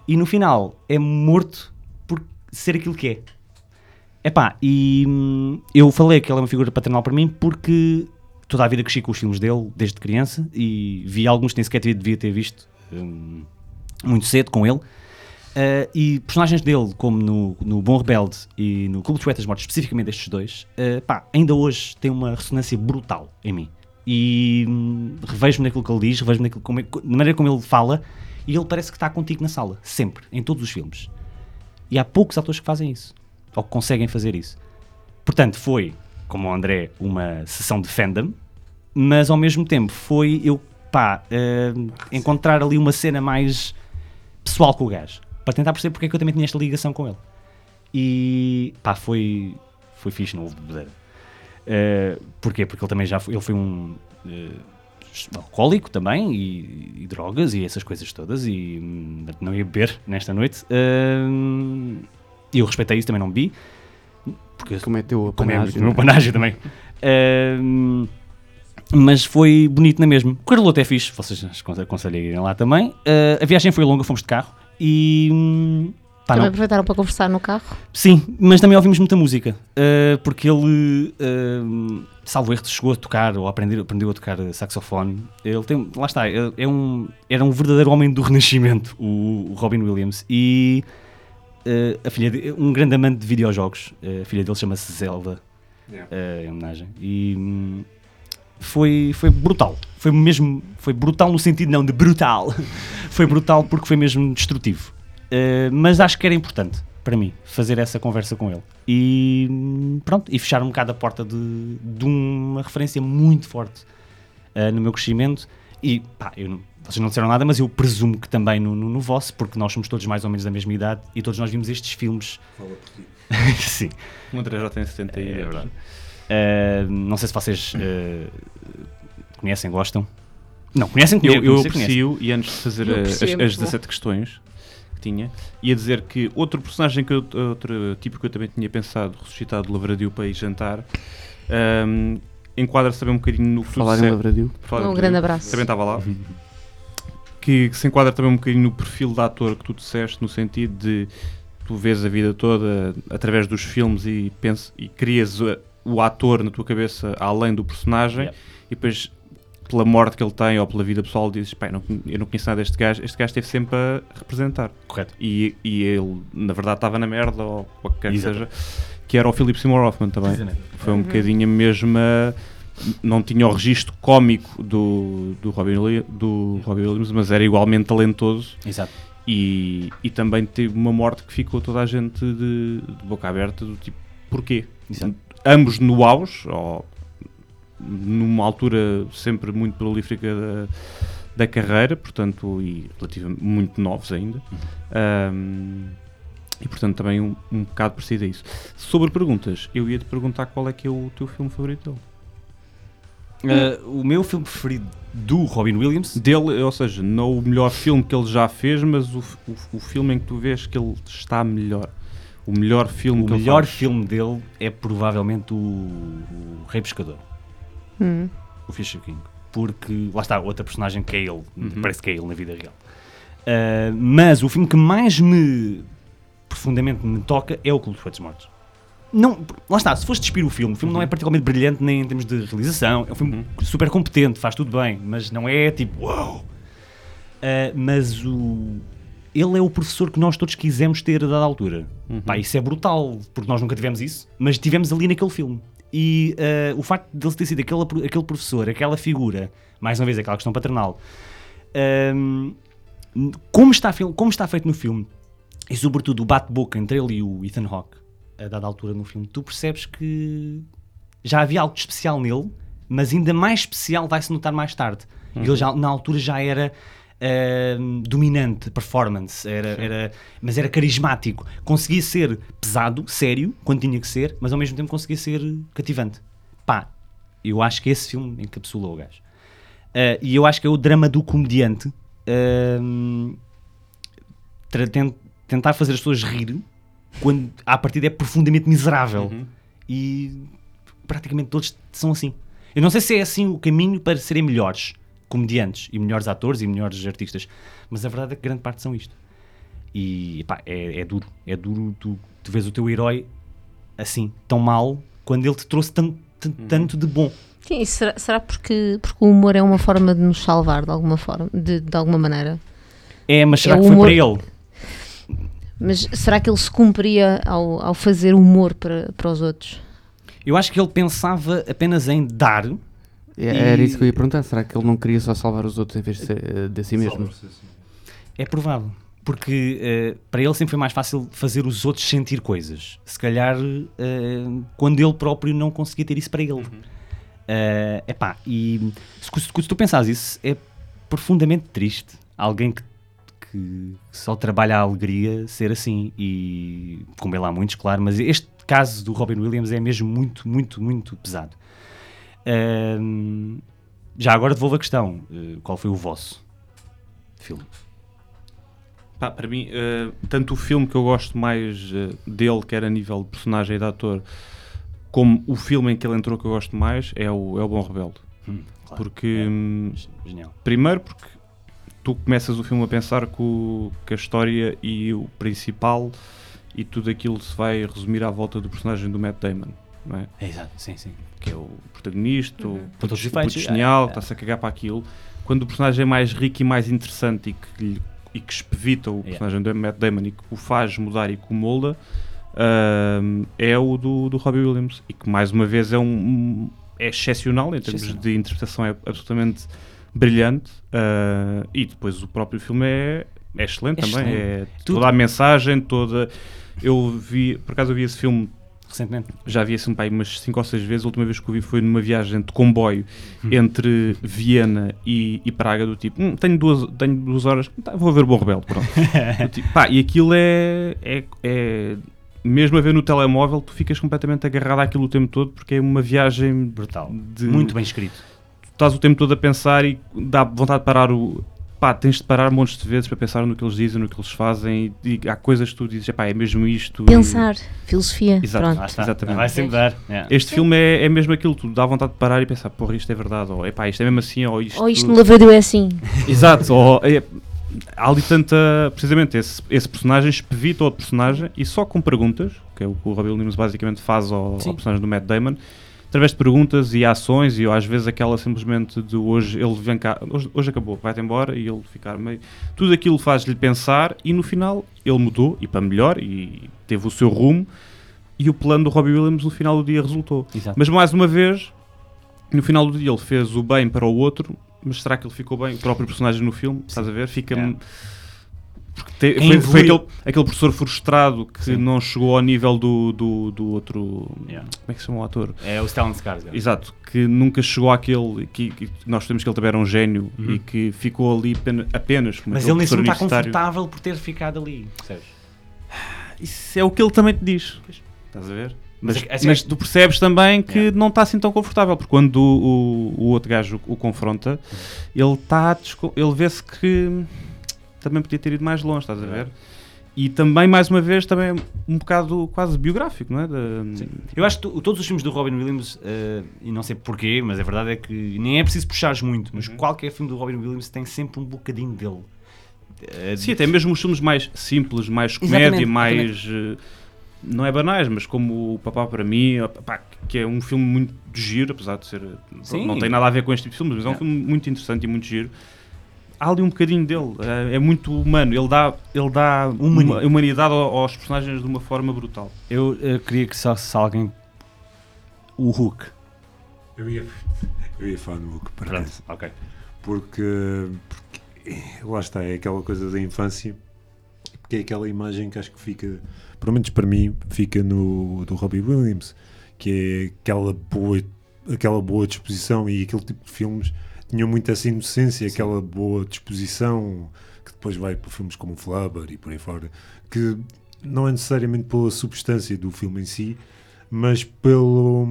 S5: e no final é morto por ser aquilo que é. Epá, e hum, eu falei que ele é uma figura paternal para mim porque toda a vida cresci com os filmes dele, desde criança, e vi alguns que nem sequer devia- devia ter visto hum, muito cedo com ele. Ah, e personagens dele, como no, no Bom Rebelde e no Clube dos Poetas Mortos, especificamente estes dois, ah, pá, ainda hoje tem uma ressonância brutal em mim. E hum, revejo-me naquilo que ele diz, revejo-me naquilo como, é- na maneira como ele fala, e ele parece que está contigo na sala, sempre, em todos os filmes. E há poucos atores que fazem isso, ou que conseguem fazer isso. Portanto, foi, como o André, uma sessão de fandom, mas ao mesmo tempo foi eu, pá, ah, encontrar ali uma cena mais pessoal com o gajo para tentar perceber porque é que eu também tinha esta ligação com ele. E pá, foi, foi fixe, não houve bebedeira. Eh, porquê? Porque ele também já foi, ele foi um eh, alcoólico também e, e drogas e essas coisas todas e hum, não ia beber nesta noite. Hum, E eu respeitei isso, também não bebi. Porque
S2: Como é teu
S5: como é
S2: apanagem.
S5: o meu panagem também. Ahm, mas foi bonito na mesma. Carlote é fixe, vocês as conse- aconselho a irem lá também. Ah, a viagem foi longa, fomos de carro e. hum, pá,
S6: Também
S5: não.
S6: aproveitaram para conversar no carro.
S5: Sim, mas também ouvimos muita música, ah, porque ele, ah, salvo erro, chegou a tocar ou aprendeu, aprendeu a tocar saxofone. Ele tem, lá está, é é um, era um verdadeiro homem do renascimento, o, o Robin Williams. E ah, a filha de, um grande amante de videojogos, Ah, a filha dele chama-se Zelda, ah, em homenagem. E hum, foi, foi brutal, foi mesmo, foi brutal no sentido não de brutal, foi brutal porque foi mesmo destrutivo. Uh, mas acho que era importante para mim fazer essa conversa com ele e hum, pronto, e fechar um bocado a porta de, de uma referência muito forte uh, no meu crescimento e pá, eu não- vocês não disseram nada, mas eu presumo que também no, no, no vosso, porque nós somos todos mais ou menos da mesma idade e todos nós vimos estes filmes.
S8: Fala por ti.
S5: Sim.
S3: Um
S1: O André já tem 70 e
S5: É verdade. Uh, não sei se vocês uh, conhecem, gostam. Não, conhecem?
S1: Eu, eu
S5: conhecem.
S1: aprecio, e antes de fazer
S3: Eu
S1: a- as,
S3: aprecio, é muito
S1: as 17 questões que tinha, ia dizer que outro personagem, que eu, outro tipo que eu também tinha pensado, ressuscitado de Lavradio para ir jantar, ahm, enquadra-se também um bocadinho no futuro.
S2: Falar em Lavradio.
S6: Um grande abraço.
S1: Também estava lá. Que, que se enquadra também um bocadinho no perfil de ator que tu disseste, no sentido de tu vês a vida toda através dos filmes e, pensa, e crias uh, o ator na tua cabeça além do personagem
S5: Yeah.
S1: e depois pela morte que ele tem ou pela vida pessoal dizes, pá, eu não, con- eu não conheço nada deste gajo, este gajo esteve sempre a representar.
S5: Correto.
S1: E, e ele, na verdade, estava na merda ou ou o que quer que
S5: Exato.
S1: seja, que era o Philip Seymour Hoffman também. Foi um bocadinho a mesma. Não tinha o registro cómico do, do, Robin, Willi- do Robin Williams, mas era igualmente talentoso
S5: Exato.
S1: e, e também teve uma morte que ficou toda a gente de, de boca aberta, do tipo, porquê?
S5: Exato.
S1: Ambos no auge, ou numa altura sempre muito prolífica da, da carreira, portanto, e relativamente muito novos ainda. Ahm, e portanto também um, um bocado parecido a isso. Sobre perguntas, eu ia te perguntar qual é que é o teu filme favorito dele.
S5: Uh, o meu filme preferido do Robin Williams
S1: Dele, ou seja, não o melhor filme que ele já fez, mas o, f- o, f- o filme em que tu vês que ele está melhor. O melhor filme
S5: O
S1: que ele
S5: melhor
S1: faz.
S5: filme dele é provavelmente o, o Rei Pescador,
S3: Hum.
S5: o Fisher King. Porque lá está, outra personagem que é ele, parece que é ele na vida real. Ah, mas o filme que mais me profundamente me toca é o Clube dos Poetas Mortos. Não, lá está, se fosse despir o filme, o filme não é particularmente brilhante nem em termos de realização, é um filme super competente, faz tudo bem, mas não é tipo uau! Ah, mas o. Ele é o professor que nós todos quisemos ter a dada altura. Pá, isso é brutal, porque nós nunca tivemos isso, mas tivemos ali naquele filme. E ah, o facto de ele ter sido aquele, aquele professor, aquela figura, mais uma vez aquela questão paternal, ahm, como, está, fil- como está feito no filme, e sobretudo o bate-boca entre ele e o Ethan Hawke, a dada altura no filme, tu percebes que já havia algo de especial nele, mas ainda mais especial vai-se notar mais tarde. E Ele já, na altura já era ahm, dominante, performance, era, era- mas era carismático. Conseguia ser pesado, sério, quando tinha que ser, mas ao mesmo tempo conseguia ser cativante. Pá, eu acho que esse filme encapsula o gajo. Ah, e eu acho que é o drama do comediante eh, ahm, tra- ten- tentar fazer as pessoas rir quando à partida é profundamente miserável.
S3: Uhum.
S5: E praticamente todos são assim. Eu não sei se é assim o caminho para serem melhores comediantes e melhores atores e melhores artistas, mas a verdade é que grande parte são isto. E pá, é, é duro. É duro tu, tu vês o teu herói assim, tão mal, quando ele te trouxe tanto, tanto de bom.
S6: Sim, e será, será porque, porque o humor é uma forma de nos salvar de alguma forma, de, de alguma maneira?
S5: É, mas será
S6: É
S5: que
S6: o
S5: foi
S6: humor-
S5: para ele?
S6: Mas será que ele se cumpria ao, ao fazer humor para, para os outros?
S5: Eu acho que ele pensava apenas em dar.
S2: É- Era
S5: E-
S2: isso que eu ia perguntar. Será que ele não queria só salvar os outros em vez de, ser, eh, de si mesmo?
S5: É provável. Porque eh, para ele sempre foi mais fácil fazer os outros sentir coisas. Se calhar eh, quando ele próprio não conseguia ter isso para ele. Eh, epá, e se, cu- se tu- se tu pensares isso, é profundamente triste alguém que, que só trabalha a alegria ser assim. E como ele há muitos, claro, mas este caso do Robin Williams é mesmo muito, muito, muito pesado. Eh, já agora devolvo a questão: eh, qual foi o vosso filme?
S3: Pá, para mim, eh, tanto o filme que eu gosto mais eh, dele, quer a nível de personagem e de ator, como o filme em que ele entrou que eu gosto mais, é o, é o Bom Rebelde.
S5: Hum, claro.
S3: Porque,
S5: É.
S3: hum,
S5: Genial.
S3: primeiro, porque tu começas o filme a pensar que, o- que a história e o principal e tudo aquilo se vai resumir à volta do personagem do Matt Damon, não é?
S5: É, exato, sim, sim.
S3: que é o protagonista, o puto,
S5: Todos os
S3: o puto
S5: efeitos,
S3: genial,
S5: é, é.
S3: está-se a cagar para aquilo. Quando o personagem é mais rico e mais interessante e que, lhe- e que espevita o
S5: Yeah.
S3: personagem do Matt Damon e que o faz mudar e que o molda, ahm, é o do, do Robbie Williams. E que, mais uma vez, é um- um... É excepcional em termos
S5: Excepcional.
S3: de interpretação, é absolutamente brilhante. ah, e depois o próprio filme é, é excelente
S5: É
S3: também.
S5: excelente.
S3: É
S5: Tudo.
S3: toda a mensagem, toda. Eu vi, por acaso, eu vi esse filme
S5: Recentemente.
S3: já vi assim pai, umas 5 ou 6 vezes. A última vez que o vi foi numa viagem de comboio
S5: Hum.
S3: entre Viena e, e Praga, do tipo, "Hum, tenho, duas, tenho duas horas, tá, vou ver Bom Rebelde, pronto. Do tipo, pá, e aquilo é, é, é- Mesmo a ver no telemóvel, tu ficas completamente agarrado àquilo o tempo todo, porque é uma viagem
S5: Brutal.
S3: de...
S5: Muito bem escrito.
S3: Tu estás o tempo todo a pensar e dá vontade de parar o... Pá, tens de parar montes de vezes para pensar no que eles dizem, no que eles fazem, e, e há coisas que tu dizes, "Epá, é mesmo isto. e-
S6: Pensar, filosofia,
S3: Exato.
S6: pronto.
S5: Lá Ah, está.
S3: exatamente.
S5: Vai sempre dar. É.
S3: Este filme é, é mesmo aquilo, tu dá vontade de parar e pensar, porra, isto é verdade, ou epá, isto é mesmo assim, ou isto.
S6: Ou isto no Lavradio é assim.
S3: Exato, ou é, há ali tanta. Precisamente, esse, esse personagem espevita outro personagem e só com perguntas, que é o que o Robin Williams basicamente faz ao,
S5: Sim.
S3: ao personagem do Matt Damon, através de perguntas e ações, e às vezes aquela simplesmente de hoje ele vem cá, hoje, hoje acabou, vai-te embora e ele ficar meio. Tudo aquilo faz-lhe pensar e no final ele mudou e para melhor e teve o seu rumo. E o plano do Robbie Williams no final do dia resultou.
S5: Exato.
S3: Mas mais uma vez, no final do dia ele fez o bem para o outro, mas será que ele ficou bem? O próprio personagem no filme, estás a ver? Fica.
S5: É.
S3: Porque te-
S5: Quem
S3: foi, foi
S5: evoluiu.
S3: aquele, aquele professor frustrado que
S5: Sim.
S3: não chegou ao nível do, do, do outro.
S5: Yeah.
S3: Como é que se chama o ator?
S5: É o Stellan Skarsgård.
S3: Exato, que nunca chegou àquele. Que, que nós sabemos que ele também era um gênio
S5: Uhum.
S3: e que ficou ali apenas. apenas como
S5: Mas
S3: aquele
S5: ele nem sempre
S3: professor
S5: está
S3: universitário.
S5: confortável por ter ficado ali. Percebes?
S3: Isso é o que ele também te diz. Estás a ver?
S5: Mas
S3: Mas,
S5: é que- é que-
S3: mas tu percebes também que
S5: Yeah.
S3: não está assim tão confortável, porque quando o, o, o outro gajo o confronta,
S5: Uhum.
S3: ele está ele vê-se que também podia ter ido mais longe, estás a ver? E também, mais uma vez, também é um bocado quase biográfico, não é? Da-
S5: Sim. Eu acho que to- todos os filmes do Robin Williams, eh, e não sei porquê, mas a verdade é que nem é preciso puxares muito, mas qualquer filme do Robin Williams tem sempre um bocadinho dele. Eh,
S3: Sim, até mesmo os filmes mais simples, mais comédia,
S5: Exatamente,
S3: mais. eh, não é banais, mas como o Papá para mim, ó, pá, que é um filme muito de giro, apesar de ser. eh,
S5: Sim.
S3: Não tem nada a ver com este tipo de filmes, mas é um
S5: Não.
S3: filme muito interessante e muito giro. Há ali um bocadinho dele, eh, é, muito humano, ele dá, ele dá
S5: Humani-
S3: uma- humanidade ao- aos personagens de uma forma brutal.
S5: Eu eh, queria que só se alguém. O Hulk.
S4: Eu ia, eu ia falar no Hulk, por
S5: Pronto,
S4: acaso.
S5: ok.
S4: porque, porque lá está, é aquela coisa da infância, porque é aquela imagem que acho que fica, pelo menos para mim, fica no do Robbie Williams, que é aquela boa, aquela boa disposição e aquele tipo de filmes tinham muito essa inocência, aquela boa disposição que depois vai para filmes como Flubber e por aí fora, que não é necessariamente pela substância do filme em si, mas pelo,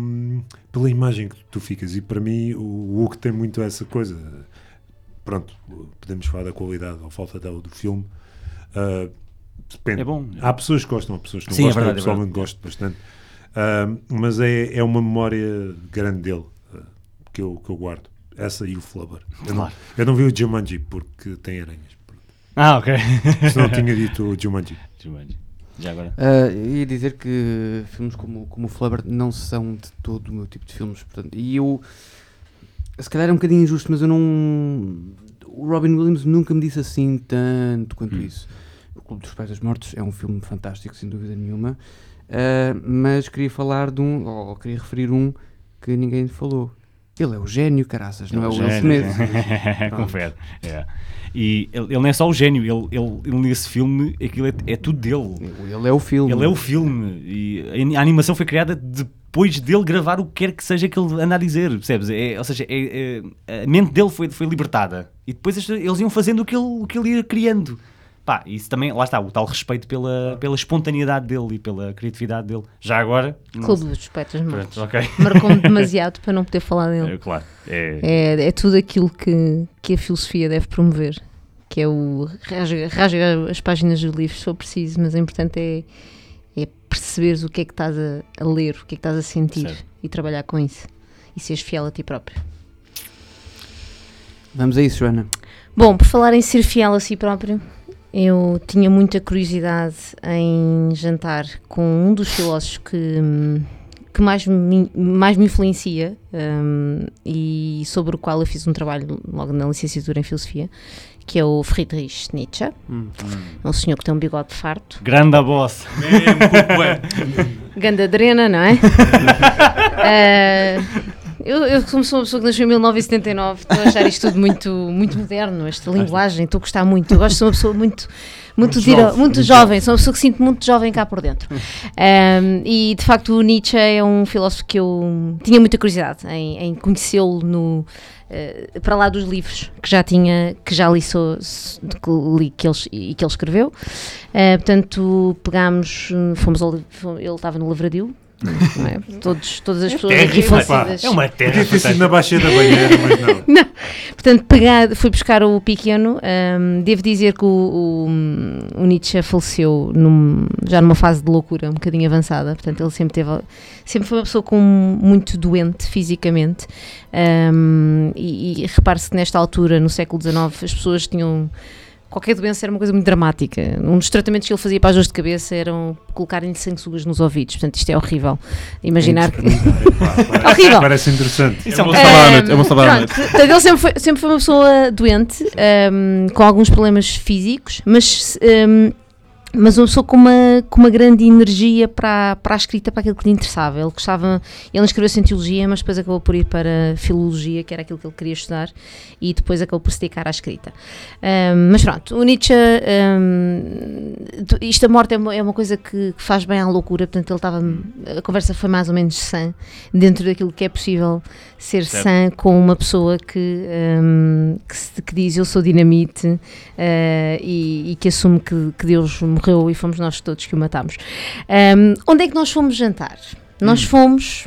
S4: pela imagem que tu ficas. E para mim, o Hulk tem muito essa coisa. Pronto, podemos falar da qualidade ou falta dela do filme. Ah, Depende.
S5: É bom.
S4: Há pessoas que gostam, há pessoas que não
S5: Sim, é
S4: gostam.
S5: verdade,
S4: eu
S5: é
S4: pessoalmente gosto bastante. Ahm, mas é, é uma memória grande dele ah, que, eu, que eu guardo. Essa e o Flubber. Eu, não,
S5: Claro.
S4: eu não vi o Jumanji porque tem aranhas.
S5: Ah, ok.
S4: Se não tinha dito o Jumanji.
S5: Jumanji. Já agora.
S2: Ah, eu ia dizer que filmes como, como o Flubber não são de todo o meu tipo de filmes. Portanto, e eu. Se calhar é um bocadinho injusto, mas eu não. O Robin Williams nunca me disse assim tanto
S5: Hum.
S2: quanto isso. O Clube dos Pais dos Mortos é um filme fantástico, sem dúvida nenhuma. Ah, mas queria falar de um. Ou queria referir um que ninguém falou. Ele é o gênio, caraças, não é o Will
S5: Gênio.
S2: Smith.
S5: Confere. É. E ele, ele não é só o gênio, ele, ele, ele nesse filme, aquilo é, é tudo dele.
S2: Ele é o filme.
S5: Ele é o filme. E a animação foi criada depois dele gravar o que quer que seja que ele anda a dizer, percebes? É- ou seja, é- é- a mente dele foi, foi libertada. E depois as- eles iam fazendo o que ele, o que ele ia criando. Pá, isso também, lá está, o tal respeito pela, pela espontaneidade dele e pela criatividade dele. Já agora. não
S6: Clube
S5: sei.
S6: dos Poetas Mortos.
S5: Pronto, ok.
S6: Marcou-me demasiado para não poder falar dele.
S5: É, claro. É,
S6: É, é tudo aquilo que, que a filosofia deve promover, que é o rasga, rasga as páginas dos livros se for preciso, mas o importante é, é perceberes o que é que estás a, a ler, o que é que estás a sentir
S5: Certo.
S6: e trabalhar com isso e seres fiel a ti próprio.
S2: Vamos a isso, Joana.
S6: Bom, por falar em ser fiel a si próprio, eu tinha muita curiosidade em jantar com um dos filósofos que, hum, que mais, me, mais me influencia hum, e sobre o qual eu fiz um trabalho logo na licenciatura em Filosofia, que é o Friedrich Nietzsche. É um senhor que tem um bigode farto.
S5: Grande boss.
S6: Ganda drena, não é? Eh, eu, eu como sou uma pessoa que nasceu em 1979, estou a achar isto tudo muito, muito moderno, esta linguagem, estou a gostar muito. Eu gosto de ser uma pessoa muito, muito,
S4: Muito
S6: de ir ao-
S4: jovem,
S6: muito
S4: muito
S6: jovem, sou uma pessoa que sinto muito jovem cá por dentro. Ehm, e de facto o Nietzsche é um filósofo que eu tinha muita curiosidade em, em conhecê-lo no. eh, para lá dos livros que já tinha que já li, so- so- que, li que ele, e que ele escreveu Eh, portanto pegámos hum, fomos ao, li- fom- ele estava no Lavradio não é? Todos, todas as pessoas aqui
S5: terrível,
S4: pá.
S6: falecidas.
S5: É uma terra.
S4: Podia ter sido na Baixa da Banheira, mas não.
S6: Portanto, pegar, fui buscar o pequeno. hum, devo dizer que o, o- o Nietzsche faleceu num- já numa fase de loucura um bocadinho avançada. Portanto, ele sempre teve, sempre foi uma pessoa com muito doente fisicamente. Hum, e e repare-se que nesta altura, no século XIX, as pessoas tinham qualquer doença era uma coisa muito dramática. Um dos tratamentos que ele fazia para as dores de cabeça eram colocarem-lhe sanguessugas nos ouvidos. Portanto, isto é horrível. Imaginar que
S4: É,
S6: Horrível.
S4: Parece interessante.
S5: Isso é uma
S1: Vou salvar a noite, eu vou salvar a
S6: Pronto, portanto, ele sempre foi, sempre foi uma pessoa doente, ehm, com alguns problemas físicos, mas, ehm, mas uma pessoa com uma, com uma grande energia para, para a escrita, para aquilo que lhe interessava. Ele gostava, ele inscreveu-se em teologia, mas depois acabou por ir para filologia, que era aquilo que ele queria estudar, e depois acabou por se dedicar à escrita. Ehm, mas pronto, o Nietzsche, ehm, tu- isto a morte é uma, é uma coisa que, que faz bem à loucura, portanto ele estava, a conversa foi mais ou menos sã, dentro daquilo que é possível ser
S5: Certo.
S6: sã com uma pessoa que, hum, que, se- que diz eu sou dinamite eh, e, e que assume que, que Deus morreu e fomos nós todos que o matámos. Hum, onde é que nós fomos jantar? Nós fomos,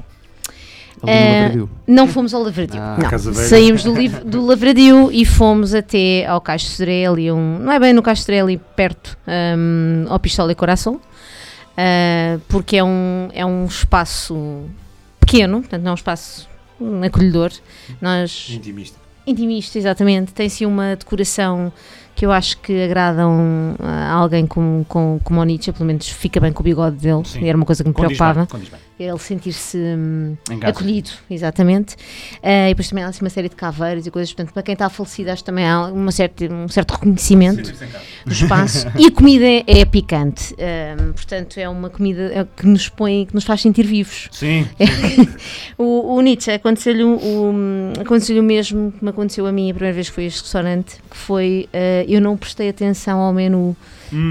S2: Ele não
S6: Eh,
S2: perdeu.
S6: não fomos ao Lavradio,
S2: Ah.
S6: não.
S4: Casa Velha.
S6: saímos do, liv- do Lavradio e fomos até ao Caixo Sorelli, um, não é bem no Caixo Sorelli, perto, hum, ao Pistola e Coração, ah, porque é um, é um espaço pequeno, portanto não é um espaço hum, acolhedor, nós
S4: Intimista.
S6: Intimista, exatamente. Tem-se uma decoração que eu acho que agrada um, a alguém como, com- como o Nietzsche, pelo menos fica bem com o bigode dele,
S5: Sim.
S6: e era uma coisa que me
S5: Condiz
S6: preocupava.
S5: bem, condiz bem.
S6: Ele sentir-se hum,
S5: Em casa.
S6: acolhido, exatamente. Ah, e depois também há assim, uma série de caveiras e coisas, portanto, para quem está falecido, acho que também há uma certa, um certo reconhecimento do espaço. e a comida é picante, Hum, portanto, é uma comida é, que nos põe, que nos faz sentir vivos.
S5: Sim.
S6: É. O, o Nietzsche aconteceu-lhe um, o, o- aconteceu-lhe o mesmo que me aconteceu a mim a primeira vez que fui a este restaurante, que foi eh, eu não prestei atenção ao menu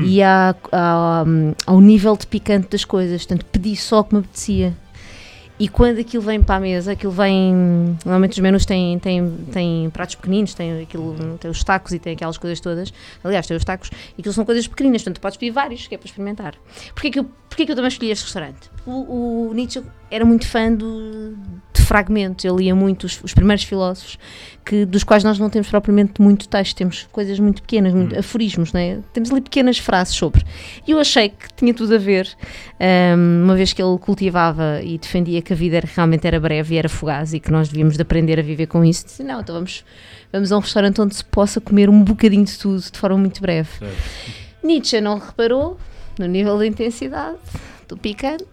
S6: e à- à- ao nível de picante das coisas, portanto pedi só o que me apetecia. E quando aquilo vem para a mesa, aquilo vem. Normalmente os menus têm, têm, têm pratos pequeninos, têm, aquilo, têm os tacos e têm aquelas coisas todas. Aliás, têm os tacos, e aquilo são coisas pequeninas, portanto tu podes pedir vários, que é para experimentar. Porquê é que eu Porquê que eu também escolhi este restaurante? O, o Nietzsche era muito fã do, de fragmentos, ele lia muito os, os primeiros filósofos, que, dos quais nós não temos propriamente muito texto, temos coisas muito pequenas, muito, aforismos, né? temos ali pequenas frases sobre. E eu achei que tinha tudo a ver, hum, uma vez que ele cultivava e defendia que a vida era- realmente era breve e era fugaz e que nós devíamos de aprender a viver com isso, disse, não, então vamos, vamos a um restaurante onde se possa comer um bocadinho de tudo de forma muito breve. Nietzsche não reparou no nível de intensidade do picante.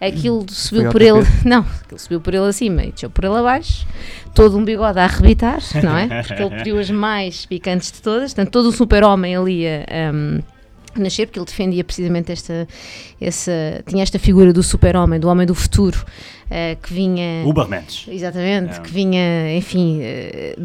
S6: Aquilo subiu
S2: ao
S6: por ele, não, aquilo subiu por ele acima e desceu por ele abaixo. Todo um bigode a arrebitar, não é? Porque ele pediu as mais picantes de todas. Portanto, todo o super-homem ali a, hum, a nascer, porque ele defendia precisamente esta. Essa, tinha esta figura do super-homem, do homem do futuro, eh, que vinha.
S5: Ubermensch.
S6: Exatamente,
S5: É.
S6: que vinha, enfim, eh,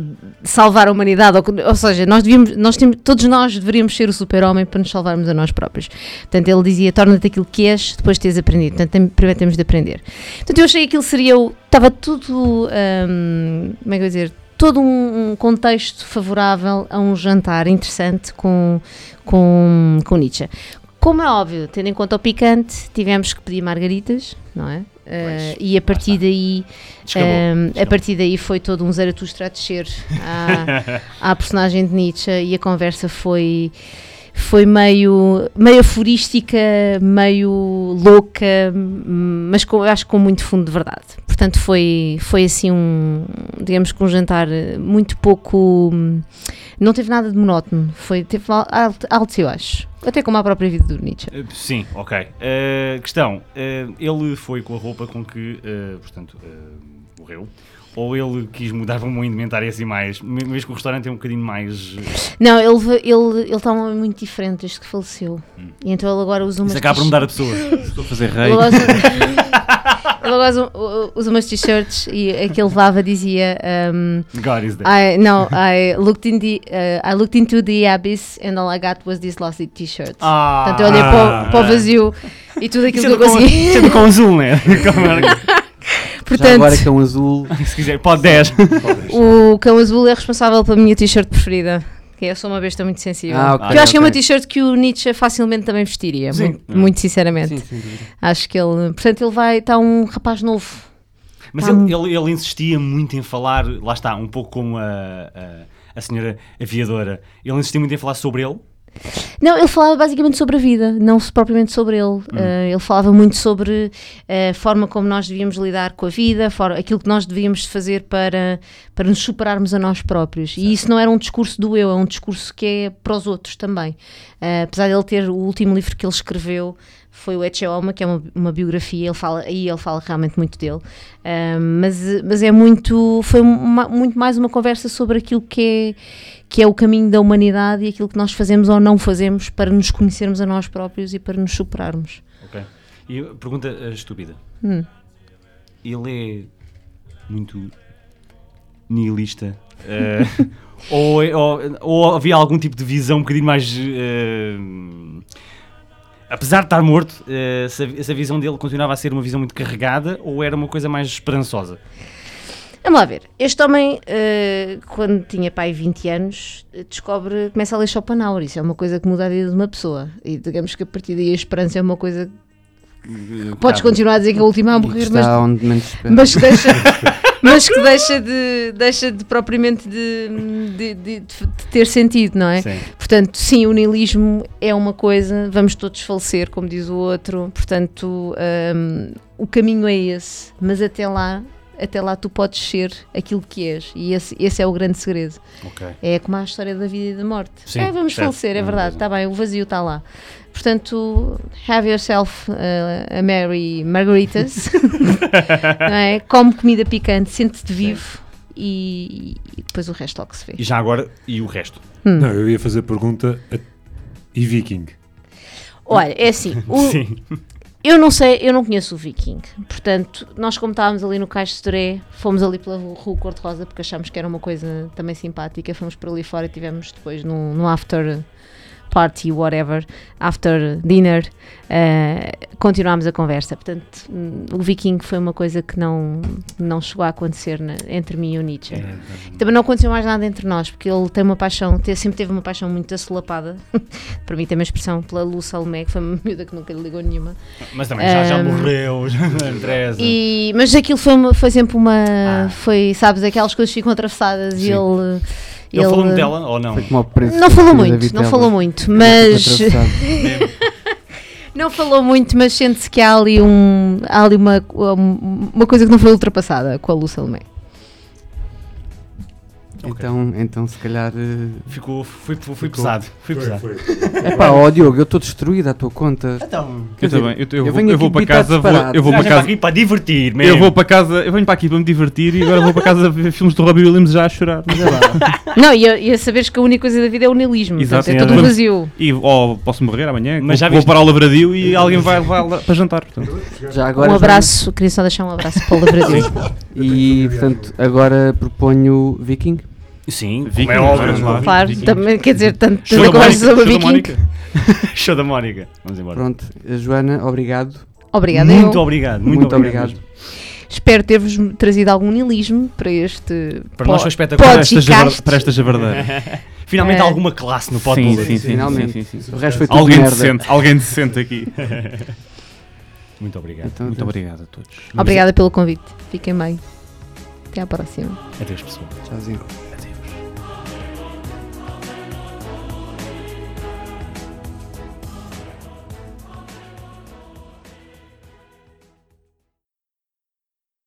S6: salvar a humanidade, ou, que- ou seja, nós devíamos, nós temos, todos nós deveríamos ser o super-homem para nos salvarmos a nós próprios. Portanto, ele dizia, torna-te aquilo que és depois de teres aprendido, portanto, tem- primeiro temos de aprender. Portanto, eu achei que aquilo seria, o- estava tudo, hum, como é que eu ia dizer, todo um, um contexto favorável a um jantar interessante com, com, com Nietzsche. Como é óbvio, tendo em conta o picante, tivemos que pedir margaritas, não é? Eh, e a partir daí
S5: Descabou.
S6: Ahm, a
S5: Descabou.
S6: partir daí foi todo um Zaratustra a descer à, à personagem de Nietzsche e a conversa foi foi meio, meio aforística, meio louca, hum, mas com- eu acho que com muito fundo de verdade. Portanto, foi, foi assim um, digamos que um jantar eh, muito pouco, hum, não teve nada de monótono, foi, teve al- alt- altos eu acho, até como a própria vida do Nietzsche.
S5: Eh, Sim, ok. Eh, questão: eh, ele foi com a roupa com que, eh, portanto, eh, morreu? Ou ele quis mudar para um indumentário assim mais. me- Mesmo que o restaurante é um bocadinho mais. eh,
S6: Não, ele ve- ele ele está um homem muito diferente desde que faleceu, e então ele agora usa umas
S5: Hum. Isso é acaba por
S6: t-shirts-
S5: mudar a pessoa.
S3: Estou a fazer rei.
S6: Ele gosta- Ele gosta- um, u- u- usa umas t-shirts e aquele levava dizia um,
S5: God is dead.
S6: I, no, I looked, in the, uh, I looked into the abyss and all I got was this lousy t-shirt.
S5: Ah,
S6: Portanto, eu olhei para, o,
S4: Ah.
S6: para o vazio e tudo aquilo
S5: Isso
S6: que
S5: é
S6: eu
S5: do com,
S6: consegui.
S5: isso é do com azul, né? Como-
S2: Já agora que
S6: Portanto,
S2: é um azul,
S5: Se quiser, pode 10.
S6: o cão azul é responsável pela minha t-shirt preferida. Que é eu sou uma besta muito sensível.
S2: Ah, ok,
S6: que eu acho que é uma
S2: ok.
S6: t-shirt que o Nietzsche facilmente também vestiria.
S5: Sim.
S6: Muito, muito sinceramente.
S2: sim, sem dúvida.
S6: Acho que ele. Portanto, ele vai. Está um rapaz novo.
S5: Mas
S6: Tá
S5: ele, ele, ele insistia muito em falar, lá está, um pouco como a, a, a senhora aviadora. Ele insistia muito em falar sobre ele.
S6: Não, ele falava basicamente sobre a vida, não se- propriamente sobre ele. Eh, ele falava muito sobre eh, a forma como nós devíamos lidar com a vida, for- aquilo que nós devíamos fazer para, para nos superarmos a nós próprios. E isso não era um discurso do eu, é um discurso que é para os outros também. Eh, apesar de ele ter o último livro que ele escreveu foi o Etche Alma, que é uma, uma biografia, ele fala, aí ele fala realmente muito dele, Ah, mas, mas é muito, foi uma- muito mais uma conversa sobre aquilo que é, que é o caminho da humanidade e aquilo que nós fazemos ou não fazemos para nos conhecermos a nós próprios e para nos superarmos.
S5: Ok. E pergunta eh, estúpida.
S6: Hum.
S5: Ele é muito nihilista. eh, ou, é- ou, ou havia algum tipo de visão um bocadinho mais. eh, apesar de estar morto, eh, se a vi- se a visão dele continuava a ser uma visão muito carregada ou era uma coisa mais esperançosa?
S6: Vamos lá ver. Este homem, eh, quando tinha pai 20 anos, eh, descobre, começa a ler Schopenhauer. Isso é uma coisa que muda a vida de uma pessoa. E digamos que a partir daí a esperança é uma coisa que podes continuar a dizer que é a última a
S2: E que
S6: morrer, mas
S2: está onde menos espera.
S6: mas que deixa, mas que deixa de, deixa de propriamente de, de- de- de ter sentido, não é?
S5: Sim.
S6: Portanto, sim, o niilismo é uma coisa, vamos todos falecer, como diz o outro, portanto, hum, o caminho é esse, mas até lá, até lá tu podes ser aquilo que és, e esse, esse é o grande segredo.
S5: Ok.
S6: É como a história da vida e da morte.
S5: Sim,
S6: é, vamos
S5: certo.
S6: falecer, é
S5: Não,
S6: verdade,
S5: não.
S6: está bem, o vazio está lá. Portanto, have yourself uh, a Mary Margaritas, não é? come comida picante, sente-te vivo e, e depois o resto logo se vê.
S5: E já agora, e o resto?
S4: Não, eu ia fazer pergunta a- e Viking.
S6: Olha, é assim, o-
S5: Sim.
S6: eu não sei, eu não conheço o Viking, portanto, nós como estávamos ali no Cais de Toré, fomos ali pela Rua Cor-de-Rosa porque achámos que era uma coisa também simpática, fomos por ali fora e tivemos depois num, num after party, whatever, after dinner, eh, continuámos a conversa. Portanto, hum, o Viking foi uma coisa que não, não chegou a acontecer na- entre mim e o Nietzsche.
S5: É.
S6: Também não aconteceu mais nada entre nós, porque ele tem uma paixão, te- sempre teve uma paixão muito assolapada, permitem-me a expressão, pela Lu Salomé, que foi uma miúda que nunca lhe ligou nenhuma.
S5: Mas também já, já
S6: Ahm,
S5: morreu, já é Andresa.
S6: E- mas aquilo foi, uma- foi sempre uma.
S5: Ah.
S6: Foi, sabes, aquelas coisas que ficam atravessadas e
S5: Sim.
S6: ele.
S5: Ele, falou-me dela ou não?
S2: Foi como ao preço
S6: Não
S2: que
S6: falou
S2: eu tive da
S6: muito, não
S2: vitela.
S6: falou muito,
S2: Ela
S6: mas.
S2: foi atravessada.
S6: Não falou muito, mas sente-se que há ali, um, há ali uma, um, uma coisa que não foi ultrapassada com a Lu Salomé.
S2: então, então, se calhar. eh,
S5: Ficou, foi, foi, foi
S4: Ficou.
S5: pesado. Foi pesado.
S4: Foi, foi.
S2: Epá, ó Diogo, eu estou destruído à tua conta.
S5: Então,
S2: Quer
S3: Eu
S2: dizer,
S3: também, eu, eu
S2: eu
S3: vou,
S2: venho
S3: eu vou
S2: aqui
S3: para
S2: debitar
S3: casa, vou-
S2: disparate.
S3: eu vou para
S5: já
S3: casa,
S5: aqui para divertir mesmo.
S3: eu vou para casa, eu venho para aqui para me divertir e agora vou para casa ver filmes do Robbie Williams já a chorar.
S2: Mas é lá.
S6: Não, e, a- e a saberes que a única coisa da vida é o niilismo,
S3: Exato,
S6: portanto, é
S3: sim,
S6: todo
S3: é.
S6: vazio.
S3: E oh, posso morrer amanhã,
S5: Mas
S3: mas
S5: já
S3: já vou
S5: viste-
S3: para o Lavradio e alguém vai levar para jantar. portanto.
S2: Já agora
S6: um
S2: já-
S6: abraço, queria só deixar um abraço para o Brasil.
S2: E portanto, agora proponho Viking.
S5: Sim,
S3: Viking,
S5: como é óbvio.
S4: vamos lá.
S6: claro,
S3: Viking.
S6: também, quer dizer, tanto
S5: Show da
S6: coisas sobre
S5: Mónica,
S3: show da
S6: Viking.
S3: Mónica.
S5: Show da Mónica. Vamos embora.
S2: Pronto, eh, Joana, obrigado.
S6: Obrigada,
S5: muito
S6: eu
S5: obrigado. Muito,
S2: Muito, obrigado.
S5: mesmo.
S6: espero ter-vos trazido algum niilismo para este
S5: Para nós
S6: po-
S5: foi espetacular.
S3: Para
S6: Pode
S3: esta
S6: ficar-te.
S3: javar- para esta javardeira.
S5: Finalmente
S6: É.
S5: alguma classe no Pod
S3: Sim,
S5: Bullet.
S3: sim, sim,
S2: Finalmente.
S3: sim, sim, sim.
S2: O resto foi tudo
S3: Alguém
S2: merda.
S3: decente, alguém decente aqui.
S5: Muito obrigado.
S2: Então,
S3: Muito
S2: adeus.
S3: obrigado a todos.
S6: Obrigada pelo convite. Fiquem bem. Até à próxima.
S5: Adeus, pessoal.
S2: Tchauzinho.